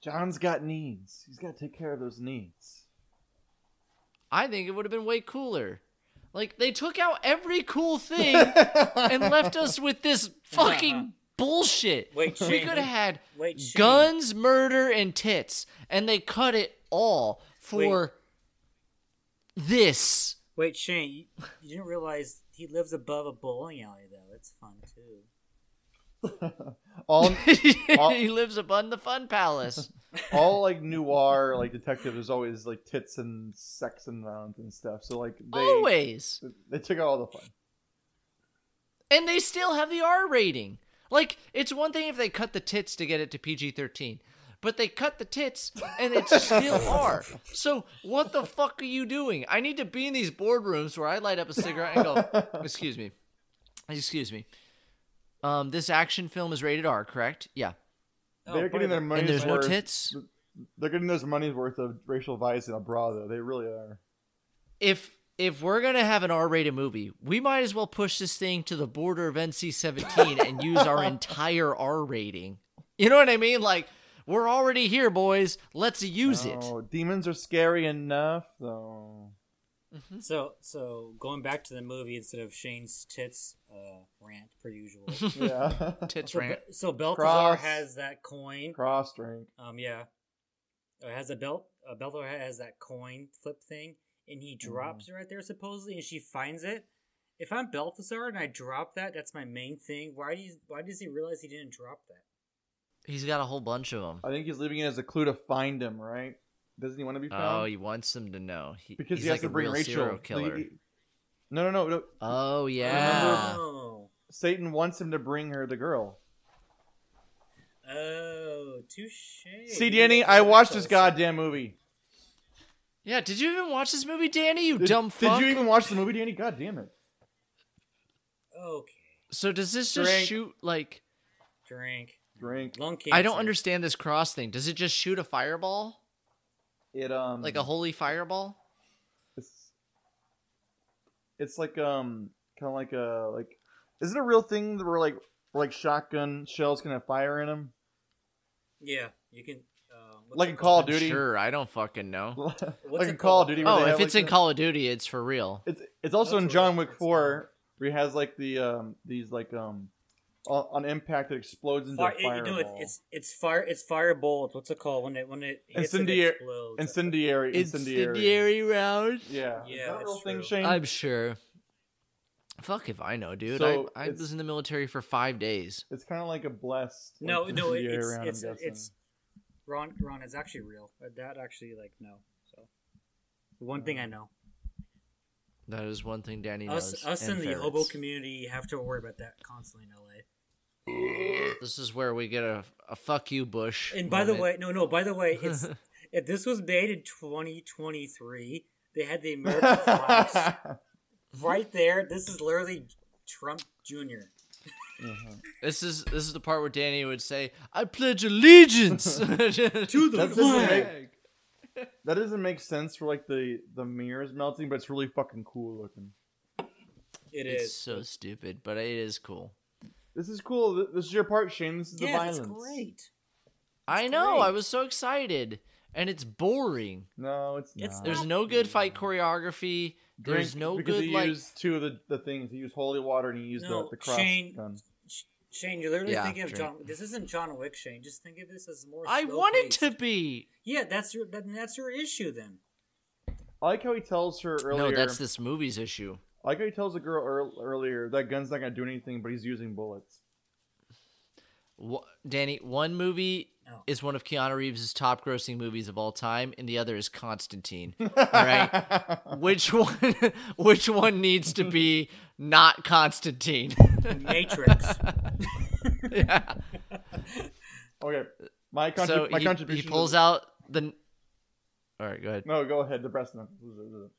Speaker 2: John's got needs. He's got to take care of those needs.
Speaker 3: I think it would have been way cooler. Like they took out every cool thing and left us with this fucking bullshit.
Speaker 4: Wait,
Speaker 3: we
Speaker 4: Shane.
Speaker 3: could have had
Speaker 4: Wait, Shane.
Speaker 3: guns, murder, and tits, and they cut it all for this.
Speaker 4: Wait, Shane, you, you didn't realize he lives above a bowling alley though. That's fun too.
Speaker 2: All
Speaker 3: he lives upon the fun palace.
Speaker 2: all like noir like detective is always like tits and sex and violence and stuff. So like they
Speaker 3: Always.
Speaker 2: they took out all the fun.
Speaker 3: and they still have the R rating. Like it's one thing if they cut the tits to get it to PG-13, but they cut the tits and it's still R. So what the fuck are you doing? I need to be in these boardrooms where I light up a cigarette and go, "Excuse me. Excuse me. Um this action film is rated R, correct? Yeah. Oh,
Speaker 2: they're
Speaker 4: by
Speaker 2: getting their
Speaker 4: the-
Speaker 2: money's
Speaker 3: And there's no
Speaker 2: worth.
Speaker 3: tits.
Speaker 2: They're getting those money's worth of racial violence in a bra though. They really are.
Speaker 3: if if we're gonna have an R-rated movie, we might as well push this thing to the border of NC-17 and use our entire R rating. You know what I mean? Like we're already here, boys. Let's use it.
Speaker 2: Oh, demons are scary enough, though.
Speaker 4: So, so going back to the movie instead of Shane's tits uh, rant per usual.
Speaker 2: Yeah.
Speaker 3: Tits
Speaker 4: so,
Speaker 3: rant.
Speaker 4: Be- so Balthazar
Speaker 2: Cross.
Speaker 4: has that coin.
Speaker 2: Cross drink.
Speaker 4: Um, yeah, it has a belt. Uh, Balthazar has that coin flip thing, and he
Speaker 3: Mm-hmm.
Speaker 4: drops it right there supposedly, and she finds it. If I'm Balthazar and I drop that, that's my main thing. Why do you, why does he realize he didn't drop that?
Speaker 3: He's got a whole bunch of them.
Speaker 2: I think he's leaving it as a clue to find him, right? Doesn't he want to be found?
Speaker 3: Oh, he wants them to know. He,
Speaker 2: because
Speaker 3: he's
Speaker 2: he has
Speaker 3: like
Speaker 2: to
Speaker 3: a
Speaker 2: bring
Speaker 3: real
Speaker 2: Rachel.
Speaker 3: serial killer.
Speaker 2: The- No, no, no, no.
Speaker 3: oh
Speaker 2: remember-
Speaker 3: yeah.
Speaker 4: Oh,
Speaker 2: Satan wants him to bring her the girl.
Speaker 4: oh, touche.
Speaker 2: See, Danny, I watched this goddamn movie.
Speaker 3: Yeah. Did you even watch this movie, Danny? You
Speaker 2: Did,
Speaker 3: dumb fuck.
Speaker 2: did you even watch the movie, Danny? God damn it.
Speaker 4: Okay,
Speaker 3: So does this just
Speaker 2: Drink.
Speaker 3: shoot like?
Speaker 4: drink.
Speaker 2: Drink.
Speaker 4: Lung cancer.
Speaker 3: I don't understand this cross thing. Does it just shoot a fireball,
Speaker 2: It um
Speaker 3: like a holy fireball?
Speaker 2: It's, it's like um kind of like a like is it a real thing that we're like where, like shotgun shells can have fire in them?
Speaker 4: Yeah, you can. Uh, what's
Speaker 2: Like
Speaker 4: it
Speaker 2: in Call of
Speaker 4: called?
Speaker 2: Duty.
Speaker 3: Sure, I don't fucking know.
Speaker 2: like
Speaker 4: it
Speaker 2: in Call of
Speaker 4: called?
Speaker 2: Duty. where
Speaker 3: Oh,
Speaker 2: they
Speaker 3: if
Speaker 2: have,
Speaker 3: it's
Speaker 2: like,
Speaker 3: in
Speaker 2: the-
Speaker 3: Call of Duty, it's for real.
Speaker 2: It's it's also
Speaker 4: That's
Speaker 2: in
Speaker 4: what
Speaker 2: John
Speaker 4: it-
Speaker 2: Wick
Speaker 4: it's
Speaker 2: Four where he has like the um these like um on, on impact that explodes into
Speaker 4: Fire,
Speaker 2: a fireball.
Speaker 4: you know, it, it's it's fire. It's firebolt. What's it called when it when it hits
Speaker 2: Incendiary-
Speaker 4: It explodes.
Speaker 2: incendiary, incendiary.
Speaker 3: round.
Speaker 2: Yeah. Is
Speaker 4: Yeah,
Speaker 2: that a
Speaker 4: it's
Speaker 2: real thing,
Speaker 4: true.
Speaker 2: Shane?
Speaker 3: I'm sure. Fuck if I know, dude.
Speaker 2: So,
Speaker 3: I, I
Speaker 2: it's-
Speaker 3: was in the military for five days.
Speaker 2: It's kind of like a blessed.
Speaker 4: No,
Speaker 2: like,
Speaker 4: no,
Speaker 2: incendiary
Speaker 4: it- it's-
Speaker 2: round, I'm
Speaker 4: it's-
Speaker 2: guessing.
Speaker 4: it's- Ron, Ron, it's actually real. Uh, That actually, like, no. So, one thing I know,
Speaker 3: That is one thing Danny knows.
Speaker 4: us us
Speaker 3: and
Speaker 4: in the
Speaker 3: ferrets.
Speaker 4: hobo community have to worry about that constantly in LA.
Speaker 3: This is where we get a, a fuck you, Bush.
Speaker 4: And by the
Speaker 3: moment.
Speaker 4: way, no, no. By the way, it's if this was made in 2023, they had the American flags
Speaker 2: Uh-huh.
Speaker 4: right there. This is literally Trump Jr.
Speaker 3: this is this is the part where Danny would say, "I pledge allegiance to the
Speaker 2: That doesn't make- that doesn't make sense for like the the mirrors melting, but it's really fucking cool looking.
Speaker 4: It
Speaker 3: It's
Speaker 4: is.
Speaker 3: so stupid, but it is cool.
Speaker 2: This is cool. Th- This is your part, Shane. This is the
Speaker 4: Yeah, it's
Speaker 2: violence.
Speaker 4: great.
Speaker 3: I know. I
Speaker 4: great.
Speaker 3: was so excited, and it's boring.
Speaker 2: No, it's not.
Speaker 4: It's not-
Speaker 3: There's no good fight choreography.
Speaker 2: Drink,
Speaker 3: There's no
Speaker 2: because
Speaker 3: good
Speaker 2: he
Speaker 3: like.
Speaker 2: used two of the, the things. He used holy water and he used
Speaker 4: No,
Speaker 2: the, the cross
Speaker 4: Shane-
Speaker 2: gun.
Speaker 4: Sh- Shane, you're literally
Speaker 3: Yeah,
Speaker 4: thinking of
Speaker 3: true.
Speaker 4: John. This isn't John Wick, Shane. Just think of this as more.
Speaker 3: I
Speaker 4: slow
Speaker 3: want it
Speaker 4: paced.
Speaker 3: to be.
Speaker 4: Yeah, that's your that, that's your issue then.
Speaker 2: I like how he tells her earlier.
Speaker 3: No, that's this movie's issue.
Speaker 2: I like how he tells the girl ear- earlier that gun's not gonna do anything, but he's using bullets.
Speaker 3: Wha Danny, one movie
Speaker 4: Oh.
Speaker 3: is one of Keanu Reeves' top grossing movies of all time, and the other is Constantine. All right, which one? Which one needs to be not Constantine?
Speaker 4: Matrix.
Speaker 3: yeah.
Speaker 2: Okay, my contri-
Speaker 3: so
Speaker 2: my
Speaker 3: he, he
Speaker 2: contribution.
Speaker 3: pulls out the. All right, go ahead.
Speaker 2: No, go ahead. The breast knuckles.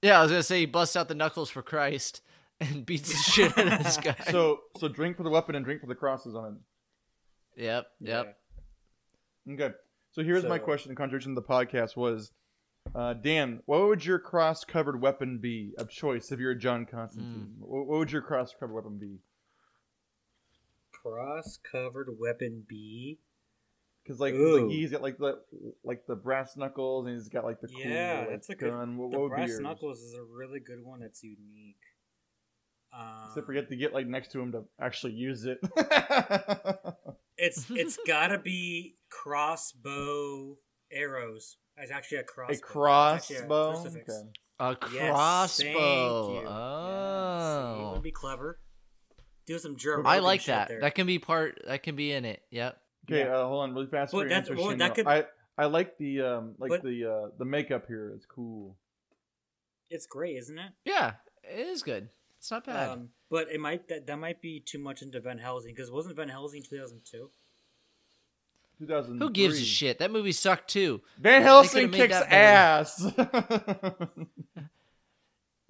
Speaker 3: Yeah, I was gonna say he busts out the knuckles for Christ and beats the shit out of this guy.
Speaker 2: So so drink for the weapon and drink for the crosses on it.
Speaker 3: yep, yep.
Speaker 2: Okay. So here's my
Speaker 4: So-
Speaker 2: question. Contribution to the podcast was, uh, Dan, what would your cross-covered weapon be of choice if you're John Constantine?
Speaker 3: Mm.
Speaker 2: Wh- What, would your cross-covered weapon be?
Speaker 4: Cross covered weapon B.
Speaker 2: Because like, 'cause,
Speaker 4: Ooh.
Speaker 2: like he's got like the like the brass knuckles and he's got like the cool
Speaker 4: yeah,
Speaker 2: like,
Speaker 4: that's a good.
Speaker 2: gun. What,
Speaker 4: the
Speaker 2: what would
Speaker 4: brass
Speaker 2: be yours?
Speaker 4: knuckles is a really good one. That's unique. Um,
Speaker 2: Except forget to get like next to him to actually use it.
Speaker 4: It's it's gotta be crossbow arrows. It's actually a crossbow.
Speaker 2: a
Speaker 4: It's actually a
Speaker 2: crossbow.
Speaker 4: crucifix.
Speaker 2: Okay.
Speaker 3: A
Speaker 4: Yes,
Speaker 3: crossbow.
Speaker 4: Thank you. Yes, see,
Speaker 3: Oh,
Speaker 4: wouldn't be clever. Do some German.
Speaker 3: I like
Speaker 4: shit
Speaker 3: that.
Speaker 4: There.
Speaker 3: That can be part. That can be in it. Yep.
Speaker 2: Okay,
Speaker 4: Yeah.
Speaker 2: uh, hold on, really fast.
Speaker 4: Well,
Speaker 2: for your
Speaker 4: that's-
Speaker 2: answer,
Speaker 4: well,
Speaker 2: Shane,
Speaker 4: that
Speaker 2: though.
Speaker 4: could-
Speaker 2: I I like the um like
Speaker 4: But-
Speaker 2: the uh the makeup here. It's cool.
Speaker 4: it's great, isn't it?
Speaker 3: Yeah, it is good. It's not bad.
Speaker 4: Um, but it might that, that might be too much into Van Helsing because wasn't Van Helsing two thousand two?
Speaker 2: 2003.
Speaker 3: Who gives a shit? That movie sucked too.
Speaker 2: Van
Speaker 3: They
Speaker 2: Helsing
Speaker 3: could've made
Speaker 2: kicks
Speaker 3: that better.
Speaker 2: ass.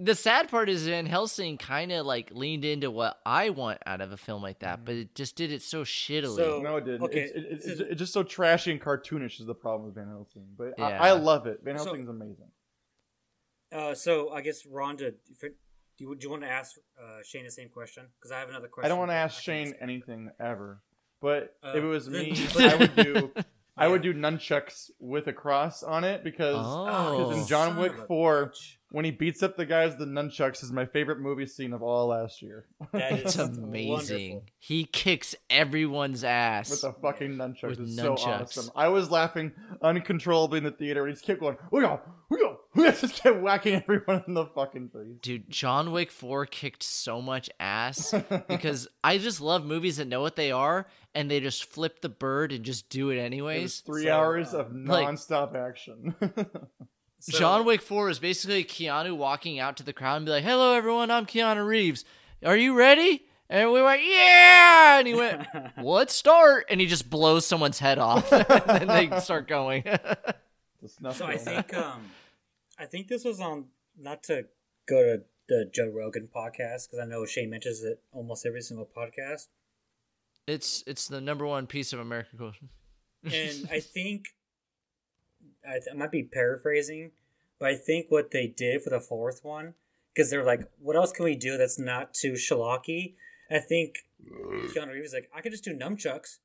Speaker 3: The sad part is Van Helsing kind of like leaned into what I want out of a film like that, but it just did it so shittily.
Speaker 4: Mm-hmm. So-
Speaker 2: no, it didn't.
Speaker 4: Okay,
Speaker 2: It's, it, it's,
Speaker 4: so-
Speaker 2: it's just so trashy and cartoonish is the problem with Van Helsing. But
Speaker 3: Yeah.
Speaker 2: I, I love it. Van
Speaker 4: So-
Speaker 2: Helsing's amazing.
Speaker 4: Uh, so I guess Rhonda, if it- do you, do you want to ask uh, Shane the same question? Because I have another question.
Speaker 2: I don't want to
Speaker 4: but
Speaker 2: ask
Speaker 4: can
Speaker 2: Shane anything ever. But
Speaker 4: Uh,
Speaker 2: if it was me,
Speaker 4: then-
Speaker 2: I would do I would
Speaker 4: Yeah.
Speaker 2: do nunchucks with a cross on it because
Speaker 3: Oh.
Speaker 2: 'cause in
Speaker 4: Son
Speaker 2: John
Speaker 4: of
Speaker 2: Wick
Speaker 4: a
Speaker 2: Four,
Speaker 4: bitch.
Speaker 2: when he beats up the guys, with the nunchucks is my favorite movie scene of all last year.
Speaker 4: That is
Speaker 3: It's amazing.
Speaker 4: wonderful.
Speaker 3: He kicks everyone's ass.
Speaker 2: With the fucking nunchucks,
Speaker 3: With
Speaker 2: it's so
Speaker 3: nunchucks.
Speaker 2: awesome. I was laughing uncontrollably in the theater, and he just kept going, "Hoo-yah, hoo-yah, hoo-yah," just kept whacking everyone in the fucking face.
Speaker 3: Dude, John Wick 4 kicked so much ass because I just love movies that know what they are and they just flip the bird and just do it
Speaker 2: It was
Speaker 3: anyways.
Speaker 2: three
Speaker 4: So,
Speaker 2: hours
Speaker 4: uh,
Speaker 2: of
Speaker 3: like-
Speaker 2: nonstop action.
Speaker 4: So-
Speaker 3: John Wick 4 is basically Keanu walking out to the crowd and be like, Hello, everyone, I'm Keanu Reeves. Are you ready? And we went, Yeah! And he went, Let's start. And he just blows someone's head off. and then they start going.
Speaker 2: The snuff
Speaker 4: So I
Speaker 2: film.
Speaker 4: think um, I think this was on not to go to the Joe Rogan podcast because I know Shane mentions it almost every single podcast,
Speaker 3: it's it's the number one piece of American culture.
Speaker 4: and I think I, th- I might be paraphrasing, but I think what they did for the fourth one because they're like, what else can we do that's not too shellacky? I think Keanu Reeves was like, I could just do nunchucks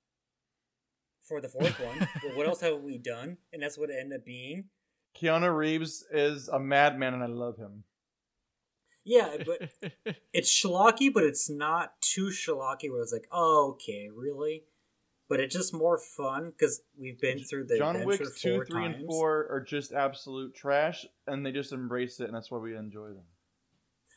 Speaker 4: for the fourth one. well, what else have we done? And that's what it ended up being.
Speaker 2: Keanu Reeves is a madman, and I love him.
Speaker 4: Yeah, but it's schlocky, but it's not too schlocky where it's like, oh, okay, really? But it's just more fun because we've been through the
Speaker 2: John
Speaker 4: adventure
Speaker 2: Wick's two,
Speaker 4: four
Speaker 2: three,
Speaker 4: times.
Speaker 2: and four are just absolute trash, and they just embrace it, and that's why we enjoy them.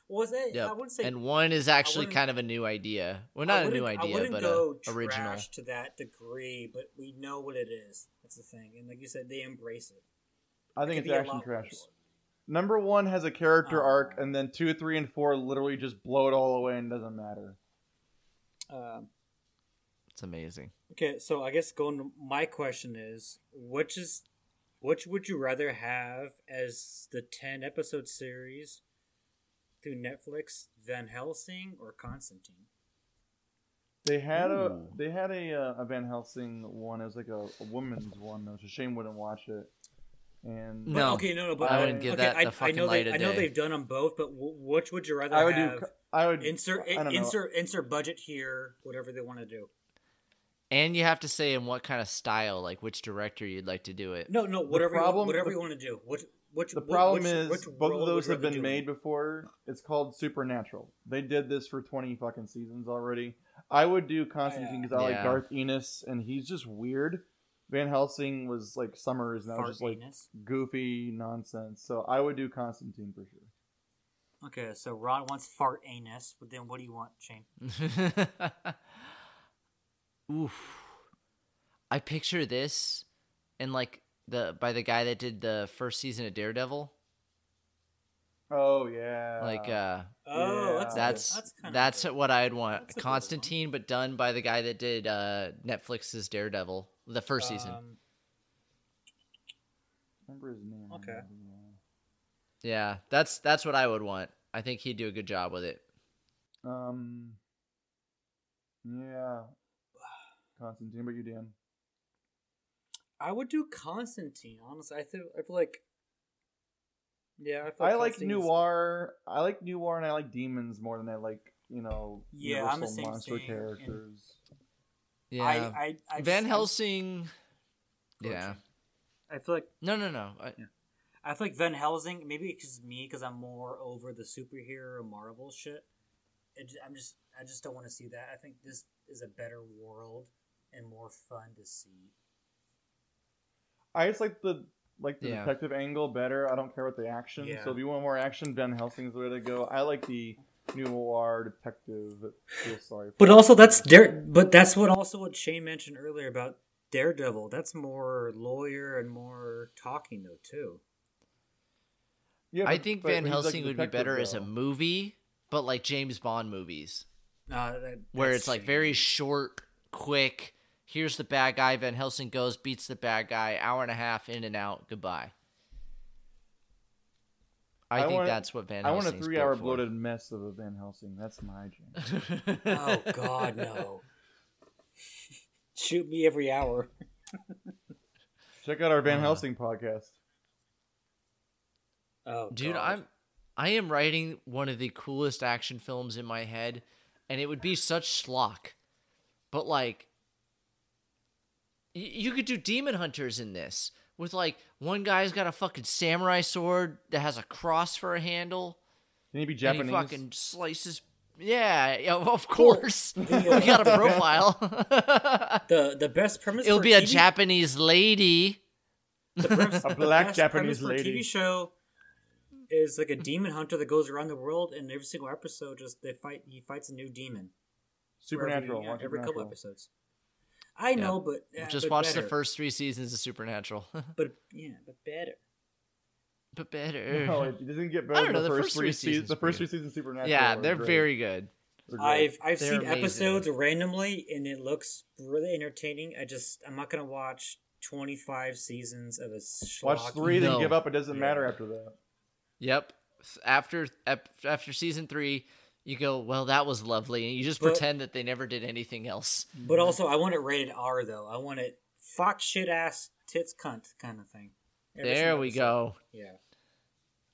Speaker 4: Was it?
Speaker 3: Yep.
Speaker 4: I wouldn't say
Speaker 3: and one is actually
Speaker 4: wouldn't-
Speaker 3: kind of a new idea. Well, not
Speaker 4: I
Speaker 3: a new
Speaker 4: wouldn't- I
Speaker 3: idea,
Speaker 4: wouldn't
Speaker 3: but
Speaker 4: go
Speaker 3: a original.
Speaker 4: trash to that degree. But we know what it is. That's the thing. And like you said, they embrace it.
Speaker 2: I
Speaker 4: It
Speaker 2: think
Speaker 4: could
Speaker 2: it's
Speaker 4: be a
Speaker 2: action
Speaker 4: lot
Speaker 2: trash.
Speaker 4: worse.
Speaker 2: Number one has a character
Speaker 4: Oh.
Speaker 2: arc, and then two, three, and four literally just blow it all away and doesn't matter.
Speaker 4: Um,
Speaker 3: It's amazing.
Speaker 4: okay, so I guess going. To, my question is, which is, which would you rather have as the ten episode series through Netflix, Van Helsing or Constantine?
Speaker 2: They had
Speaker 3: Ooh.
Speaker 2: a they had a, uh, a Van Helsing one. It was like a, a woman's one. though, so Shane wouldn't watch it. And
Speaker 3: No.
Speaker 4: okay, no, no, but
Speaker 2: I wouldn't
Speaker 3: give
Speaker 4: okay,
Speaker 3: that
Speaker 4: I,
Speaker 3: the fucking
Speaker 4: I know
Speaker 3: light
Speaker 4: they,
Speaker 3: of
Speaker 4: I know
Speaker 3: day.
Speaker 4: they've done them both, but w- which would you rather
Speaker 2: I would
Speaker 4: have?
Speaker 2: do. I would
Speaker 4: insert
Speaker 2: I don't know.
Speaker 4: insert insert budget here, whatever they want to do.
Speaker 3: And you have to say in what kind of style, like which director you'd like to do it.
Speaker 4: No, no, whatever
Speaker 2: problem-
Speaker 4: you, whatever
Speaker 2: the-
Speaker 4: you want to do. Which which
Speaker 2: The
Speaker 4: wh-
Speaker 2: problem
Speaker 4: which-
Speaker 2: is
Speaker 4: which
Speaker 2: both
Speaker 4: role
Speaker 2: of those
Speaker 4: would you
Speaker 2: have
Speaker 4: rather
Speaker 2: been
Speaker 4: do?
Speaker 2: made before. It's called Supernatural. They did this for twenty fucking seasons already. I would do Constantine because I like
Speaker 3: Yeah.
Speaker 2: Garth Ennis, and he's just weird. Van Helsing was like Summers, and I
Speaker 4: Fart
Speaker 2: was just like
Speaker 4: anus.
Speaker 2: goofy nonsense. So I would do Constantine for sure.
Speaker 4: Okay, so Rod wants fart anus, but then what do you want, Shane?
Speaker 3: Oof. I picture this and like the by the guy that did the first season of Daredevil.
Speaker 2: Oh yeah,
Speaker 3: like uh
Speaker 4: Oh,
Speaker 2: Yeah.
Speaker 4: that's
Speaker 3: that's
Speaker 4: that's
Speaker 3: that's,
Speaker 4: kinda good.
Speaker 3: what I'd
Speaker 4: That's a
Speaker 3: want.
Speaker 4: good one.
Speaker 3: Constantine but done by the guy that did uh Netflix's Daredevil, the first season.
Speaker 4: Um,
Speaker 2: remember his name?
Speaker 4: Okay.
Speaker 3: Yeah, that's that's what I would want. I think he'd do a good job with it.
Speaker 2: Um. Yeah. Constantine, but you, Dan.
Speaker 4: I would do Constantine. Honestly, I feel I feel like yeah, I, feel
Speaker 2: I like
Speaker 4: Constantine's-
Speaker 2: noir. I like noir, and I like demons more than I like you know
Speaker 4: Yeah,
Speaker 2: universal
Speaker 4: I'm the same
Speaker 2: monster
Speaker 4: thing,
Speaker 2: characters.
Speaker 3: Yeah.
Speaker 4: I, I, I
Speaker 3: Van
Speaker 4: just-
Speaker 3: Helsing
Speaker 4: Go ahead,
Speaker 3: Yeah.
Speaker 4: Shane. I feel like
Speaker 3: No, no, no. I,
Speaker 4: I feel like Van Helsing. Maybe it's just me because I'm more over the superhero Marvel shit. It, ju- I'm just I just don't want to see that. I think this is a better world and more fun to see.
Speaker 2: I just like the like the
Speaker 3: Yeah.
Speaker 2: detective angle better. I don't care about the action.
Speaker 4: Yeah.
Speaker 2: So if you want more action, Van Helsing's the way to go. I like the noir detective. that Feel sorry.
Speaker 4: But also that's Dare. But that's what also what Shane mentioned earlier about Daredevil. That's more lawyer and more talking though too.
Speaker 2: yeah,
Speaker 3: I
Speaker 2: but-
Speaker 3: think
Speaker 2: but
Speaker 3: Van
Speaker 2: he's like
Speaker 3: Helsing would be
Speaker 2: detective,
Speaker 3: better as a
Speaker 2: though.
Speaker 3: movie, but like James Bond movies,
Speaker 4: Uh, that-
Speaker 3: where
Speaker 4: that's
Speaker 3: it's like
Speaker 4: Shane.
Speaker 3: very short, quick. Here's the bad guy. Van Helsing goes, beats the bad guy, hour and a half, in and out, goodbye. I,
Speaker 2: I
Speaker 3: think
Speaker 2: want-
Speaker 3: that's what Van
Speaker 2: I want
Speaker 3: Helsing's
Speaker 2: a three-hour
Speaker 3: built for.
Speaker 2: bloated mess of a Van Helsing. That's my jam.
Speaker 4: Oh God, no! Shoot me every hour.
Speaker 2: Check out our Van
Speaker 3: Uh.
Speaker 2: Helsing podcast.
Speaker 4: Oh,
Speaker 3: Dude,
Speaker 4: God.
Speaker 3: I'm I am writing one of the coolest action films in my head, and it would be such schlock. But like y- you could do demon hunters in this with like one guy's got a fucking samurai sword that has a cross for a handle
Speaker 2: Can he be Japanese?
Speaker 3: and he fucking slices yeah, yeah, of course. we got a profile.
Speaker 4: the the best premise.
Speaker 3: It'll
Speaker 4: for
Speaker 3: be a
Speaker 4: TV
Speaker 3: Japanese lady.
Speaker 4: the premise,
Speaker 2: A
Speaker 4: the
Speaker 2: black
Speaker 4: best
Speaker 2: Japanese
Speaker 4: premise for a
Speaker 2: lady.
Speaker 4: TV show is like a demon hunter that goes around the world, and every single episode, just they fight. He fights a new demon. wherever he-
Speaker 2: Supernatural.
Speaker 4: yeah,
Speaker 2: watch
Speaker 4: every couple
Speaker 2: Supernatural.
Speaker 4: episodes. I know, but yeah,
Speaker 3: Just
Speaker 4: but
Speaker 3: watch
Speaker 4: better.
Speaker 3: the first 3 seasons of Supernatural.
Speaker 4: But yeah, but better.
Speaker 3: but better.
Speaker 2: No, it doesn't get better.
Speaker 3: I don't know,
Speaker 2: The, first three
Speaker 3: seasons
Speaker 2: seasons. The
Speaker 3: were
Speaker 2: first three
Speaker 3: good.
Speaker 2: seasons of Supernatural.
Speaker 3: yeah,
Speaker 2: are
Speaker 3: they're
Speaker 2: great.
Speaker 3: very good.
Speaker 2: They're great.
Speaker 4: I've I've
Speaker 3: They're
Speaker 4: seen
Speaker 3: amazing.
Speaker 4: episodes randomly, and it looks really entertaining. I just I'm not gonna watch 25 seasons of a schlock.
Speaker 2: watch three, then
Speaker 3: No.
Speaker 2: give up. It doesn't
Speaker 4: Yeah.
Speaker 2: matter after that.
Speaker 3: Yep. After ep- after season 3, you go, "Well, that was lovely." And you just
Speaker 4: But-
Speaker 3: pretend that they never did anything else.
Speaker 4: But also, I want it rated R though. I want it fox shit ass tits cunt kind of thing. Every
Speaker 3: there
Speaker 4: single
Speaker 3: we
Speaker 4: episode.
Speaker 3: go.
Speaker 4: Yeah.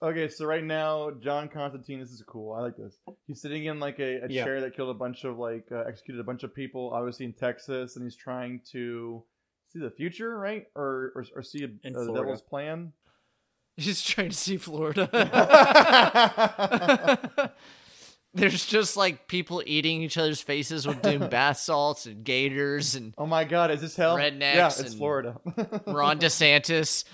Speaker 2: Okay, so right now, John Constantine, this is cool. I like this. He's sitting in like a, a
Speaker 4: Yeah.
Speaker 2: chair that killed a bunch of like uh, executed a bunch of people, obviously in Texas, and he's trying to see the future, right? Or or, or see a,
Speaker 4: In
Speaker 2: the
Speaker 4: Florida.
Speaker 2: devil's plan.
Speaker 3: Just trying to see Florida. There's just like people eating each other's faces with doom bath salts and gators and
Speaker 2: oh my God, is this hell?
Speaker 3: Rednecks
Speaker 2: yeah, it's
Speaker 3: and-
Speaker 2: Florida.
Speaker 3: Ron DeSantis.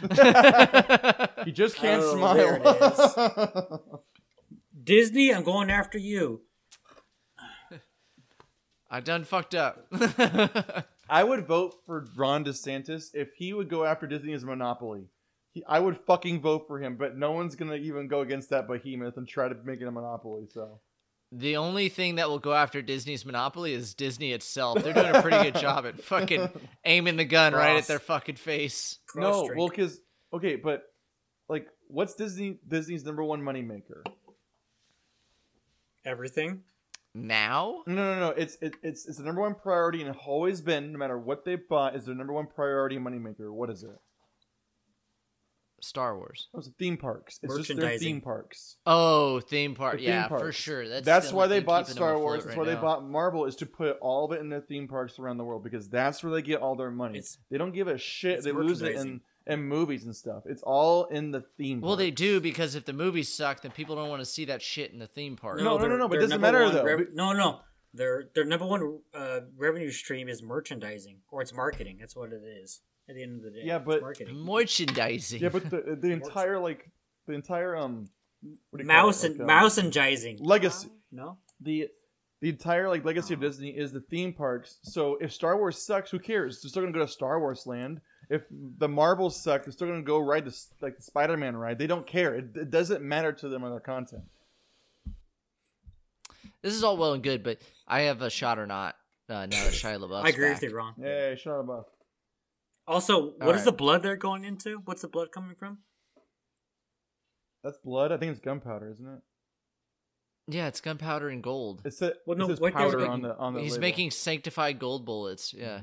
Speaker 2: he just can't
Speaker 4: Oh, there
Speaker 2: smile.
Speaker 4: Disney, I'm going after you.
Speaker 3: I done fucked up.
Speaker 2: I would vote for Ron DeSantis if he would go after Disney as a monopoly. He, I would fucking vote for him, but no one's gonna even go against that behemoth and try to make it a monopoly. So
Speaker 3: the only thing that will go after Disney's monopoly is Disney itself. They're doing a pretty good job at fucking aiming the gun right at
Speaker 4: Cross.
Speaker 3: their fucking face.
Speaker 2: no,
Speaker 4: Cross-drink.
Speaker 2: well, because okay, but like, what's Disney Disney's number one moneymaker?
Speaker 4: everything.
Speaker 3: Now?
Speaker 2: No, no, no. It's it, it's it's the number one priority and always been, no matter what they bought, is their number one priority moneymaker. What is it?
Speaker 3: Star Wars.
Speaker 2: It's theme parks. It's just their
Speaker 4: Merchandising.
Speaker 2: theme parks.
Speaker 3: Oh, theme park.
Speaker 2: The theme
Speaker 3: yeah, for
Speaker 2: parks.
Speaker 3: sure. That's, the
Speaker 2: that's
Speaker 3: only
Speaker 2: why they
Speaker 3: thing
Speaker 2: bought
Speaker 3: keeping them
Speaker 2: Star
Speaker 3: afloat
Speaker 2: Wars. That's
Speaker 3: right
Speaker 2: why they
Speaker 3: now.
Speaker 2: bought Marvel is to put all of it in their theme parks around the world because that's where they get all their money.
Speaker 4: It's-
Speaker 2: they don't give a shit.
Speaker 4: it's
Speaker 2: They lose it in,
Speaker 4: merchandising.
Speaker 2: in movies and stuff. It's all in the theme.
Speaker 3: Well, they
Speaker 2: parks.
Speaker 3: do because if the movies suck, then people don't want to see that shit in the theme park.
Speaker 2: No, no,
Speaker 4: their-
Speaker 2: no, but it
Speaker 4: their
Speaker 2: doesn't
Speaker 4: number
Speaker 2: matter,
Speaker 4: one
Speaker 2: though.
Speaker 4: rev- no, no, their their number one uh, revenue stream is merchandising or it's marketing. That's what it is. At the end of the day,
Speaker 2: Yeah,
Speaker 4: it's
Speaker 2: but-
Speaker 4: marketing.
Speaker 3: Merchandising.
Speaker 2: Yeah, but the, the entire like the entire um what do you call
Speaker 4: mouse
Speaker 2: it?
Speaker 4: and
Speaker 2: Like, um,
Speaker 4: mouse and jizing.
Speaker 2: legacy
Speaker 4: No,
Speaker 2: the the entire like legacy
Speaker 4: Oh.
Speaker 2: of Disney is the theme parks. So if Star Wars sucks, who cares? They're still gonna go to Star Wars Land. If the Marvels suck, they're still gonna go ride the s- like the Spider Man ride. They don't care. It, it doesn't matter to them on their content.
Speaker 3: This is all well and good, but I have a shot or not uh, now that Shia LaBeouf's
Speaker 4: I agree
Speaker 3: back.
Speaker 4: with you, wrong.
Speaker 2: Hey, shut up.
Speaker 4: Also, what is
Speaker 3: right.
Speaker 4: the blood they're going into? What's the blood coming from?
Speaker 2: That's blood. I think it's gunpowder, isn't it?
Speaker 3: Yeah, it's gunpowder and gold.
Speaker 2: It's a, well,
Speaker 4: Well, no,
Speaker 2: it says
Speaker 4: what they were
Speaker 2: powder
Speaker 4: making-
Speaker 2: on the on the.
Speaker 3: He's
Speaker 2: label. Mm-hmm.
Speaker 3: making sanctified gold bullets. Yeah.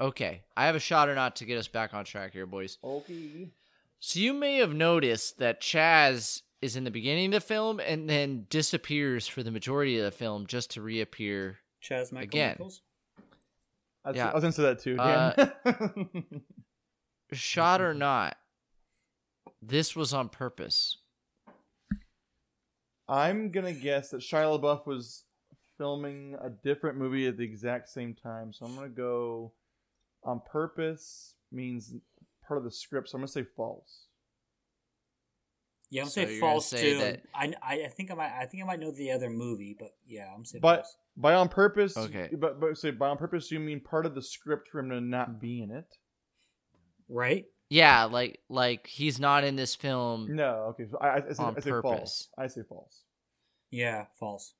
Speaker 3: Okay, I have a shot or not to get us back on track here, boys.
Speaker 2: Okay.
Speaker 3: So you may have noticed that Chaz is in the beginning of the film and then disappears for the majority of the film just to reappear.
Speaker 4: Chaz Michael
Speaker 3: Again.
Speaker 4: Nichols.
Speaker 2: That's,
Speaker 3: Yeah.
Speaker 2: I was gonna say that too.
Speaker 3: Uh,
Speaker 2: damn.
Speaker 3: Shot
Speaker 2: Mm-hmm.
Speaker 3: or not, this was on purpose.
Speaker 2: I'm gonna guess that Shia LaBeouf was filming a different movie at the exact same time, so I'm gonna go on purpose means part of the script, so I'm gonna say false.
Speaker 4: Yeah, I'm
Speaker 3: So
Speaker 4: saying
Speaker 3: you're gonna
Speaker 4: false
Speaker 3: say
Speaker 4: too.
Speaker 3: that-
Speaker 4: I, I I think I might I think I might know the other movie, but yeah, I'm saying
Speaker 2: But-
Speaker 4: false.
Speaker 2: By on purpose,
Speaker 3: Okay.
Speaker 2: But, but say by on purpose, you mean part of the script for him to not be in it?
Speaker 4: Right?
Speaker 3: Yeah, like like he's not in this film.
Speaker 2: No. Okay. So I, I, I say,
Speaker 3: Mm. On
Speaker 2: I say false.
Speaker 3: purpose.
Speaker 2: I say false.
Speaker 4: Yeah, false.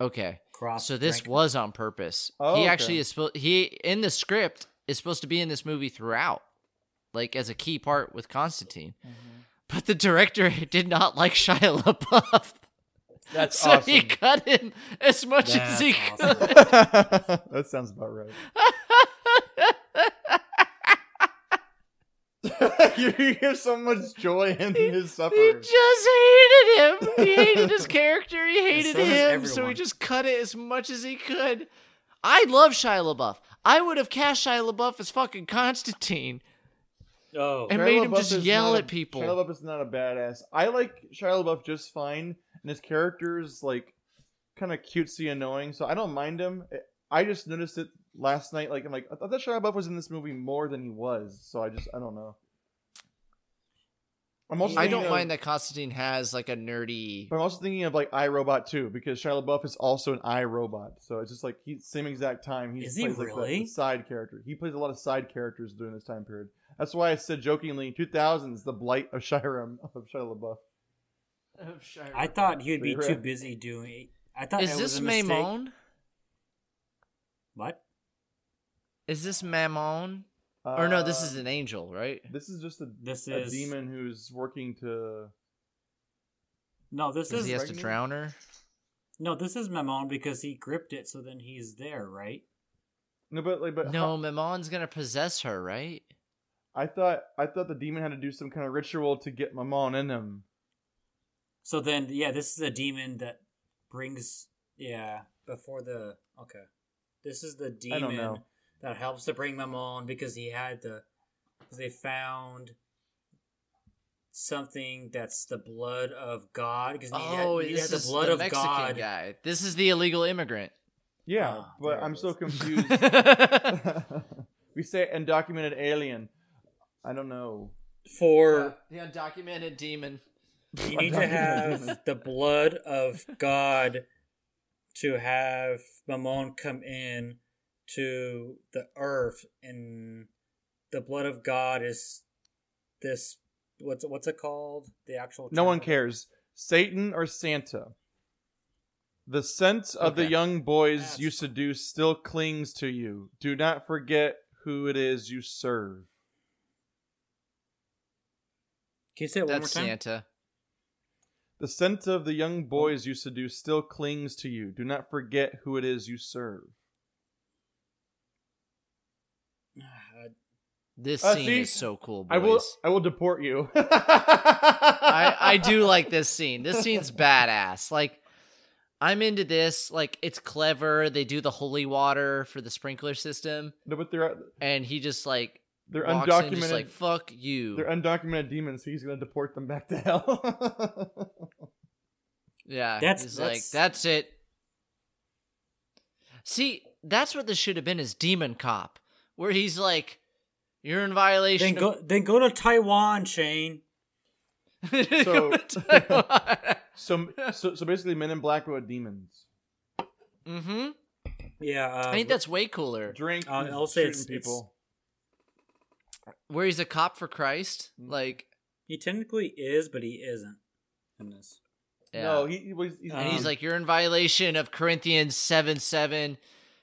Speaker 3: Okay.
Speaker 4: Cross.
Speaker 3: So this
Speaker 4: drink.
Speaker 3: was on purpose.
Speaker 2: Oh,
Speaker 3: he
Speaker 2: okay.
Speaker 3: actually is supposed he in the script is supposed to be in this movie throughout, like as a key part with Constantine. But the director did not like Shia LaBeouf,
Speaker 2: That's
Speaker 3: so he cut him as much as
Speaker 4: That's
Speaker 3: he
Speaker 4: awesome.
Speaker 3: could.
Speaker 2: that sounds about right. you have so much joy in his
Speaker 3: He
Speaker 2: suffering.
Speaker 3: just hated him. He hated his character. He hated
Speaker 4: so does
Speaker 3: him. So he
Speaker 4: everyone.
Speaker 3: just cut it as much as he could. I love Shia LaBeouf. I would have cast Shia LaBeouf as fucking Constantine.
Speaker 4: Oh,
Speaker 3: And-
Speaker 2: Shia
Speaker 3: made him
Speaker 2: LaBeouf
Speaker 3: just
Speaker 2: is
Speaker 3: yell
Speaker 2: not a-
Speaker 3: at people.
Speaker 2: Shia LaBeouf is not a badass. I like Shia LaBeouf just fine, and his character is like kind of cutesy, annoying. So I don't mind him. I just noticed it last night. Like I'm like I thought Shia LaBeouf was in this movie more than he was. So I just I don't know. I'm also
Speaker 3: I
Speaker 2: thinking
Speaker 3: don't
Speaker 2: of-
Speaker 3: mind that Constantine has like a nerdy.
Speaker 2: But I'm also thinking of like iRobot too, because Shia LaBeouf is also an iRobot. So it's just like he same exact time. He
Speaker 4: Is he
Speaker 2: plays like the-
Speaker 4: really?
Speaker 2: the side character. He plays a lot of side characters during this time period. That's why I said jokingly, 2000s, the blight of Shia of Shia LaBeouf.
Speaker 4: I thought he would be
Speaker 2: Rerun.
Speaker 4: too busy doing. I thought
Speaker 3: Is
Speaker 4: it was
Speaker 3: this
Speaker 4: a mistake.
Speaker 3: Maimon?
Speaker 4: What?
Speaker 3: Is this Mammon? or no, this
Speaker 2: Uh,
Speaker 3: is an angel, right?
Speaker 2: this is just a,
Speaker 4: This
Speaker 2: a
Speaker 4: is
Speaker 2: demon who's working to.
Speaker 4: No, this
Speaker 3: Because
Speaker 4: is
Speaker 3: he has to
Speaker 2: Regnum?
Speaker 3: drown her.
Speaker 4: no, this is Mammon because he gripped it. So then he's there, right?
Speaker 2: No, but like, but
Speaker 3: No,
Speaker 2: how-
Speaker 3: Mammon's gonna possess her, right?
Speaker 2: I thought I thought the demon had to do some kind of ritual to get Mammon in him.
Speaker 4: So then, yeah, this is a demon that brings. Yeah, before the okay, this is the
Speaker 2: I don't
Speaker 4: demon
Speaker 2: know.
Speaker 4: that helps to bring Mammon because he had the. 'cause They found something that's the blood of God because he had-
Speaker 3: Oh,
Speaker 4: he had,
Speaker 3: this
Speaker 4: the
Speaker 3: is
Speaker 4: blood
Speaker 3: the
Speaker 4: of
Speaker 3: Mexican
Speaker 4: God.
Speaker 3: guy. This is the illegal immigrant.
Speaker 2: Yeah,
Speaker 4: Ah,
Speaker 2: but
Speaker 4: there
Speaker 2: I'm
Speaker 4: it
Speaker 2: so
Speaker 4: is.
Speaker 2: confused. we say undocumented alien. I don't know.
Speaker 4: For
Speaker 3: the undocumented demon.
Speaker 4: You need to have the blood of God to have Mammon come in to the earth, and the blood of God is this. What's what's it called? The actual.
Speaker 2: No
Speaker 4: term?
Speaker 2: one cares. Satan or Santa. The scent of the
Speaker 3: Okay.
Speaker 2: young boys
Speaker 4: Yes.
Speaker 2: you seduce still clings to you. Do not forget who it is you serve.
Speaker 4: Can you say it one more
Speaker 3: That's
Speaker 4: time?
Speaker 3: Santa.
Speaker 2: The scent of the young boys you seduce still clings to you. Do not forget who it is you serve.
Speaker 4: Ah,
Speaker 3: This
Speaker 2: Uh,
Speaker 3: scene
Speaker 2: see,
Speaker 3: is so cool, boys.
Speaker 2: I will. I will deport you. I,
Speaker 3: I, I do like this scene. This scene's badass. Like, I'm into this. Like, it's clever. They do the holy water for the sprinkler system,
Speaker 2: No, but they're uh,
Speaker 3: and he just like
Speaker 2: they're
Speaker 3: walks
Speaker 2: undocumented.
Speaker 3: in, just like fuck you.
Speaker 2: they're undocumented demons. So he's gonna deport them back to hell.
Speaker 3: Yeah,
Speaker 4: That's-
Speaker 3: he's
Speaker 4: that's-
Speaker 3: like that's it. See, that's what this should have been is Demon Cop, where he's like, "You're in
Speaker 4: Then
Speaker 3: violation."
Speaker 4: go. Then go to Taiwan, Shane.
Speaker 3: of-
Speaker 2: So- so, so so basically, Men in Black were demons.
Speaker 3: mm-hmm.
Speaker 4: Yeah, uh,
Speaker 3: I think that's way cooler.
Speaker 2: drink.
Speaker 4: Uh,
Speaker 2: and
Speaker 4: I'll say
Speaker 2: shooting
Speaker 4: it's- it's-
Speaker 2: people.
Speaker 3: Where he's a cop for Christ, like
Speaker 4: he technically is, but he isn't. In this,
Speaker 3: yeah.
Speaker 2: No, he, he was. He's,
Speaker 3: and he's
Speaker 4: Um,
Speaker 3: like, "You're in violation of Corinthians seven seven.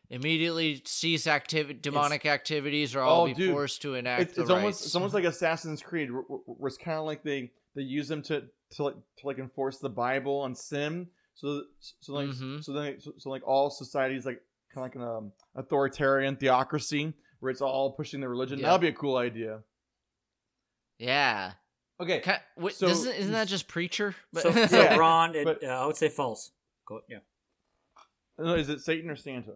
Speaker 3: Immediately cease activi- demonic activities, or I'll
Speaker 2: Oh,
Speaker 3: be
Speaker 2: dude.
Speaker 3: forced to enact
Speaker 2: it's,
Speaker 3: the
Speaker 2: it's almost
Speaker 3: rites."
Speaker 2: it's almost like Assassin's Creed, where, where- where it's kind of like they they use them to to like to like enforce the Bible on sin. So so like
Speaker 3: Mhm.
Speaker 2: so then so, so like all societies like kind of like an um, authoritarian theocracy where it's all pushing the religion.
Speaker 3: Yeah.
Speaker 2: That'd be a cool idea.
Speaker 3: yeah.
Speaker 2: Okay,
Speaker 3: Ca- wait,
Speaker 2: So-
Speaker 3: doesn't, isn't that just preacher?
Speaker 4: so, so
Speaker 2: Yeah.
Speaker 4: Ron, it,
Speaker 2: But-
Speaker 4: uh, I would say false. Go, yeah,
Speaker 2: No, is it Satan or Santa?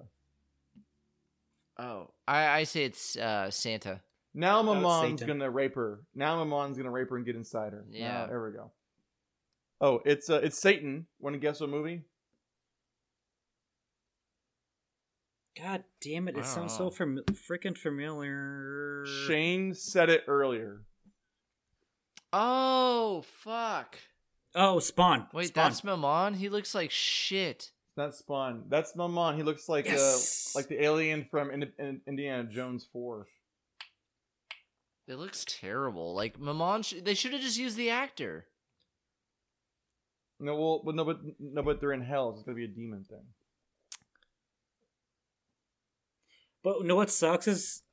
Speaker 3: Oh, I, I say it's uh, Santa.
Speaker 2: Now
Speaker 4: No, it's
Speaker 2: Mamon's
Speaker 4: Satan.
Speaker 2: gonna rape her. Now Mamon's gonna rape her and get inside her. Now-
Speaker 3: Yeah.
Speaker 2: there we go. Oh, it's uh, it's Satan. Want to guess what movie?
Speaker 4: God damn it!
Speaker 3: I
Speaker 4: It
Speaker 3: don't
Speaker 4: sounds
Speaker 3: know.
Speaker 4: so fam- freaking familiar.
Speaker 2: Shane said it earlier.
Speaker 3: Oh fuck!
Speaker 4: Oh, Spawn.
Speaker 3: Wait,
Speaker 4: Spawn.
Speaker 3: that's Mammon. He looks like shit.
Speaker 2: That's Spawn. That's Mammon. He looks like
Speaker 4: Yes!
Speaker 2: uh, like the alien from Ind- In- Indiana Jones Four.
Speaker 3: It looks terrible. Like Mammon, sh- they should have just used the actor.
Speaker 2: No, well, but no, but no, but they're in hell. It's gonna be a demon thing.
Speaker 4: But you know what sucks is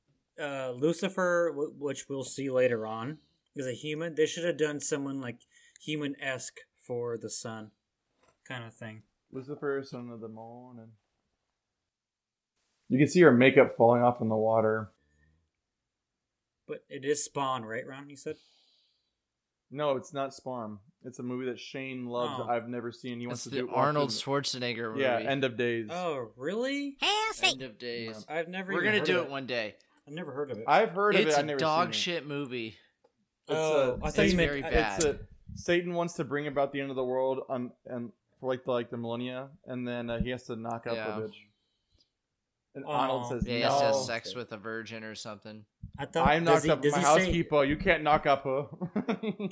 Speaker 4: uh, Lucifer, w- which we'll see later on, is a human. They should have done someone like human esque for the sun, kind of thing.
Speaker 2: Lucifer, son of the morning. You can see her makeup falling off in the water.
Speaker 4: But it is Spawn, right, Ron? You said
Speaker 2: No, it's not Spawn. It's a movie that Shane loves
Speaker 4: Oh.
Speaker 2: that I've never seen. He wants
Speaker 3: It's
Speaker 2: to
Speaker 3: the
Speaker 2: do it
Speaker 3: Arnold
Speaker 2: often.
Speaker 3: Schwarzenegger movie.
Speaker 2: Yeah, End of Days.
Speaker 4: Oh, really?
Speaker 3: End of days.
Speaker 4: I've never.
Speaker 3: We're
Speaker 4: even
Speaker 3: gonna
Speaker 4: heard
Speaker 3: do
Speaker 4: of
Speaker 3: it one day.
Speaker 4: I've never heard of it.
Speaker 2: I've heard
Speaker 3: it's
Speaker 2: of it. I've
Speaker 3: a
Speaker 2: never
Speaker 3: dog
Speaker 2: seen
Speaker 3: shit movie.
Speaker 2: It.
Speaker 4: oh, I
Speaker 2: it's
Speaker 4: thought
Speaker 2: a-
Speaker 3: uh,
Speaker 4: you
Speaker 3: it's
Speaker 4: meant
Speaker 3: very
Speaker 4: I- uh,
Speaker 3: bad.
Speaker 2: It's a, Satan wants to bring about the end of the world on and for like the like the millennia, and then uh, he has to knock out
Speaker 3: Yeah.
Speaker 2: the bitch. And
Speaker 4: Aw.
Speaker 2: Arnold says,
Speaker 3: Yeah, he
Speaker 2: "No,
Speaker 3: has to have
Speaker 4: No.
Speaker 3: sex with a virgin or something.
Speaker 4: I thought
Speaker 2: I'm
Speaker 4: does
Speaker 2: knocked
Speaker 4: he-
Speaker 2: up
Speaker 4: does
Speaker 2: my
Speaker 4: he say-
Speaker 2: housekeeper. You can't knock up her."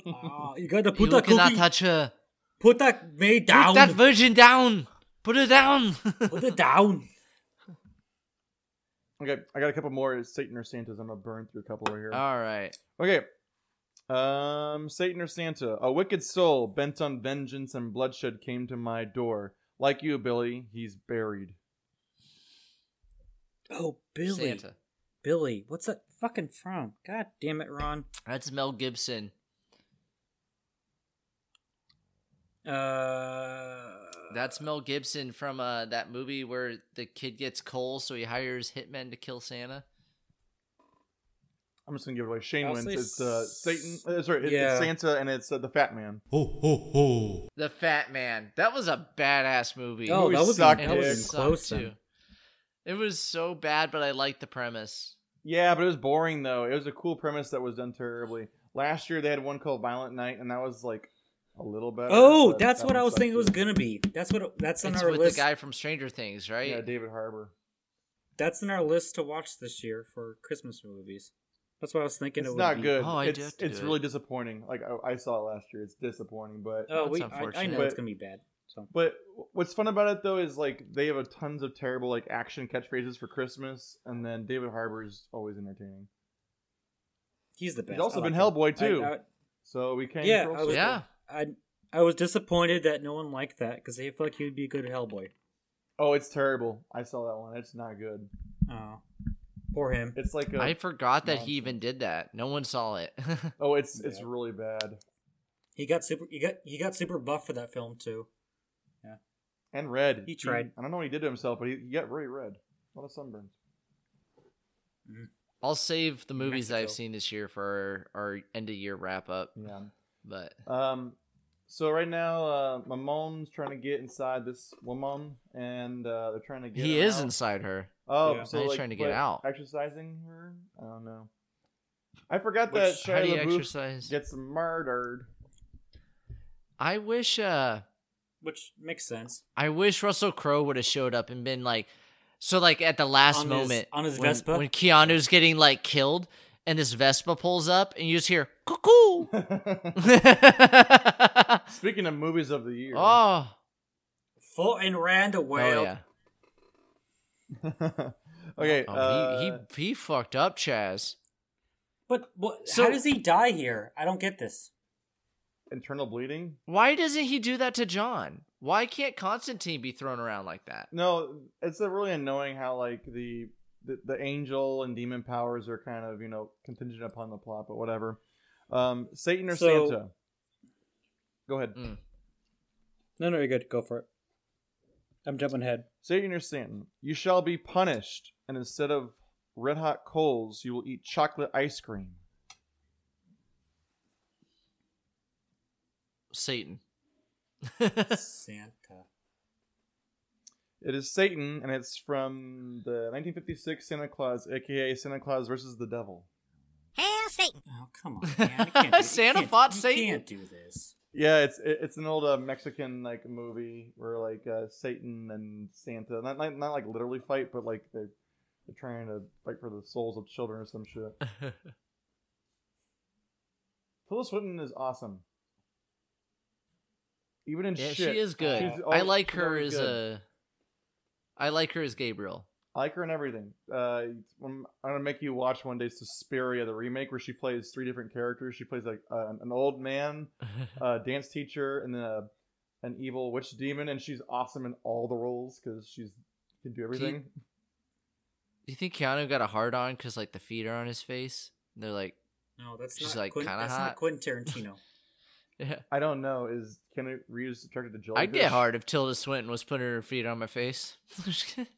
Speaker 4: Oh, you got to put
Speaker 3: You
Speaker 4: that
Speaker 3: cannot
Speaker 4: cookie,
Speaker 3: touch her.
Speaker 4: put that maid down.
Speaker 3: Put that virgin down. Put her down.
Speaker 4: put it down.
Speaker 2: okay, I got a couple more. Is Satan or Santa's? I'm gonna burn through a couple right here.
Speaker 3: All right.
Speaker 2: Okay. Um, Satan or Santa? A wicked soul bent on vengeance and bloodshed came to my door. Like you, Billy, he's buried.
Speaker 4: Oh, Billy,
Speaker 3: Santa.
Speaker 4: Billy, what's that fucking from? God damn it, Ron.
Speaker 3: That's Mel Gibson.
Speaker 4: Uh,
Speaker 3: That's Mel Gibson from uh, that movie where the kid gets coal, so he hires hitmen to kill Santa.
Speaker 2: I'm just gonna give it away. Shane
Speaker 4: I'll
Speaker 2: wins.
Speaker 4: say
Speaker 2: It's uh,
Speaker 4: s-
Speaker 2: Satan. Uh, sorry, it,
Speaker 4: Yeah.
Speaker 2: it's Santa, and it's uh, the Fat Man.
Speaker 3: The Fat Man. That was a badass movie.
Speaker 4: oh,
Speaker 2: we
Speaker 4: that was
Speaker 2: suck,
Speaker 4: that
Speaker 3: And
Speaker 2: dude.
Speaker 3: it
Speaker 4: was
Speaker 2: Suck,
Speaker 4: close.
Speaker 3: sucked
Speaker 4: then.
Speaker 3: too. It was so bad, but I liked the premise.
Speaker 2: Yeah, but it was boring though. It was a cool premise that was done terribly. Last year they had one called Violent Night, and that was like a little better.
Speaker 4: Oh,
Speaker 2: but
Speaker 4: that's
Speaker 2: Uh, that
Speaker 4: what
Speaker 2: one
Speaker 4: I was
Speaker 2: sucked,
Speaker 4: thinking it was
Speaker 2: too.
Speaker 4: gonna be. That's what. It, that's on
Speaker 3: it's
Speaker 4: our
Speaker 3: with
Speaker 4: list.
Speaker 3: the guy from Stranger Things, right?
Speaker 2: Yeah, David Harbor.
Speaker 4: That's in our list to watch this year for Christmas movies. That's what I was thinking.
Speaker 2: It's
Speaker 4: it would
Speaker 2: not
Speaker 4: be.
Speaker 2: good.
Speaker 3: Oh, I do
Speaker 2: it's
Speaker 3: have to
Speaker 2: it's
Speaker 3: do it.
Speaker 2: really disappointing. Like I, I saw it last year. It's disappointing, but
Speaker 3: That's
Speaker 4: Oh, we. I, I
Speaker 3: unfortunate.
Speaker 4: know it's
Speaker 2: But-
Speaker 4: gonna be bad. So
Speaker 2: But what's fun about it though is like they have a tons of terrible like action catchphrases for Christmas, and then David Harbour's always entertaining.
Speaker 4: he's the best.
Speaker 2: also
Speaker 4: I like
Speaker 2: been
Speaker 4: him.
Speaker 2: Hellboy, too.
Speaker 4: I, I,
Speaker 2: So we came.
Speaker 4: Yeah,
Speaker 2: full
Speaker 4: I
Speaker 2: circle.
Speaker 4: was-
Speaker 3: Yeah.
Speaker 4: I, I was disappointed that no one liked that because they feel like he would be a good Hellboy.
Speaker 2: Oh, it's terrible. I saw that one. It's not good.
Speaker 4: Oh, poor him.
Speaker 2: It's like a.
Speaker 3: I forgot that
Speaker 2: Nonsense.
Speaker 3: he even did that. No one saw it.
Speaker 2: oh, it's it's
Speaker 4: Yeah.
Speaker 2: really bad
Speaker 4: He got super. He got he got super buff for that film too.
Speaker 2: and red.
Speaker 4: He tried.
Speaker 2: I don't know what he did to himself, but he, he got really red. A lot of sunburns.
Speaker 3: I'll save the movies I've
Speaker 4: Mexico.
Speaker 3: seen this year for our, our end of year wrap up.
Speaker 2: Yeah.
Speaker 3: But
Speaker 2: Um. So right now, uh, my mom's trying to get inside this woman, and uh, they're trying to get.
Speaker 3: he
Speaker 2: her
Speaker 3: is
Speaker 2: out.
Speaker 3: inside her.
Speaker 2: Oh,
Speaker 4: Yeah.
Speaker 2: so
Speaker 3: He's
Speaker 2: like,
Speaker 3: trying to get
Speaker 2: but
Speaker 3: out.
Speaker 2: Exercising her? I don't know. I forgot
Speaker 3: Which-
Speaker 2: that
Speaker 3: how do you
Speaker 2: Shia LaBeouf
Speaker 3: exercise?
Speaker 2: gets murdered.
Speaker 3: I wish. uh
Speaker 4: Which makes sense.
Speaker 3: I wish Russell Crowe would have showed up and been like, so like at the last
Speaker 4: On his-
Speaker 3: moment
Speaker 4: on his
Speaker 3: when,
Speaker 4: Vespa?
Speaker 3: when Keanu's getting like killed and this Vespa pulls up and you just hear cuckoo.
Speaker 2: Speaking of movies of the year,
Speaker 3: oh,
Speaker 4: Fulton Rand away.
Speaker 3: oh yeah.
Speaker 2: okay.
Speaker 3: Oh,
Speaker 2: uh,
Speaker 3: he, he he fucked up, Chaz.
Speaker 4: But what,
Speaker 3: So-
Speaker 4: how does he die here? I don't get this.
Speaker 2: internal bleeding.
Speaker 3: Why doesn't he do that to John? Why can't Constantine be thrown around like that?
Speaker 2: No, it's uh really annoying how like the, the the angel and demon powers are kind of you know contingent upon the plot, but whatever. Um, Satan or
Speaker 4: So-
Speaker 2: Santa? Go ahead.
Speaker 3: Mm.
Speaker 4: No, no, you're good. Go for it. I'm jumping ahead.
Speaker 2: Satan or Satan, you shall be punished, and instead of red hot coals, you will eat chocolate ice cream.
Speaker 3: Satan.
Speaker 4: Santa.
Speaker 2: It is Satan, and it's from the 1956 Santa Claus, aka Santa Claus versus the Devil.
Speaker 4: Oh come on, man! I can't do- you
Speaker 3: Santa
Speaker 4: can't-
Speaker 3: fought
Speaker 4: you
Speaker 3: Satan.
Speaker 4: Can't do this.
Speaker 2: Yeah, it's it- it's an old uh, Mexican like movie where like uh, Satan and Santa not, not not like literally fight, but like they're they're trying to fight for the souls of children or some shit. Phyllis Whitten is awesome. Even in
Speaker 3: yeah,
Speaker 2: shit,
Speaker 3: she is good.
Speaker 2: She's
Speaker 3: I
Speaker 2: al-
Speaker 3: like
Speaker 2: she's
Speaker 3: her
Speaker 2: always
Speaker 3: as
Speaker 2: good.
Speaker 3: a. I like her as Gabriel.
Speaker 2: I like her in everything. Uh, I'm, I'm gonna make you watch one day Suspiria, the remake, where she plays three different characters. She plays like uh, an old man, a dance teacher, and then a, an evil witch demon, and she's awesome in all the roles because she's can do everything.
Speaker 3: Do you think Keanu got a hard on because like the feet are on his face? They're like,
Speaker 4: No, that's
Speaker 3: She's,
Speaker 4: not.
Speaker 3: like,
Speaker 4: Quentin,
Speaker 3: kinda
Speaker 4: that's
Speaker 3: hot.
Speaker 4: not Quentin Tarantino.
Speaker 3: yeah.
Speaker 2: I don't know. Is Keanu Reeves attracted to Jellyfish?
Speaker 3: I'd get hard if Tilda Swinton was putting her feet on my face.
Speaker 2: and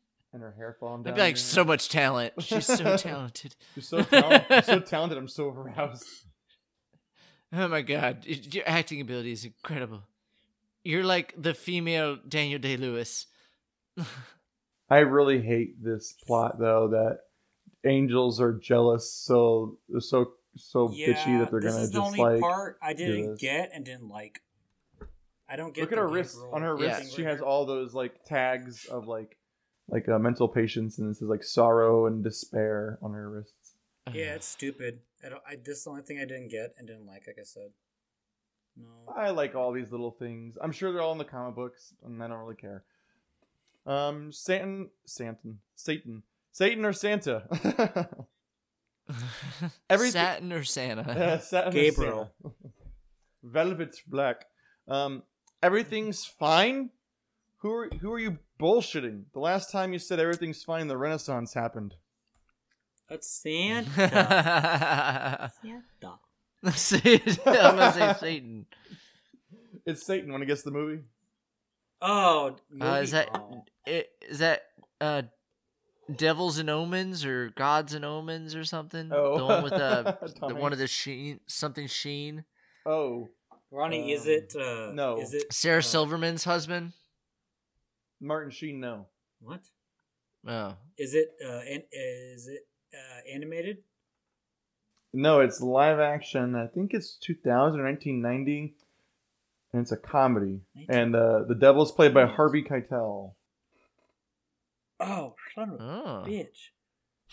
Speaker 2: her hair falling down.
Speaker 3: I'd be like,
Speaker 2: there.
Speaker 3: so much talent. She's so talented.
Speaker 2: You're so, talent- you're so talented. I'm so aroused.
Speaker 3: Oh my god, y- your acting ability is incredible. You're like the female Daniel Day Lewis.
Speaker 2: I really hate this plot though that angels are jealous, so they're so so bitchy that they're
Speaker 4: this
Speaker 2: gonna
Speaker 4: is
Speaker 2: just
Speaker 4: the only
Speaker 2: like.
Speaker 4: part I
Speaker 2: do
Speaker 4: didn't
Speaker 2: this.
Speaker 4: get and didn't like. I don't get.
Speaker 2: Look at
Speaker 4: the
Speaker 2: her
Speaker 4: gay
Speaker 2: wrists.
Speaker 4: rule.
Speaker 2: On her
Speaker 3: Yeah.
Speaker 2: wrists, she has all those like tags of like like uh, mental patients, and this is like sorrow and despair on her wrists.
Speaker 4: Yeah, it's stupid. I don't. I, this is the only thing I didn't get and didn't like. Like I said, no.
Speaker 2: I like all these little things. I'm sure they're all in the comic books, and I don't really care. Um, Satan, Satan, Satan, Satan or Santa? everything-
Speaker 3: Oh. Satin or
Speaker 2: Uh,
Speaker 3: Santa.
Speaker 2: Saturn is
Speaker 4: Gabriel.
Speaker 2: Sarah. Velvet's black. Um, everything's fine. Who are who are you bullshitting? The last time you said everything's fine, the Renaissance happened.
Speaker 4: That's Santa.
Speaker 3: See,
Speaker 4: Santa.
Speaker 3: I'm gonna say Satan.
Speaker 2: It's Satan. Want to guess the movie?
Speaker 4: Oh,
Speaker 3: Uh,
Speaker 4: movie-
Speaker 3: is that
Speaker 4: oh.
Speaker 3: i- is that uh, Devils and Omens or Gods and Omens or something?
Speaker 2: Oh.
Speaker 3: the one with uh, the
Speaker 2: Tom
Speaker 3: one
Speaker 2: Hanks.
Speaker 3: of the Sheen something Sheen.
Speaker 2: Oh,
Speaker 4: Ronnie? is
Speaker 2: um,
Speaker 4: it? Uh,
Speaker 2: no.
Speaker 4: Is it
Speaker 3: Sarah
Speaker 4: uh,
Speaker 3: Silverman's husband.
Speaker 2: Martin Sheen. No,
Speaker 4: What
Speaker 3: Oh,
Speaker 4: is it? Uh, an, is it uh, animated?
Speaker 2: no, it's live action. I think it's 2000 or 1990, and it's a comedy. And uh, the devil's played by Harvey Keitel.
Speaker 4: Oh, son of a
Speaker 3: oh, is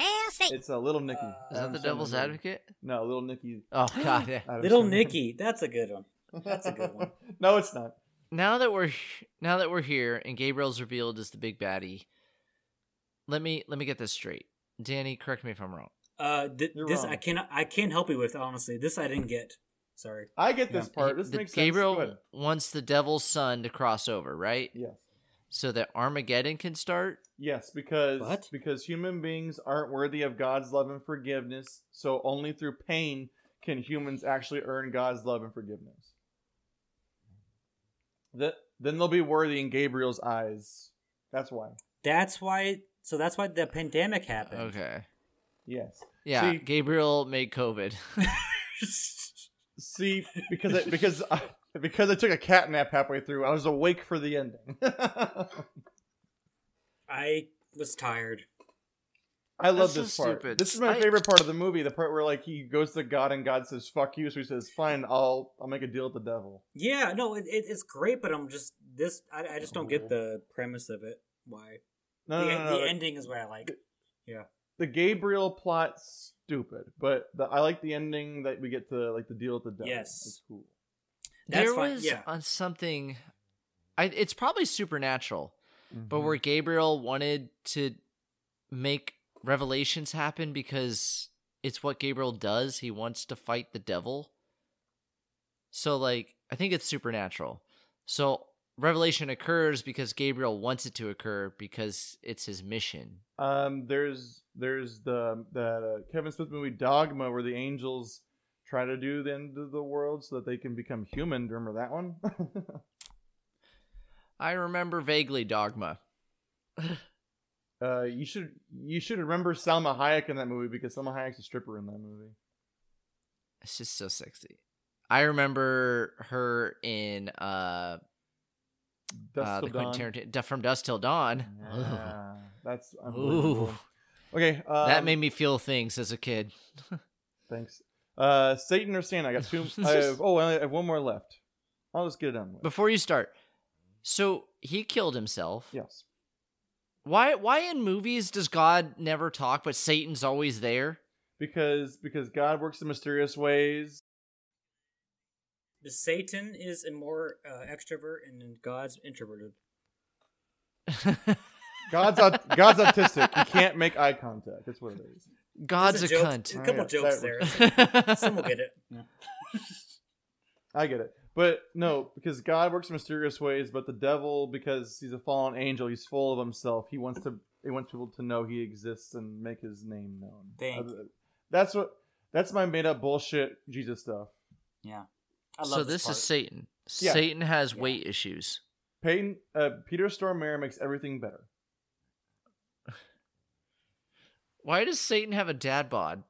Speaker 4: bitch!
Speaker 2: It's a uh, Little Nicky.
Speaker 4: Uh, Is
Speaker 3: that
Speaker 2: Adam
Speaker 3: the
Speaker 2: Sandler's
Speaker 3: Devil's
Speaker 2: movie.
Speaker 3: Advocate?
Speaker 2: No, Little Nicky.
Speaker 3: Oh God. yeah.
Speaker 2: Adam
Speaker 4: Little
Speaker 2: Sandler.
Speaker 4: Nicky. That's a good one. That's a good one.
Speaker 2: no, it's not.
Speaker 3: now that we're now that we're here and Gabriel's revealed as the big baddie, let me let me get this straight. Danny, correct me if I'm wrong.
Speaker 4: Uh, th-
Speaker 2: You're
Speaker 4: this
Speaker 2: wrong.
Speaker 4: I cannot. I can't help you with. Honestly, this I didn't get. Sorry.
Speaker 2: I get this
Speaker 4: Yeah.
Speaker 2: part. This
Speaker 3: The-
Speaker 2: makes
Speaker 3: Gabriel
Speaker 2: sense. Good.
Speaker 3: wants the Devil's Son to cross over, right?
Speaker 2: Yes.
Speaker 3: So that Armageddon can start.
Speaker 2: Yes, because
Speaker 4: What?
Speaker 2: because human beings aren't worthy of God's love and forgiveness, so only through pain can humans actually earn God's love and forgiveness. That then they'll be worthy in Gabriel's eyes. That's why.
Speaker 4: That's why. So that's why the pandemic happened.
Speaker 3: Okay.
Speaker 2: Yes.
Speaker 3: Yeah,
Speaker 2: See-
Speaker 3: Gabriel made COVID.
Speaker 2: See, because I, because I, because I took a cat nap halfway through, I was awake for the ending.
Speaker 4: I was tired.
Speaker 2: I love
Speaker 3: That's so
Speaker 2: this part.
Speaker 3: stupid.
Speaker 2: This is my
Speaker 3: I-
Speaker 2: favorite part of the movie. The part where like he goes to God and God says "fuck you," so he says, "Fine, I'll I'll make a deal with the devil."
Speaker 4: Yeah, no, it, it, it's great, but I'm just this. I, I just don't get the premise of it. Why?
Speaker 2: No,
Speaker 4: the
Speaker 2: no, no, no,
Speaker 4: the
Speaker 2: Oh. Uh, like,
Speaker 4: ending is what I like.
Speaker 2: the Gabriel plot stupid, but the, I like the ending that we get to like the deal with the devil.
Speaker 4: Yes.
Speaker 2: it's cool.
Speaker 4: That's
Speaker 3: there
Speaker 4: fine,
Speaker 3: was
Speaker 4: yeah.
Speaker 3: on something. I, it's probably supernatural, but
Speaker 4: Mm-hmm.
Speaker 2: Mhm.
Speaker 3: where Gabriel wanted to make revelations happen because it's what Gabriel does. He wants to fight the devil. So, like, I think it's supernatural. So, revelation occurs because Gabriel wants it to occur because it's his mission.
Speaker 2: um, there's there's the the Kevin Smith movie Dogma where the angels try to do the end of the world so that they can become human. Do you Remember that one?
Speaker 3: I remember vaguely Dogma.
Speaker 2: uh, you should you should remember Salma Hayek in that movie because Salma Hayek's a stripper in that movie.
Speaker 3: It's just so sexy. I remember her in uh,
Speaker 2: Dust
Speaker 3: uh
Speaker 2: Till
Speaker 3: the Quentin
Speaker 2: Dawn.
Speaker 3: Tarantino Duh, from Dusk Till Dawn. Ugh.
Speaker 2: Yeah, that's unbelievable.
Speaker 3: Ooh,
Speaker 2: Okay, um,
Speaker 3: that made me feel things as a kid.
Speaker 2: thanks. Uh, Satan or Santa? I got two. I have, oh, I have one more left. I'll just get it done. With.
Speaker 3: Before you start, so he killed himself.
Speaker 2: yes,
Speaker 3: Why? Why in movies does God never talk, but Satan's always there?
Speaker 2: because because God works in mysterious ways.
Speaker 4: The Satan is a more uh, extrovert, and then God's introverted.
Speaker 2: God's aut- God's autistic. He can't make eye contact. That's what it is.
Speaker 3: God's a,
Speaker 4: joke.
Speaker 3: cunt.
Speaker 4: A
Speaker 2: Oh,
Speaker 4: couple
Speaker 2: yeah,
Speaker 4: jokes
Speaker 2: that
Speaker 4: there.
Speaker 2: works.
Speaker 4: Some will get it.
Speaker 2: I get it, but no, because God works in mysterious ways. But the devil, because he's a fallen angel, he's full of himself. He wants to he wants people to know he exists and make his name known.
Speaker 4: Thank
Speaker 2: Uh, That's what. That's my made up bullshit Jesus stuff.
Speaker 4: Yeah, I love
Speaker 3: so this,
Speaker 4: part.
Speaker 3: is Satan.
Speaker 2: Yeah.
Speaker 3: Satan has
Speaker 4: Yeah.
Speaker 3: weight issues.
Speaker 2: Peyton uh, Peter Stormare makes everything better.
Speaker 3: Why does Satan have a dad bod?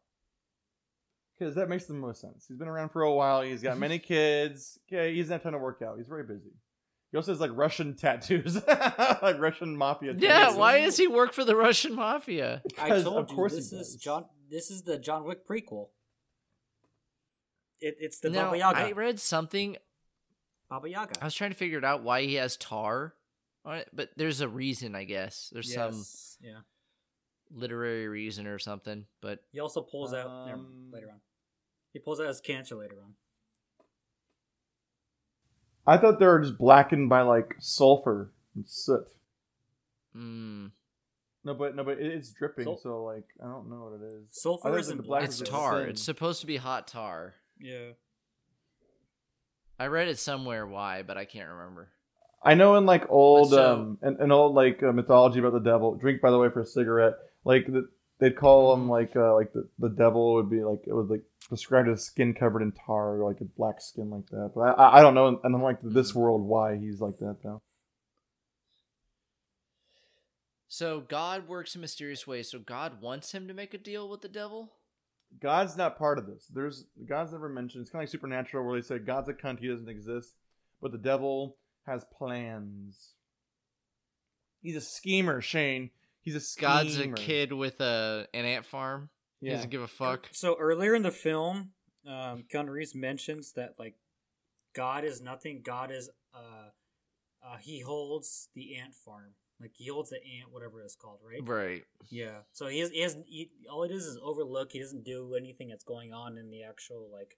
Speaker 2: Because that makes the most sense. He's been around for a while. He's got many kids. Yeah, he doesn't have time to work out. He's very busy. He also has like Russian tattoos, like Russian mafia.
Speaker 3: Yeah,
Speaker 2: tattoos.
Speaker 3: why does he work for the Russian mafia?
Speaker 2: Because
Speaker 4: I told
Speaker 2: of course
Speaker 4: you this
Speaker 2: he
Speaker 4: is
Speaker 2: does.
Speaker 4: John. This is the John Wick prequel. It, it's the
Speaker 3: Now,
Speaker 4: Baba Yaga.
Speaker 3: I Uh, read something.
Speaker 4: Baba Yaga.
Speaker 3: I was trying to figure it out why he has tar on it, but there's a reason, I guess. There's some
Speaker 4: Yes, Yeah.
Speaker 3: literary reason or something. But
Speaker 4: He also pulls out never mind,
Speaker 2: Um,
Speaker 4: later on. He pulls out his cancer later on.
Speaker 2: I thought they were just blackened by like sulfur and soot.
Speaker 3: mm,
Speaker 2: No, but no, but it, it's dripping.
Speaker 4: Sul-
Speaker 2: so like, I don't know what it is.
Speaker 4: Sulfur
Speaker 2: Other
Speaker 4: is
Speaker 2: than the
Speaker 4: in
Speaker 2: black
Speaker 4: black.
Speaker 3: it's
Speaker 2: is the
Speaker 3: tar.
Speaker 2: same.
Speaker 3: It's supposed to be hot tar.
Speaker 4: Yeah.
Speaker 3: I read it somewhere why, but I can't remember.
Speaker 2: I know in like old
Speaker 3: But so-
Speaker 2: um an, an old like uh, mythology about the devil. Drink by the way for a cigarette. Like the, they'd call him like uh, like the, the devil would be like it was like described as skin covered in tar or like a black skin like that. But I- I, I don't know. And I'm like this world why he's like that though.
Speaker 3: So God works in mysterious ways. So God wants him to make a deal with the devil.
Speaker 2: God's not part of this. There's God's never mentioned. It's kind of like supernatural where they say God's a cunt, he doesn't exist, but the devil has plans. He's a schemer, Shane. He's a schemer.
Speaker 3: God's a kid with a an ant farm. He
Speaker 2: Yeah.
Speaker 3: doesn't give a fuck.
Speaker 4: So earlier in the film, um, Keanu Reeves mentions that like God is nothing. God is uh, uh, he holds the ant farm. Like he holds the ant, whatever it's called, right?
Speaker 3: Right.
Speaker 4: Yeah. So he has, he has he, all it is is overlook. He doesn't do anything that's going on in the actual like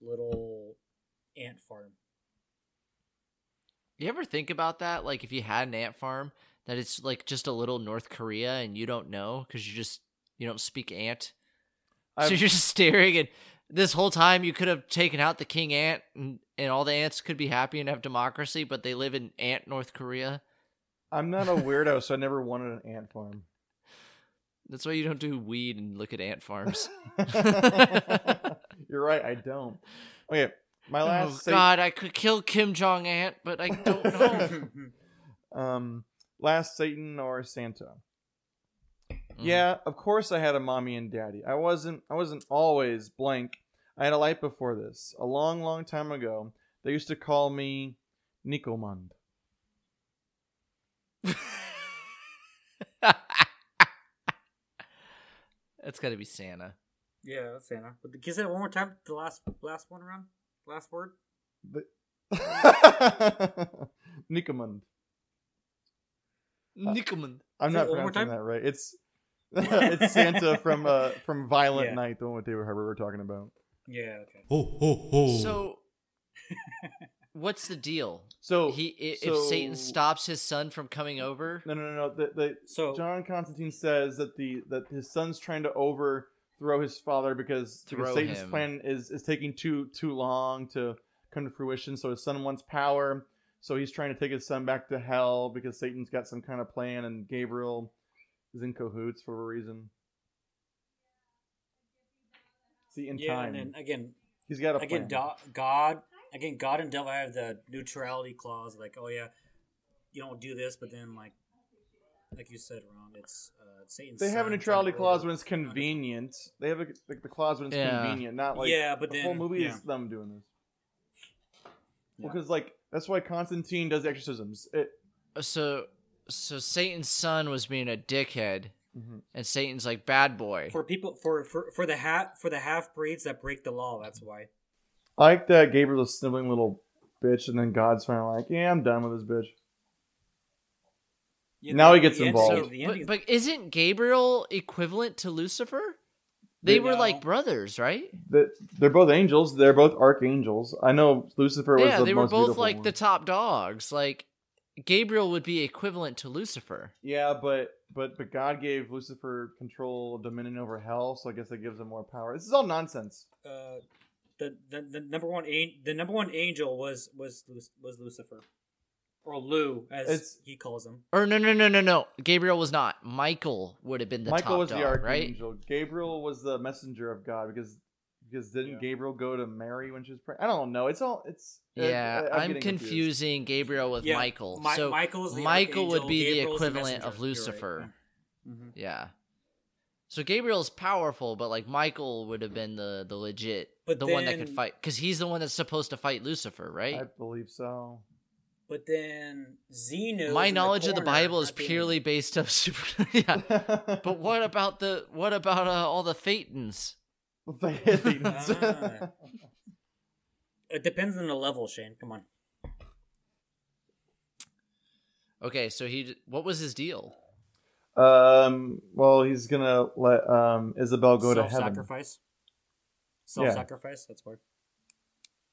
Speaker 4: little ant farm.
Speaker 3: You ever think about that? Like if you had an ant farm, that it's like just a little North Korea, and you don't know because you just you don't speak ant.
Speaker 2: I've-
Speaker 3: So you're just staring, and this whole time you could have taken out the king ant, and, and all the ants could be happy and have democracy, but they live in ant North Korea.
Speaker 2: I'm not a weirdo, so I never wanted an ant farm.
Speaker 3: That's why you don't do weed and look at ant farms.
Speaker 2: You're right, I don't. Okay, my last.
Speaker 3: oh
Speaker 2: sa-
Speaker 3: God, I could kill Kim Jong Ant, but I don't know.
Speaker 2: um, last Satan or Santa.
Speaker 4: Mm-hmm.
Speaker 2: Yeah, of course I had a mommy and daddy. I wasn't I wasn't always blank. I had a life before this. A long, long time ago, they used to call me Nikomond.
Speaker 3: That's got to be Santa.
Speaker 4: yeah, that's Santa. But can you say it one more time? The last last one around, last word.
Speaker 2: Nikomond. Uh,
Speaker 3: Nickelman.
Speaker 2: I'm
Speaker 4: Say
Speaker 2: not
Speaker 4: it one more
Speaker 2: pronouncing
Speaker 4: time.
Speaker 2: that right. It's it's Santa from uh from Violent
Speaker 4: Yeah.
Speaker 2: Night, the one with David Herbert we're talking about.
Speaker 4: Yeah. Okay.
Speaker 1: Oh.
Speaker 3: So, what's the deal?
Speaker 2: So
Speaker 3: He i-
Speaker 2: Oh, so-
Speaker 3: if Satan stops his son from coming over,
Speaker 2: No, no, no, no. The, the,
Speaker 4: So
Speaker 2: John Constantine says that the that his son's trying to overthrow his father because, because
Speaker 3: Throw
Speaker 2: Satan's
Speaker 3: him.
Speaker 2: plan is is taking too too long to come to fruition. So his son wants power, so he's trying to take his son back to hell because Satan's got some kind of plan, and Gabriel is in cahoots for a reason. See, in
Speaker 4: yeah,
Speaker 2: time,
Speaker 4: and then again,
Speaker 2: he's got a
Speaker 4: again,
Speaker 2: plan.
Speaker 4: do- God, again, God and devil have the neutrality clause. Like, oh yeah, you don't do this, but then like, like you said, Ron, it's uh, Satan's.
Speaker 2: they have a
Speaker 4: son
Speaker 2: neutrality
Speaker 4: trying to
Speaker 2: clause
Speaker 4: over-
Speaker 2: when it's convenient. They have a, like the clause when it's
Speaker 3: Yeah.
Speaker 2: convenient, not like
Speaker 4: yeah, but
Speaker 2: the
Speaker 4: then
Speaker 2: whole movie
Speaker 4: yeah.
Speaker 2: is them doing this.
Speaker 4: Yeah.
Speaker 2: Because like that's why Constantine does exorcisms. It,
Speaker 3: so so Satan's son was being a dickhead,
Speaker 2: Mm-hmm.
Speaker 3: and Satan's like bad boy.
Speaker 4: for people for for for the half for the half breeds that break the law. That's why.
Speaker 2: I like that Gabriel's a sniveling little bitch, and then God's finally like, "Yeah, I'm done with this bitch."
Speaker 4: Yeah,
Speaker 2: Now
Speaker 4: the-
Speaker 2: he gets
Speaker 4: the end-
Speaker 2: involved.
Speaker 3: So,
Speaker 4: the
Speaker 3: but,
Speaker 4: ending-
Speaker 3: but isn't Gabriel equivalent to Lucifer? They
Speaker 4: Yeah.
Speaker 3: were
Speaker 4: No.
Speaker 3: like brothers, right?
Speaker 2: That they're both angels. They're both archangels. I know Lucifer was
Speaker 3: yeah,
Speaker 2: the
Speaker 3: they were
Speaker 2: most
Speaker 3: both
Speaker 2: beautiful
Speaker 3: like
Speaker 2: one.
Speaker 3: the top dogs. Like Gabriel would be equivalent to Lucifer.
Speaker 2: yeah, but but but God gave Lucifer control, dominion over hell, so I guess that gives him more power. This is all nonsense.
Speaker 4: uh, the, the the number one an- the number one angel was was Lu- was Lucifer, or Lou as
Speaker 2: It's-
Speaker 4: he calls him.
Speaker 3: Or no, no, no, no, no. Gabriel was not. Michael would have been the
Speaker 2: Michael
Speaker 3: top
Speaker 2: was
Speaker 3: dog,
Speaker 2: the
Speaker 3: right?
Speaker 2: archangel. Gabriel was the messenger of God because because didn't
Speaker 4: Yeah.
Speaker 2: Gabriel go to Mary when she was pregnant? I don't know. It's all it's
Speaker 3: Yeah,
Speaker 2: I,
Speaker 3: I, am
Speaker 2: getting
Speaker 3: confusing Gabriel with
Speaker 4: Yeah,
Speaker 3: Michael.
Speaker 4: Mi-
Speaker 3: so
Speaker 4: Michael is the
Speaker 3: Michael would
Speaker 4: archangel,
Speaker 3: be the
Speaker 4: Gabriel's
Speaker 3: equivalent
Speaker 4: messenger.
Speaker 3: of
Speaker 4: You're right.
Speaker 3: Lucifer.
Speaker 4: Mhm.
Speaker 3: yeah, So Gabriel's powerful, but like Michael would have been the the legit,
Speaker 4: But
Speaker 3: the one that could
Speaker 4: then-
Speaker 3: fight, because he's the one that's supposed to fight Lucifer, right?
Speaker 2: I believe so.
Speaker 4: But then Zeno.
Speaker 3: My knowledge of the Bible is purely based on super. yeah, but what about the what about uh, all the Phaetons?
Speaker 2: The Hittites.
Speaker 4: Ah. It depends on the level, Shane. Come on.
Speaker 3: Okay, so he d- what was his deal?
Speaker 2: um. Well, he's gonna let um Isabel go to heaven.
Speaker 4: Self-sacrifice. Self-sacrifice. That's where.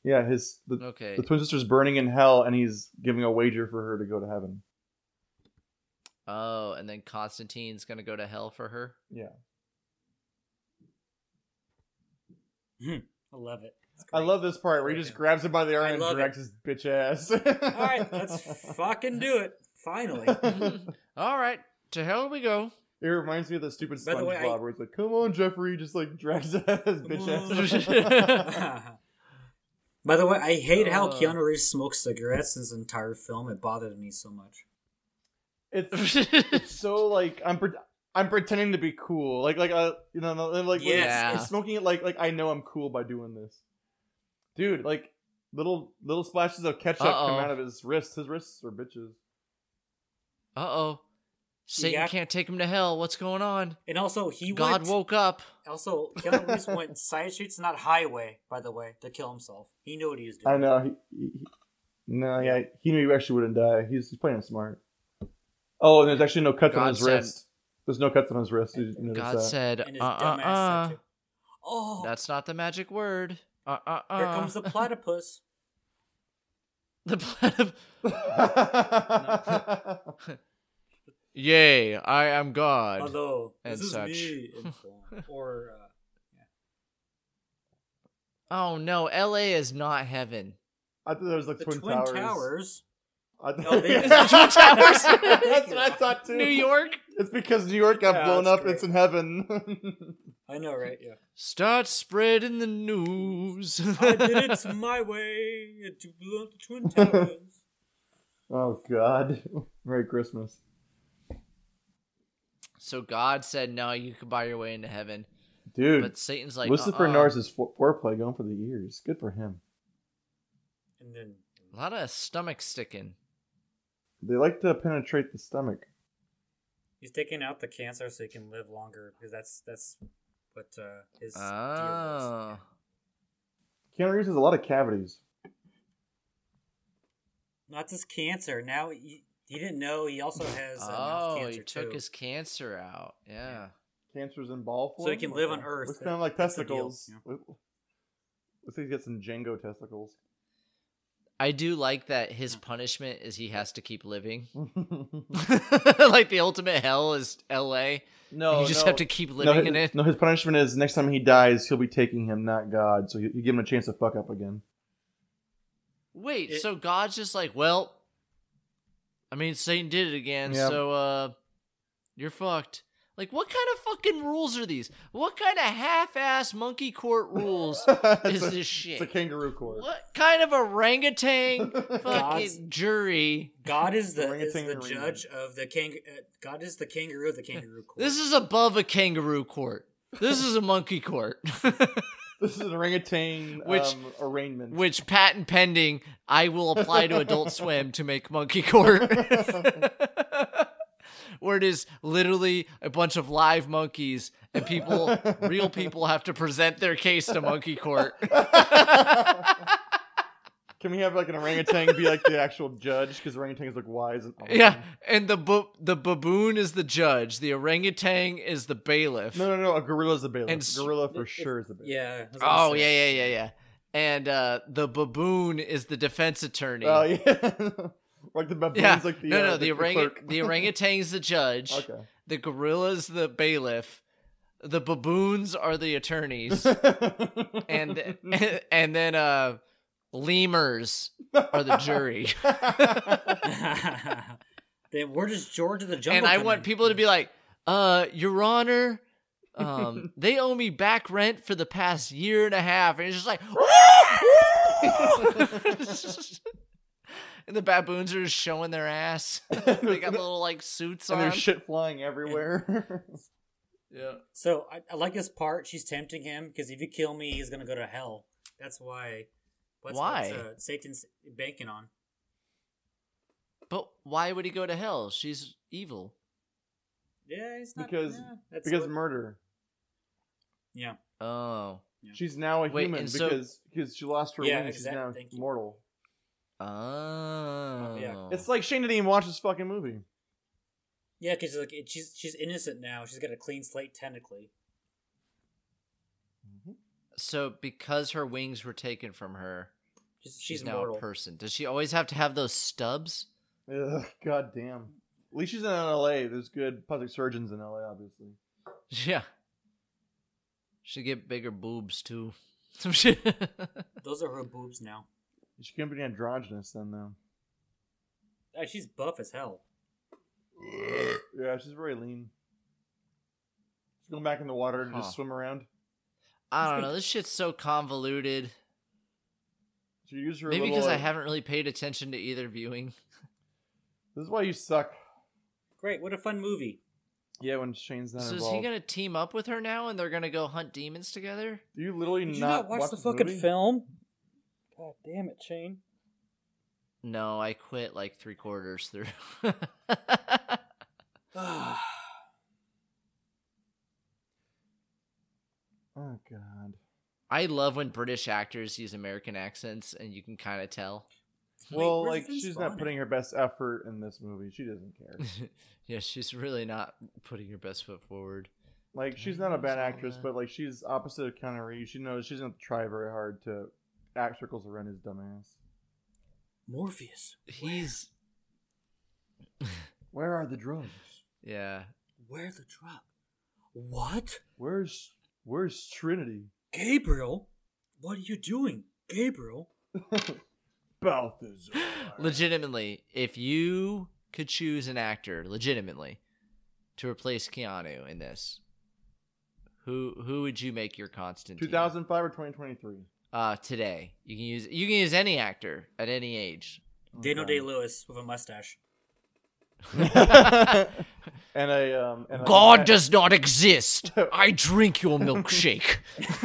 Speaker 2: Yeah, his the,
Speaker 3: Okay,
Speaker 2: the twin sister's burning in hell, and he's giving a wager for her to go to heaven.
Speaker 3: oh, and then Constantine's gonna go to hell for her.
Speaker 4: I love it. It's
Speaker 2: I
Speaker 4: great.
Speaker 2: love this part where he
Speaker 4: Great.
Speaker 2: just grabs him by the
Speaker 4: I
Speaker 2: arm and
Speaker 4: love
Speaker 2: drags his bitch ass.
Speaker 4: All right, let's fucking do it. Finally.
Speaker 3: all right, to hell we go.
Speaker 2: It reminds me of the stupid
Speaker 4: By the way,
Speaker 2: SpongeBob
Speaker 4: I-
Speaker 2: where it's like, "Come on, Jeffrey," just like drags his bitch ass.
Speaker 4: By the way, I hate how
Speaker 3: Uh.
Speaker 4: Keanu Reeves smokes cigarettes in his entire film. It bothered me so much.
Speaker 2: it's so like I'm pre- I'm pretending to be cool, like like uh you know no, like when it's-
Speaker 3: Yeah.
Speaker 2: it's smoking it like like I know I'm cool by doing this, dude. Like little little splashes of ketchup come
Speaker 3: Uh-oh.
Speaker 2: out of his wrists. His wrists are bitches.
Speaker 3: Uh oh. Satan
Speaker 4: Yeah.
Speaker 3: can't take him to hell. What's going on?
Speaker 4: And also, he
Speaker 3: God
Speaker 4: went.
Speaker 3: woke up.
Speaker 4: Also, Keanu Reeves went side streets, not highway. By the way, to kill himself. He knew what he was doing.
Speaker 2: I know. He, he, he- no, yeah, he knew he actually wouldn't die. He's, he's playing it smart. Oh, and there's actually no cuts on
Speaker 3: God
Speaker 2: his
Speaker 3: said-
Speaker 2: wrist. There's no cuts on his wrist. Did you notice
Speaker 3: God
Speaker 2: that?
Speaker 3: said,
Speaker 4: And
Speaker 3: uh
Speaker 4: his
Speaker 3: uh
Speaker 4: dumbass
Speaker 3: uh.
Speaker 4: tattoo. Oh,
Speaker 3: That's not the magic word. Uh uh uh.
Speaker 4: here comes the platypus.
Speaker 3: the platypus. Yay, I am God.
Speaker 4: Although
Speaker 3: and
Speaker 4: this is
Speaker 3: such.
Speaker 4: me in form. or uh,
Speaker 3: Oh no, LA is not heaven.
Speaker 2: I thought that was like
Speaker 4: the
Speaker 2: twin,
Speaker 4: Twin,
Speaker 2: towers.
Speaker 4: Towers.
Speaker 2: I thought-
Speaker 4: No, they- the Twin Towers.
Speaker 2: That's what I thought too.
Speaker 3: New York?
Speaker 2: It's because New York got
Speaker 4: Yeah,
Speaker 2: blown
Speaker 4: that's
Speaker 2: up.
Speaker 4: great.
Speaker 2: It's in heaven.
Speaker 4: I know, right? Yeah.
Speaker 3: Start spreading the news.
Speaker 4: I did it my way. It blew up the Twin Towers.
Speaker 2: oh God! Merry Christmas.
Speaker 3: so God said, no, you can buy your way into heaven.
Speaker 2: Dude,
Speaker 3: But Satan's like,
Speaker 2: Lucifer
Speaker 3: uh-uh.
Speaker 2: Norris is fo- foreplay going for the ears. Good for him.
Speaker 4: and then
Speaker 3: A lot of stomach sticking.
Speaker 2: They like to penetrate the stomach.
Speaker 4: he's taking out the cancer so he can live longer because that's that's what uh, his deal was.
Speaker 3: Oh.
Speaker 2: Keanu Reeves has a lot of cavities.
Speaker 4: Not just cancer. Now he, he didn't know. He also has uh, mouth
Speaker 3: Oh,
Speaker 4: cancer
Speaker 3: he took
Speaker 4: too.
Speaker 3: his cancer out. Yeah.
Speaker 2: Cancers in ball form.
Speaker 4: So he can live on Earth.
Speaker 2: Looks kind of like
Speaker 4: That's the
Speaker 2: testicles.
Speaker 4: deal,
Speaker 2: Look- Looks like he's got some Django testicles.
Speaker 3: I do like that his
Speaker 4: Hmm.
Speaker 3: punishment is he has to keep living. like the ultimate hell is LA.
Speaker 2: no,
Speaker 3: you just have to keep
Speaker 2: No,
Speaker 3: living
Speaker 2: his,
Speaker 3: in it.
Speaker 2: no, his punishment is next time he dies, he'll be taking him, not God. So you, you give him a chance to fuck up again.
Speaker 3: Wait,
Speaker 4: It-
Speaker 3: so God's just like, well, I mean, Satan did it again,
Speaker 2: Yeah.
Speaker 3: so uh, you're fucked. Like, what kind of fucking rules are these? What kind of half-ass monkey court rules is
Speaker 2: It's a-
Speaker 3: this
Speaker 2: It's a
Speaker 3: shit?
Speaker 2: kangaroo court.
Speaker 3: What kind of orangutan
Speaker 4: God's-
Speaker 3: fucking jury?
Speaker 4: God is the
Speaker 2: Bring a
Speaker 4: is the
Speaker 2: tangerine.
Speaker 4: judge of the kang. Uh, God is the kangaroo of the kangaroo court.
Speaker 3: This is above a kangaroo court. This is a monkey court.
Speaker 2: This is an orangutan
Speaker 3: Which-
Speaker 2: um, arraignment.
Speaker 3: which patent pending i will apply to adult swim to make monkey court where it is literally a bunch of live monkeys and people real people have to present their case to monkey court
Speaker 2: Can we have like an orangutan be like the actual judge? Because orangutans look wise and awesome.
Speaker 3: yeah and the bu- the baboon is the judge the orangutan is the bailiff
Speaker 2: No, no, no. A gorilla's a bailiff.
Speaker 3: And s-
Speaker 2: gorilla for
Speaker 4: It-
Speaker 2: sure is a bailiff.
Speaker 4: yeah. that's what I'm
Speaker 3: oh yeah
Speaker 4: saying.
Speaker 3: yeah yeah yeah and uh, the baboon is the defense attorney
Speaker 2: Oh yeah. like the baboon's
Speaker 3: yeah
Speaker 2: like the
Speaker 3: no
Speaker 2: uh,
Speaker 3: no
Speaker 2: the,
Speaker 3: the, orang-
Speaker 2: clerk.
Speaker 3: the orangutan's the judge The gorilla's the bailiff. The baboons are the attorneys,
Speaker 2: okay.
Speaker 3: and and then uh, lemurs are the jury.
Speaker 4: then where does George of the Jungle?
Speaker 3: and I
Speaker 4: come
Speaker 3: want
Speaker 4: in?
Speaker 3: people to be like, "Uh, Your Honor, um, they owe me back rent for the past year and a half," and it's just like, and the baboons are just showing their ass. they got little like suits
Speaker 2: and
Speaker 3: on.
Speaker 2: there's shit flying everywhere.
Speaker 3: Yeah.
Speaker 4: So I, I like this part. She's tempting him because if you kill me, he's gonna go to hell. That's why.
Speaker 3: Why?
Speaker 4: uh, Satan's banking on?
Speaker 3: But why would he go to hell? She's evil.
Speaker 4: Yeah, he's not
Speaker 2: Because-
Speaker 4: yeah, that's
Speaker 2: because
Speaker 4: what-
Speaker 2: murder.
Speaker 4: yeah,
Speaker 3: Oh.
Speaker 2: She's now a
Speaker 3: Wait,
Speaker 2: human
Speaker 3: and so-
Speaker 2: because because she lost her
Speaker 4: Yeah,
Speaker 2: wings.
Speaker 4: exactly,
Speaker 2: She's
Speaker 4: thank
Speaker 2: now
Speaker 4: you.
Speaker 2: mortal.
Speaker 3: Oh.
Speaker 4: yeah.
Speaker 2: It's like Shane didn't even watch this fucking movie.
Speaker 4: yeah, because like it- she's she's innocent now. She's got a clean slate technically.
Speaker 3: so because her wings were taken from her,
Speaker 4: She's, she's,
Speaker 3: she's, now
Speaker 4: mortal.
Speaker 3: a person. Does she always have to have those stubs?
Speaker 2: Ugh, God damn. At least she's in L.A. There's good plastic surgeons in L.A. Obviously.
Speaker 3: Yeah. Should get bigger boobs too. Some shit.
Speaker 4: Those are her boobs now.
Speaker 2: She can't be androgynous then though.
Speaker 4: Uh, she's buff as hell.
Speaker 2: Yeah, she's very lean. She's going back in the water to
Speaker 3: Huh.
Speaker 2: just swim around.
Speaker 3: I don't know. This shit's so convoluted.
Speaker 2: She used her
Speaker 3: Maybe
Speaker 2: little,
Speaker 3: because I
Speaker 2: like-
Speaker 3: haven't really paid attention to either viewing.
Speaker 2: This is why you suck.
Speaker 4: Great, what a fun movie.
Speaker 2: Yeah, when Shane's not
Speaker 3: So is
Speaker 2: involved.
Speaker 3: he gonna team up with her now, and they're gonna go hunt demons together?
Speaker 2: Do you literally not,
Speaker 4: Did you not watch, the
Speaker 2: this
Speaker 4: fucking
Speaker 2: movie?
Speaker 4: film? God damn it, Shane.
Speaker 3: No, I quit like three quarters through.
Speaker 2: Oh god.
Speaker 3: I love when British actors use American accents, and you can kind of tell.
Speaker 2: Well,
Speaker 4: where's
Speaker 2: like
Speaker 4: Vince
Speaker 2: she's not
Speaker 4: Vaughn
Speaker 2: putting
Speaker 4: at?
Speaker 2: her best effort in this movie. She doesn't care.
Speaker 3: yeah, she's really not putting her best foot forward.
Speaker 2: Like she's not a bad actress, but like she's opposite of Keanu Reeves. She knows she doesn't try very hard to act circles around his dumbass.
Speaker 4: Morpheus.
Speaker 3: He's
Speaker 2: Where are the drugs?
Speaker 3: yeah.
Speaker 4: Where the drug? What?
Speaker 2: Where's Where's Trinity?
Speaker 4: Gabriel? What are you doing? Gabriel?
Speaker 2: Balthazar.
Speaker 3: Legitimately, if you could choose an actor, legitimately, to replace Keanu in this, who who would you make your constant?
Speaker 2: 2005 or 2023?
Speaker 3: Uh, today you can use you can use any actor at any age.
Speaker 4: Daniel
Speaker 2: Okay.
Speaker 4: Day Lewis with a mustache.
Speaker 2: and a um and a-
Speaker 3: God does not exist. I drink your milkshake.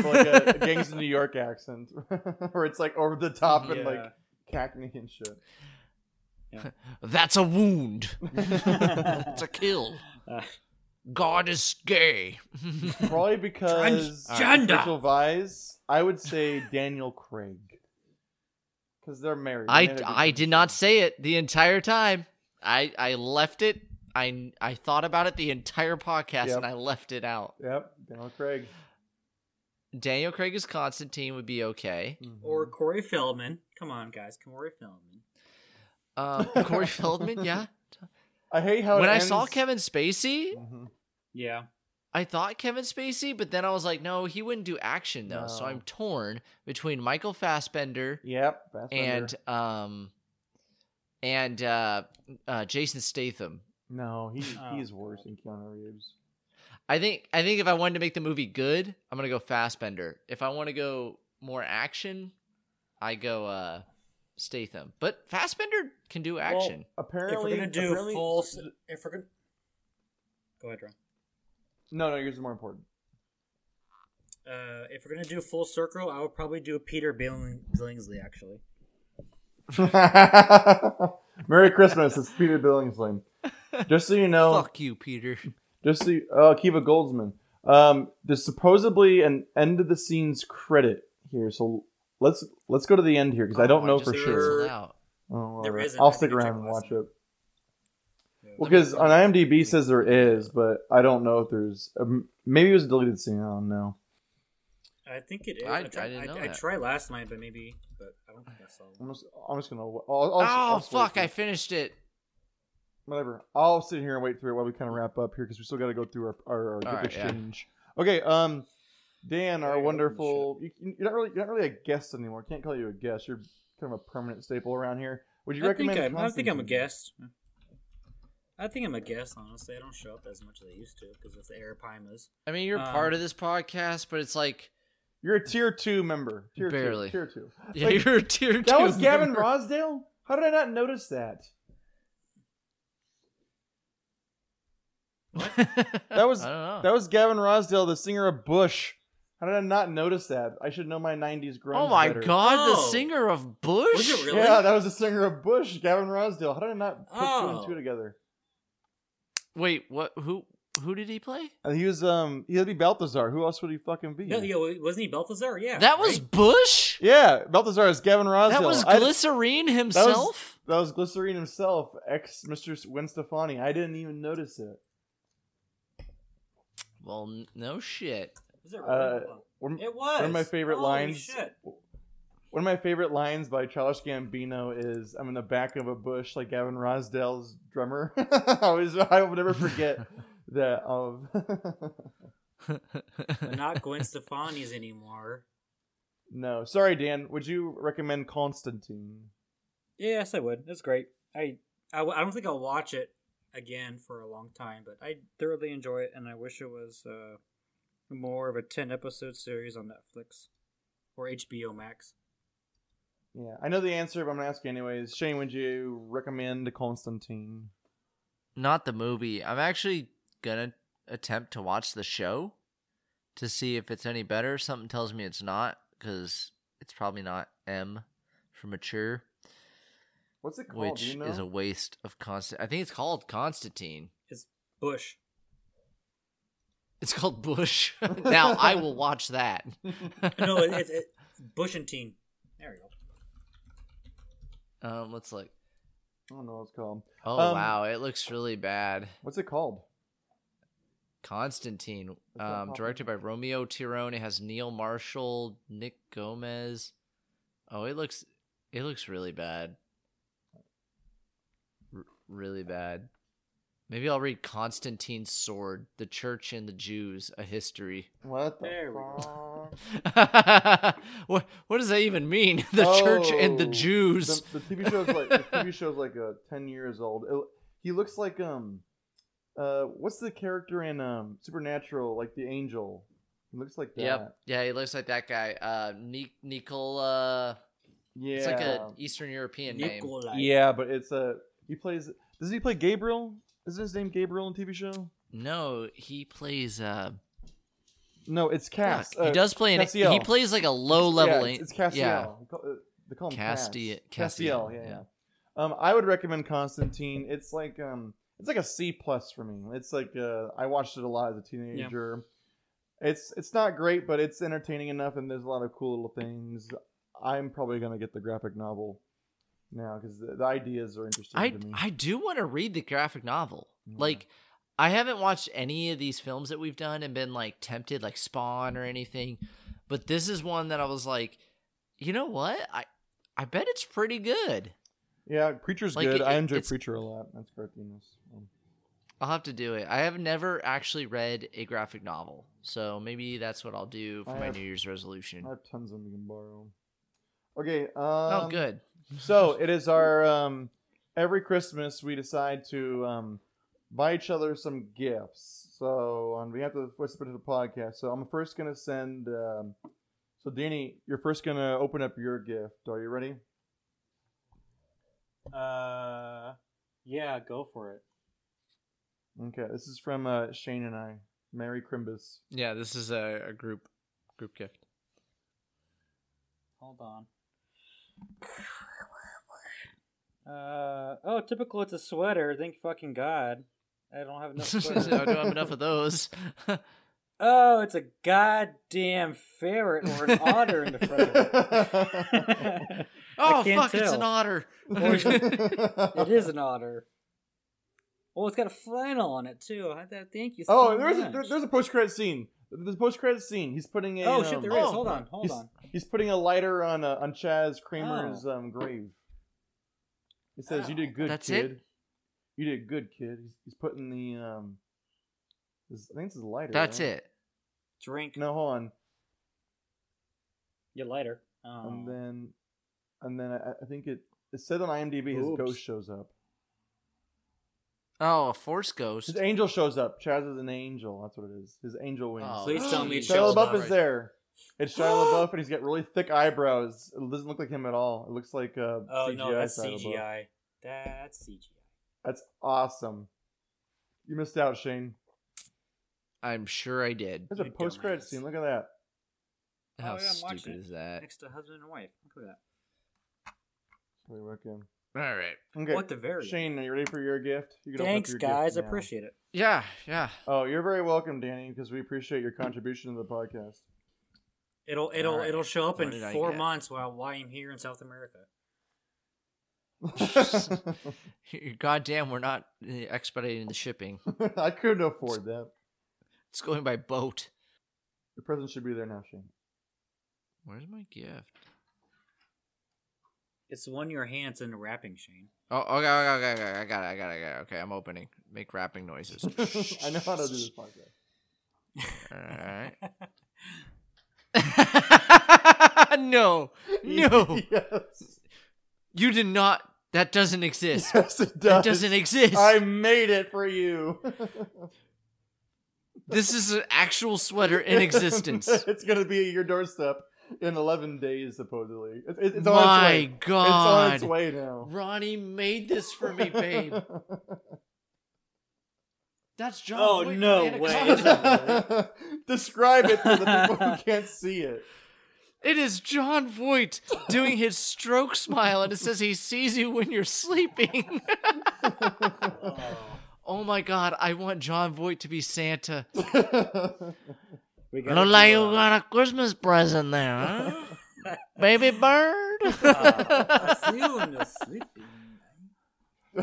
Speaker 2: like a, a gangs of New York accent, where it's like over the top and like cackney and shit.
Speaker 3: That's a wound. That's a kill.
Speaker 4: Uh.
Speaker 3: God is gay.
Speaker 2: Probably because
Speaker 4: Transgender!
Speaker 2: Rachel Vise, I would say Daniel Craig. Because they're married. They
Speaker 3: I,
Speaker 2: had a good
Speaker 3: I did not say it the entire time. I I left it. I I thought about it the entire podcast
Speaker 2: Yep.
Speaker 3: and I left it out.
Speaker 2: Yep, Daniel Craig.
Speaker 3: Daniel Craig as Constantine would be okay.
Speaker 4: Mm-hmm. Or Corey Feldman. Come on, guys. Corey Feldman.
Speaker 3: Um, Corey Feldman, yeah.
Speaker 2: I hate how it
Speaker 3: When I saw
Speaker 2: ends-
Speaker 3: Kevin Spacey,
Speaker 2: Mhm.
Speaker 4: Yeah.
Speaker 3: I thought Kevin Spacey, but then I was like, no, he wouldn't do action though. So
Speaker 2: No.
Speaker 3: I'm torn between Michael Fassbender
Speaker 2: Yep, Fassbender.
Speaker 3: and um and uh, uh Jason Statham.
Speaker 2: no, he,
Speaker 4: Oh.
Speaker 2: he's worse than Keanu Reeves.
Speaker 3: I think I think if I wanted to make the movie good, I'm gonna go Fassbender. If I want to go more action, I go uh Statham. But Fassbender can do action.
Speaker 2: Apparently,
Speaker 4: if we're gonna do
Speaker 2: apparently-
Speaker 4: full, s- if we're gonna go ahead, Ron.
Speaker 2: no, no, yours is more important.
Speaker 4: Uh, if we're gonna do full circle, I would probably do Peter Billing- Billingsley actually.
Speaker 2: Merry Christmas. It's Peter Billingsley. Just so you know,
Speaker 3: Fuck you, Peter.
Speaker 2: just the uh, Kiva Goldsman. Um, there's supposedly an end of the scenes credit here, so let's let's go to the end here because I don't
Speaker 3: Oh,
Speaker 2: know
Speaker 3: just
Speaker 2: for
Speaker 4: there
Speaker 2: sure.
Speaker 3: canceled out.
Speaker 2: Oh, all
Speaker 4: there
Speaker 2: right.
Speaker 4: isn't. I
Speaker 2: I'll stick
Speaker 4: think I
Speaker 2: around and
Speaker 4: checked
Speaker 2: watch
Speaker 4: last
Speaker 2: it.
Speaker 4: Yeah.
Speaker 2: Well, because on IMDb says there is, but I don't know if there's. Um, maybe it was a deleted scene. I don't know.
Speaker 4: I think it is.
Speaker 3: I-
Speaker 4: I, tried,
Speaker 3: I didn't know
Speaker 4: I,
Speaker 3: that.
Speaker 4: tried last night, but maybe, but I don't think I saw.
Speaker 2: I'm
Speaker 4: One.
Speaker 2: just, I'm just gonna. I'll, I'll,
Speaker 3: Oh
Speaker 2: I'll sit
Speaker 3: fuck!
Speaker 2: here.
Speaker 3: I finished it.
Speaker 2: whatever. I'll sit here and wait through it while we kind of wrap up here because we still got to go through our our, our gift
Speaker 3: right, yeah.
Speaker 2: exchange. Okay, um, Dan,
Speaker 4: Yeah,
Speaker 2: our
Speaker 4: you open the
Speaker 2: wonderful, you, you're not really you're not really a guest anymore. Can't call you a guest. You're kind of a permanent staple around here. Would you
Speaker 4: I think
Speaker 2: recommend?
Speaker 4: I'm, I think I'm a
Speaker 2: Constantine?
Speaker 4: guest. I think I'm a guest. Honestly, I don't show up as much as I used to because of the air pimas.
Speaker 3: I mean, you're
Speaker 4: Um,
Speaker 2: Uh.
Speaker 3: part of this podcast, but it's like
Speaker 2: You're a tier two member. Tier
Speaker 3: Barely.
Speaker 2: Two, tier two.
Speaker 3: yeah,
Speaker 2: Like,
Speaker 3: you're a tier two.
Speaker 2: that was Gavin
Speaker 3: member.
Speaker 2: Rosdale. How did I not notice that? That was
Speaker 3: I don't know.
Speaker 2: that was Gavin Rosdale, the singer of Bush. How did I not notice that? I should know my '90s grunge.
Speaker 3: oh my
Speaker 2: better.
Speaker 3: god, the
Speaker 4: Oh.
Speaker 3: singer of Bush?
Speaker 4: Was it really?
Speaker 2: Yeah, that was the singer of Bush, Gavin Rosdale. How did I not put two
Speaker 4: Oh.
Speaker 2: and two together?
Speaker 3: Wait, what who who did he play?
Speaker 2: And he was um he'd be Balthazar. Who else would he fucking be?
Speaker 4: No, yeah, wa- wasn't he Balthazar? Yeah.
Speaker 3: that was
Speaker 4: right?
Speaker 3: Bush?
Speaker 2: Yeah, Balthazar is Gavin Rosdale.
Speaker 3: That was
Speaker 2: I-
Speaker 3: Glycerine himself?
Speaker 2: that was Glycerine himself, ex Mr. Gwen Stefani. I didn't even notice it.
Speaker 3: Well, n- no shit.
Speaker 4: Was it, really?
Speaker 2: Uh,
Speaker 4: Wow.
Speaker 2: One,
Speaker 4: it was.
Speaker 2: one of my favorite
Speaker 4: Holy
Speaker 2: lines.
Speaker 4: Shit.
Speaker 2: one of my favorite lines by Charles Gambino is "I'm in the back of a bush like Gavin Rosdale's drummer." I always, I will never forget that. Um,
Speaker 4: But not Gwen Stefani's anymore.
Speaker 2: no, sorry, Dan. Would you recommend Constantine?
Speaker 4: Yes, I would. That's great. I, I, w- I don't think I'll watch it again for a long time, but I thoroughly enjoy it, and I wish it was uh, more of a ten episode series on Netflix or HBO Max.
Speaker 2: Yeah, I know the answer, but I'm gonna ask you anyways. Shane, would you recommend Constantine?
Speaker 3: not the movie. I'm actually gonna attempt to watch the show to see if it's any better. Something tells me it's not because it's probably not M for mature,
Speaker 2: What's it called? Do
Speaker 3: which
Speaker 2: you know?
Speaker 3: is a waste of constant. I think it's called Constantine.
Speaker 4: Bush.
Speaker 3: It's called Bush. now I will watch that.
Speaker 4: No, it, it, it, Bush and Teen. There you
Speaker 3: Um, let's look.
Speaker 2: I don't know what it's called.
Speaker 3: Oh
Speaker 2: Um,
Speaker 3: wow, it looks really bad.
Speaker 2: What's it called?
Speaker 3: Constantine,
Speaker 2: That's not
Speaker 3: um, directed by Romeo Tirone, it has Neil Marshall, Nick Gomez. Oh, it looks it looks really bad, R- really bad. Maybe I'll read Constantine's Sword: The Church and the Jews: A History.
Speaker 2: What the
Speaker 4: There we
Speaker 2: fuck?
Speaker 3: what what does that even mean? The Church and the
Speaker 2: Oh,
Speaker 3: Jews.
Speaker 2: the, the TV show's like the TV show's like uh, ten years old. It, he looks like um, uh, what's the character in um Supernatural? Like the angel. He looks like that.
Speaker 3: Yep. Yeah, he looks like that guy. Uh, Ni- Nicola.
Speaker 2: Yeah.
Speaker 3: It's like a Eastern European
Speaker 4: go.
Speaker 3: name.
Speaker 4: Nikolai.
Speaker 2: yeah, but it's a he plays. Does he play Gabriel? Isn't his name Gabriel in the TV show?
Speaker 3: No, he plays. Uh,
Speaker 2: No, it's Cass.
Speaker 3: Fuck, he
Speaker 2: uh,
Speaker 3: does play an.
Speaker 2: Castiel.
Speaker 3: He plays like a low level.
Speaker 2: Yeah,
Speaker 3: Yeah,
Speaker 2: it's, it's Castiel.
Speaker 3: yeah.
Speaker 2: We call- uh, They call him Cass.
Speaker 3: Casti-
Speaker 2: Castiel.
Speaker 3: Castiel,
Speaker 2: Yeah, yeah.
Speaker 3: yeah.
Speaker 2: Um, I would recommend Constantine. It's like um, it's like a C plus for me. It's like uh, I watched it a lot as a teenager. It's it's not great, but it's entertaining enough, and there's a lot of cool little things. I'm probably gonna get the graphic novel now because the, the ideas are interesting
Speaker 3: I
Speaker 2: to me.
Speaker 3: I do want to read the graphic novel.
Speaker 2: Yeah.
Speaker 3: Like, I haven't watched any of these films that we've done and been like tempted, like Spawn or anything. But this is one that I was like, you know what? I I bet it's pretty good.
Speaker 2: yeah, Preacher's
Speaker 3: like,
Speaker 2: good.
Speaker 3: it-
Speaker 2: I enjoy
Speaker 3: it's-
Speaker 2: Preacher a lot. That's correct, Enos. Um,
Speaker 3: I'll have to do it. I have never actually read a graphic novel, so maybe that's what I'll do for
Speaker 2: I
Speaker 3: my
Speaker 2: have-
Speaker 3: New Year's resolution.
Speaker 2: I have tons of them you can borrow. Okay. Um,
Speaker 3: oh, good.
Speaker 2: So it is our um, every Christmas we decide to um, buy each other some gifts. So on behalf of Whisper to the podcast, so I'm first gonna send. Um, so Danny, you're first gonna open up your gift. Are you ready?
Speaker 4: Uh, yeah, go for it.
Speaker 2: Okay, this is from uh, Shane and I. Merry Crimbus.
Speaker 3: Yeah, this is a, a group group gift.
Speaker 4: Hold on. Uh oh, typical. It's a sweater. Thank fucking god. I don't have enough.
Speaker 3: I
Speaker 4: Sweaters.
Speaker 3: don't have enough of those.
Speaker 4: oh, it's a goddamn ferret or an otter in the front of it.
Speaker 3: Oh
Speaker 4: can't
Speaker 3: fuck! It's an
Speaker 4: tell.
Speaker 3: otter.
Speaker 4: Or is it- It is an otter. Well, it's got a flannel on it too. I thought- Thank you. So
Speaker 2: Oh, there's a
Speaker 4: much.
Speaker 2: there- there's a post credit scene. There's a post credit scene. He's putting um, a
Speaker 4: oh shit, there is.
Speaker 3: Oh,
Speaker 4: hold on, hold
Speaker 2: he's,
Speaker 4: on.
Speaker 2: He's putting a lighter on uh, on Chaz Kramer's um, grave. It says, "You
Speaker 4: Oh,
Speaker 2: did good,
Speaker 3: Oh. that's it?
Speaker 2: kid. You did good, kid." He's, he's putting the um, this, I think this is a lighter.
Speaker 3: That's
Speaker 2: right?
Speaker 3: it.
Speaker 4: Drink.
Speaker 2: No, hold on,
Speaker 4: Your lighter. Oh.
Speaker 2: and then and then I, I think it it said on IMDb his
Speaker 4: Oops.
Speaker 2: ghost shows up.
Speaker 3: Oh, a force ghost.
Speaker 2: His angel shows up. Chaz is an angel. That's what it is. His angel wings.
Speaker 3: Oh,
Speaker 4: Please tell me
Speaker 3: geez.
Speaker 4: it shows
Speaker 2: Shia LaBeouf
Speaker 4: up.
Speaker 2: is there. It's Shia LaBeouf, and he's got really thick eyebrows. It doesn't look like him at all. It looks like uh,
Speaker 4: Oh
Speaker 2: CGI.
Speaker 4: no, that's
Speaker 2: Shia LaBeouf.
Speaker 4: CGI. That's CGI.
Speaker 2: That's awesome. You missed out, Shane.
Speaker 3: I'm sure I did.
Speaker 2: There's a
Speaker 4: You
Speaker 2: post credit
Speaker 4: dumbass.
Speaker 2: scene. Look at that.
Speaker 3: How
Speaker 4: Oh, yeah, I'm watching
Speaker 3: stupid
Speaker 4: it.
Speaker 3: is that?
Speaker 4: Next to husband and wife. Look at that.
Speaker 2: We work in.
Speaker 3: All right.
Speaker 2: Okay.
Speaker 4: What the very?
Speaker 2: Shane, are you ready for your gift? You open up
Speaker 4: Thanks,
Speaker 2: your gift
Speaker 4: guys. I
Speaker 2: now.
Speaker 4: appreciate it.
Speaker 3: Yeah, yeah.
Speaker 2: Oh, you're very welcome, Danny, because we appreciate your contribution to the podcast.
Speaker 4: It'll it'll
Speaker 3: Alright,
Speaker 4: it'll show up
Speaker 3: what
Speaker 4: in
Speaker 3: did I
Speaker 4: four
Speaker 3: get?
Speaker 4: months while why I'm here in South America.
Speaker 3: You're Goddamn, we're not uh, expediting the shipping.
Speaker 2: I couldn't afford that.
Speaker 3: It's going by boat.
Speaker 2: The present should be there now, Shane.
Speaker 3: Where's my gift?
Speaker 4: It's the one your hands in wrapping, Shane.
Speaker 3: Oh, okay, okay, okay, okay, I got it, I got it, I got it. Okay, I'm opening. Make rapping noises.
Speaker 2: I know how to do this podcast.
Speaker 3: All right.
Speaker 4: That's
Speaker 3: no, no,
Speaker 2: yes.
Speaker 3: you did not. That doesn't exist.
Speaker 2: Yes, it
Speaker 3: That
Speaker 2: does.
Speaker 3: doesn't exist.
Speaker 2: I made it for you.
Speaker 3: This is an actual sweater in existence.
Speaker 2: it's gonna be at your doorstep in 11 days, supposedly. It, it- it's on its way.
Speaker 3: My
Speaker 2: It's on
Speaker 3: God,
Speaker 2: its way now.
Speaker 3: Ronnie made this for me, babe. That's John.
Speaker 4: Oh,
Speaker 3: Wick
Speaker 4: no
Speaker 3: Anaconda.
Speaker 4: way.
Speaker 2: Describe it to the people who can't see it.
Speaker 3: It is John Voight doing his stroke smile, and it says he sees you when you're sleeping. oh my god, I want John Voight to be Santa.
Speaker 4: We
Speaker 3: Look like you
Speaker 2: uh,
Speaker 3: got a Christmas present there, huh? Baby bird.
Speaker 2: Uh,
Speaker 4: see you in the sleeping.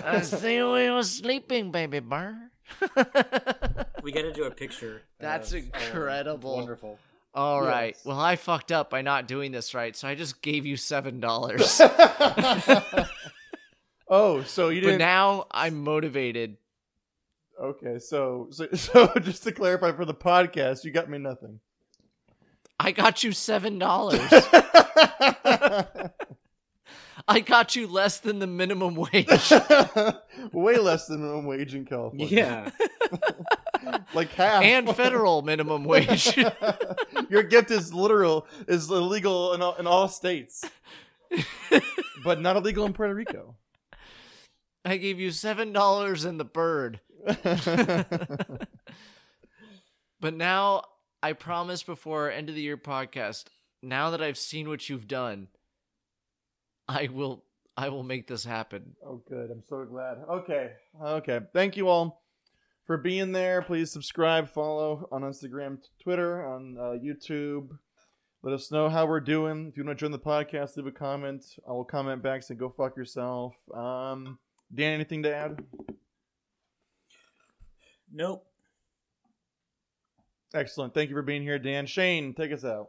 Speaker 3: I see you when you're sleeping, baby bird.
Speaker 4: We got to do a picture.
Speaker 3: That's
Speaker 4: of, um,
Speaker 3: incredible.
Speaker 4: wonderful.
Speaker 3: All right.
Speaker 2: Yes.
Speaker 3: Well, I fucked up by not doing this right, so I just gave you seven dollars.
Speaker 2: oh, so you
Speaker 3: but
Speaker 2: didn't.
Speaker 3: now I'm motivated.
Speaker 2: okay, so, so so just to clarify for the podcast, you got me nothing.
Speaker 3: I got you seven dollars. I got you less than the minimum wage.
Speaker 2: Way less than minimum wage in California.
Speaker 4: Yeah.
Speaker 2: like half.
Speaker 3: and federal minimum wage.
Speaker 2: Your gift is literal is illegal in all, in all states, but not illegal in Puerto Rico.
Speaker 3: I gave you seven dollars and the bird. But now I promise before our end of the year podcast, now that I've seen what you've done, I will I will make this happen.
Speaker 2: Oh, good. I'm so glad. Okay. Okay. Thank you all for being there. Please subscribe, follow on Instagram, t- Twitter, on uh, YouTube. Let us know how we're doing. If you want to join the podcast, leave a comment. I will comment back. Say, go fuck yourself. Um, Dan, anything to add?
Speaker 4: nope.
Speaker 2: Excellent. Thank you for being here, Dan. Shane, take us out.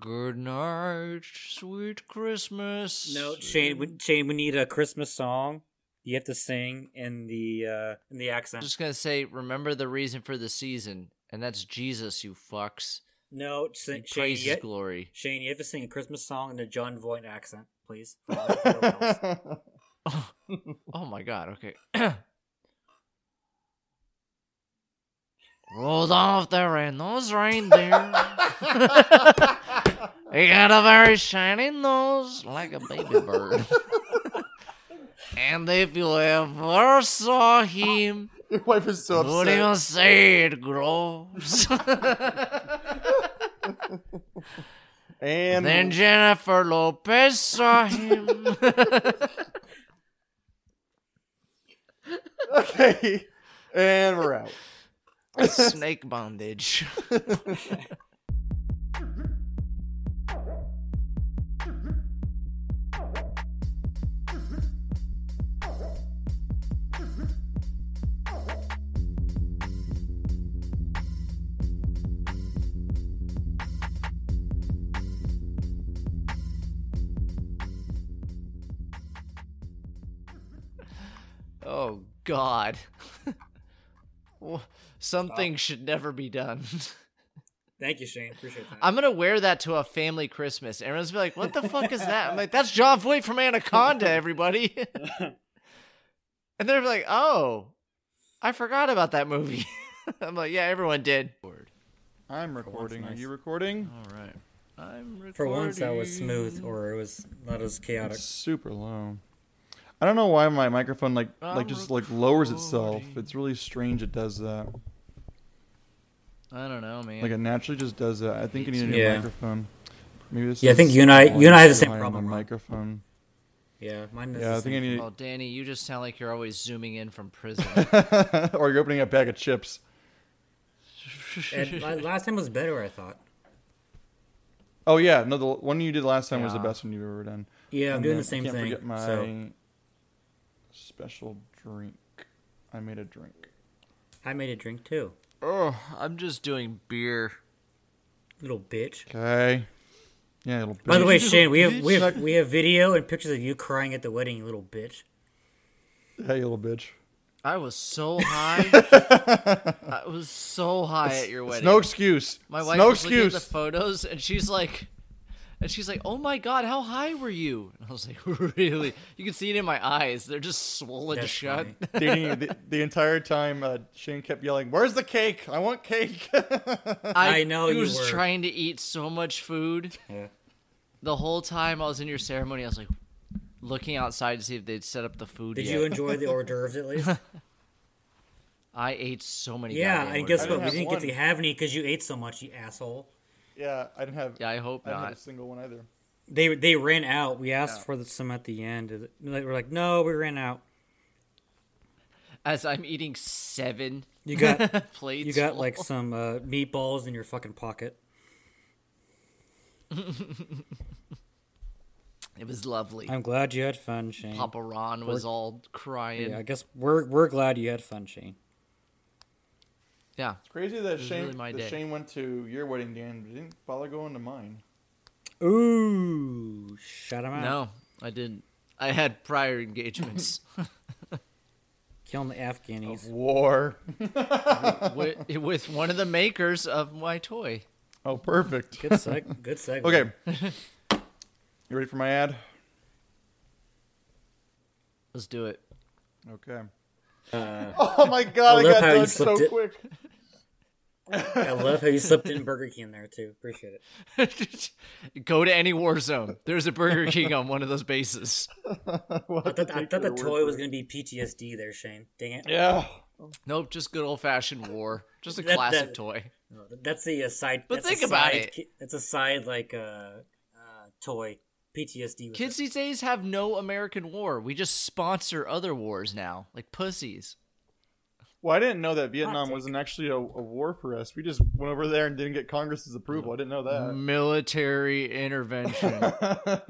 Speaker 3: Good night, sweet Christmas.
Speaker 4: No, Shane. We, Shane, we need a Christmas song. You have to sing in the uh, in the
Speaker 3: I'm
Speaker 4: accent.
Speaker 3: just gonna say, remember the reason for the season, and that's Jesus, you fucks.
Speaker 4: no, sing,
Speaker 3: He
Speaker 4: Shane.
Speaker 3: praise
Speaker 4: You,
Speaker 3: his glory.
Speaker 4: Shane, you have to sing a Christmas song in a John Voight accent, please. for all the photo elves.
Speaker 2: All
Speaker 3: Oh, oh my god, okay. Rolled off the red nose reindeer. he got a very shiny nose like a baby bird. and if you ever saw him,
Speaker 2: Your wife is so
Speaker 3: Don't
Speaker 2: upset.
Speaker 3: even say it, gross.
Speaker 2: And
Speaker 3: then Jennifer Lopez saw him.
Speaker 2: okay, and we're out.
Speaker 3: Snake bondage. Oh, God. Wha- Some things should never be done.
Speaker 4: Thank you, Shane. Appreciate that.
Speaker 3: I'm gonna wear that to a family Christmas. Everyone's gonna be like, "What the fuck is that?" I'm like, "That's John Voight from Anaconda, everybody." and they're like, "Oh, I forgot about that movie." I'm like, "Yeah, everyone did."
Speaker 2: I'm recording. Are
Speaker 4: nice.
Speaker 2: you recording?
Speaker 3: All right, I'm recording.
Speaker 4: For once, that was smooth, or it was not as chaotic.
Speaker 2: It's super low. I don't know why my microphone like
Speaker 3: I'm
Speaker 2: like just like lowers itself.
Speaker 3: recording.
Speaker 2: It's really strange. It does that.
Speaker 3: I don't know, man.
Speaker 2: Like it naturally just does that. I think I need a new
Speaker 4: Yeah.
Speaker 2: microphone. Maybe this.
Speaker 4: Yeah, I
Speaker 2: is
Speaker 4: think you and I- you and I have the same
Speaker 2: behind my
Speaker 4: problem, Rob.
Speaker 2: Microphone.
Speaker 4: Yeah, mine is.
Speaker 2: Yeah, I think I
Speaker 3: oh,
Speaker 2: need.
Speaker 3: Danny, you just sound like you're always zooming in from prison.
Speaker 2: or you're opening a bag of chips.
Speaker 4: and la- last time was better, I thought.
Speaker 2: Oh yeah, no, the one you did last time was the
Speaker 3: Yeah.
Speaker 2: best one you've ever done.
Speaker 4: Yeah, I'm
Speaker 2: And
Speaker 4: doing
Speaker 2: then
Speaker 4: the same
Speaker 2: I can't
Speaker 4: thing.
Speaker 2: Forget my
Speaker 4: So
Speaker 2: special drink. I made a drink.
Speaker 4: I made a drink too,
Speaker 3: oh, I'm just doing beer.
Speaker 4: little bitch.
Speaker 2: Okay. Yeah, it'll.
Speaker 4: By the
Speaker 2: bitch.
Speaker 4: way, Shane, we have
Speaker 2: bitch.
Speaker 4: we have we have video and pictures of you crying at the wedding, you little bitch.
Speaker 2: hey, you little bitch.
Speaker 3: I was so high. I was so high at your
Speaker 2: It's
Speaker 3: wedding.
Speaker 2: no excuse.
Speaker 3: My
Speaker 2: It's
Speaker 3: wife
Speaker 2: no
Speaker 3: was looking at
Speaker 2: excuse.
Speaker 3: the photos, and she's like, and she's like, "Oh my god, how high were you?" And I was like, "Really?" You can see it in my eyes; they're just swollen
Speaker 4: That's
Speaker 3: shut.
Speaker 4: funny.
Speaker 2: Dating the, the entire time, uh, Shane kept yelling, "Where's the cake? I want cake."
Speaker 4: I know you
Speaker 3: was
Speaker 4: were.
Speaker 3: trying to eat so much food.
Speaker 4: Yeah.
Speaker 3: The whole time I was in your ceremony, I was like looking outside to see if they'd set up the food.
Speaker 4: Did
Speaker 3: yet.
Speaker 4: you enjoy the hors d'oeuvres at least?
Speaker 3: I ate so many.
Speaker 4: yeah,
Speaker 3: goddamn
Speaker 4: and guess
Speaker 3: orders.
Speaker 2: I
Speaker 4: what? We
Speaker 2: have
Speaker 4: didn't get to
Speaker 2: one.
Speaker 4: have any because you ate so much, you asshole.
Speaker 2: yeah, I didn't have.
Speaker 3: Yeah, I hope
Speaker 2: I didn't have
Speaker 3: not.
Speaker 2: a single one either.
Speaker 4: They they ran out. We asked for the, some at the end. and They were like, no, we ran out.
Speaker 3: As I'm eating seven
Speaker 4: You got
Speaker 3: plates.
Speaker 4: you got
Speaker 3: full.
Speaker 4: like some uh, meatballs in your fucking pocket.
Speaker 3: it was lovely.
Speaker 4: I'm glad you had fun, Shane.
Speaker 3: Papa Ron was all crying.
Speaker 4: Yeah,
Speaker 3: Yeah,
Speaker 4: I guess we're we're glad you had fun, Shane.
Speaker 2: It's crazy that
Speaker 3: was
Speaker 2: Shane
Speaker 3: really my
Speaker 2: that
Speaker 3: day.
Speaker 2: Shane went to your wedding, Dan, but didn't bother going to mine.
Speaker 4: Ooh, shut him out.
Speaker 3: no, I didn't. I had prior engagements.
Speaker 4: Killing the Afghani's.
Speaker 3: Oh.
Speaker 2: War.
Speaker 3: with, with one of the makers of my toy.
Speaker 2: Oh, perfect.
Speaker 4: Good seg. Good seg.
Speaker 2: Okay. You ready for my ad?
Speaker 3: Let's do it.
Speaker 2: Okay. oh my god, I
Speaker 4: Uh, I love
Speaker 2: got
Speaker 4: how you
Speaker 2: done so
Speaker 4: slipped it.
Speaker 2: quick.
Speaker 4: I love how you slipped in Burger King there too. Appreciate it.
Speaker 3: Go to any war zone. There's a Burger King on one of those bases.
Speaker 2: We'll
Speaker 4: I
Speaker 2: have to
Speaker 4: thought, I
Speaker 2: take
Speaker 4: thought the
Speaker 2: your word
Speaker 4: toy
Speaker 2: for
Speaker 4: was
Speaker 2: it.
Speaker 4: gonna be PTSD there, Shane. Dang it.
Speaker 2: Yeah.
Speaker 3: Nope, just good old fashioned war. Just a
Speaker 4: That-
Speaker 3: classic
Speaker 4: that-
Speaker 3: toy.
Speaker 4: No, that's the uh, side.
Speaker 3: But
Speaker 4: that's
Speaker 3: think
Speaker 4: a
Speaker 3: about
Speaker 4: side,
Speaker 3: it.
Speaker 4: ki- That's a side like uh, uh, toy PTSD. with
Speaker 3: Kids
Speaker 4: it.
Speaker 3: these days have no American war. We just sponsor other wars now, like pussies.
Speaker 2: Well, I didn't know that Vietnam wasn't actually a, a war for us. We just went over there and didn't get Congress's approval. I didn't know that.
Speaker 3: Military intervention.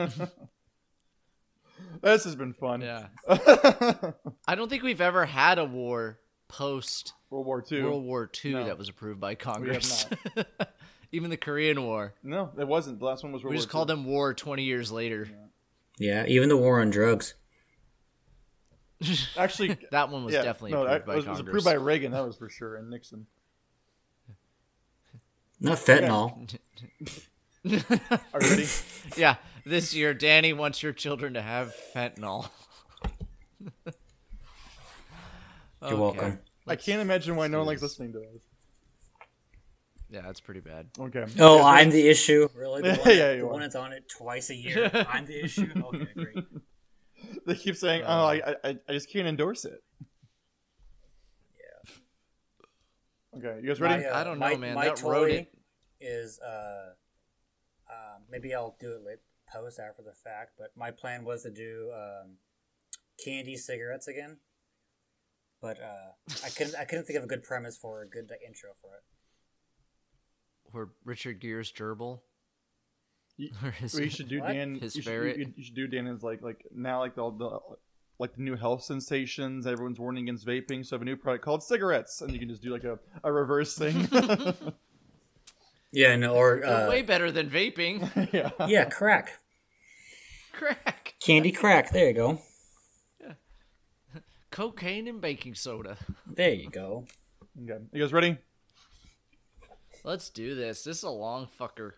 Speaker 2: this has been fun.
Speaker 3: yeah.
Speaker 2: World
Speaker 3: I don't think we've ever had a war post
Speaker 2: War Two.
Speaker 3: World War II
Speaker 2: No.
Speaker 3: that was approved by Congress. Even the Korean War.
Speaker 2: No, it wasn't. The last one was World
Speaker 3: We
Speaker 2: War
Speaker 3: just call
Speaker 2: II.
Speaker 3: them war 20 years later.
Speaker 4: Yeah, even the war on drugs.
Speaker 2: Actually,
Speaker 3: That one was
Speaker 2: yeah,
Speaker 3: definitely
Speaker 2: no,
Speaker 3: approved
Speaker 2: that
Speaker 3: by
Speaker 2: was, it was
Speaker 3: Congress.
Speaker 2: approved by Reagan. That was for sure, and Nixon.
Speaker 4: Not fentanyl.
Speaker 2: Are you ready?
Speaker 3: yeah, this year, Danny wants your children to have fentanyl.
Speaker 4: You're welcome.
Speaker 2: I can't imagine why no one likes listening to us.
Speaker 3: Yeah, that's pretty bad.
Speaker 2: Okay.
Speaker 4: Oh, I'm the issue. Really? The one,
Speaker 2: Yeah, yeah, you
Speaker 4: the
Speaker 2: are.
Speaker 4: one that's on it twice a year. I'm the issue. Okay, great.
Speaker 2: They keep
Speaker 3: Uh,
Speaker 2: saying, "Oh, I, I, I just can't endorse it." Yeah. Okay, you guys ready?
Speaker 4: My, uh,
Speaker 3: I don't know,
Speaker 4: my-
Speaker 3: man.
Speaker 4: My
Speaker 3: That
Speaker 4: toy
Speaker 3: rodent-
Speaker 4: is uh, um, maybe I'll do it late post after the fact. But my plan was to do um, candy cigarettes again, but uh, I couldn't. I couldn't think of a good premise for a good like, intro for it.
Speaker 3: Or Richard Gere's gerbil.
Speaker 2: You-
Speaker 3: Or is
Speaker 2: Well, you
Speaker 3: it-
Speaker 2: should do
Speaker 4: What?
Speaker 2: Dan.
Speaker 3: His
Speaker 2: you, should, you-
Speaker 3: ferret.
Speaker 2: you, you should do Dan is like like now like all the like the new health sensations. Everyone's warning against vaping, so I have a new product called cigarettes, and you can just do like a, a reverse thing.
Speaker 4: Yeah, no, or uh,
Speaker 3: They're way better than vaping.
Speaker 2: yeah.
Speaker 4: yeah, crack,
Speaker 3: Crack.
Speaker 4: candy crack. There you go.
Speaker 3: Cocaine and baking soda.
Speaker 4: There you go.
Speaker 2: Okay. You guys ready?
Speaker 3: Let's do this. This is a long fucker.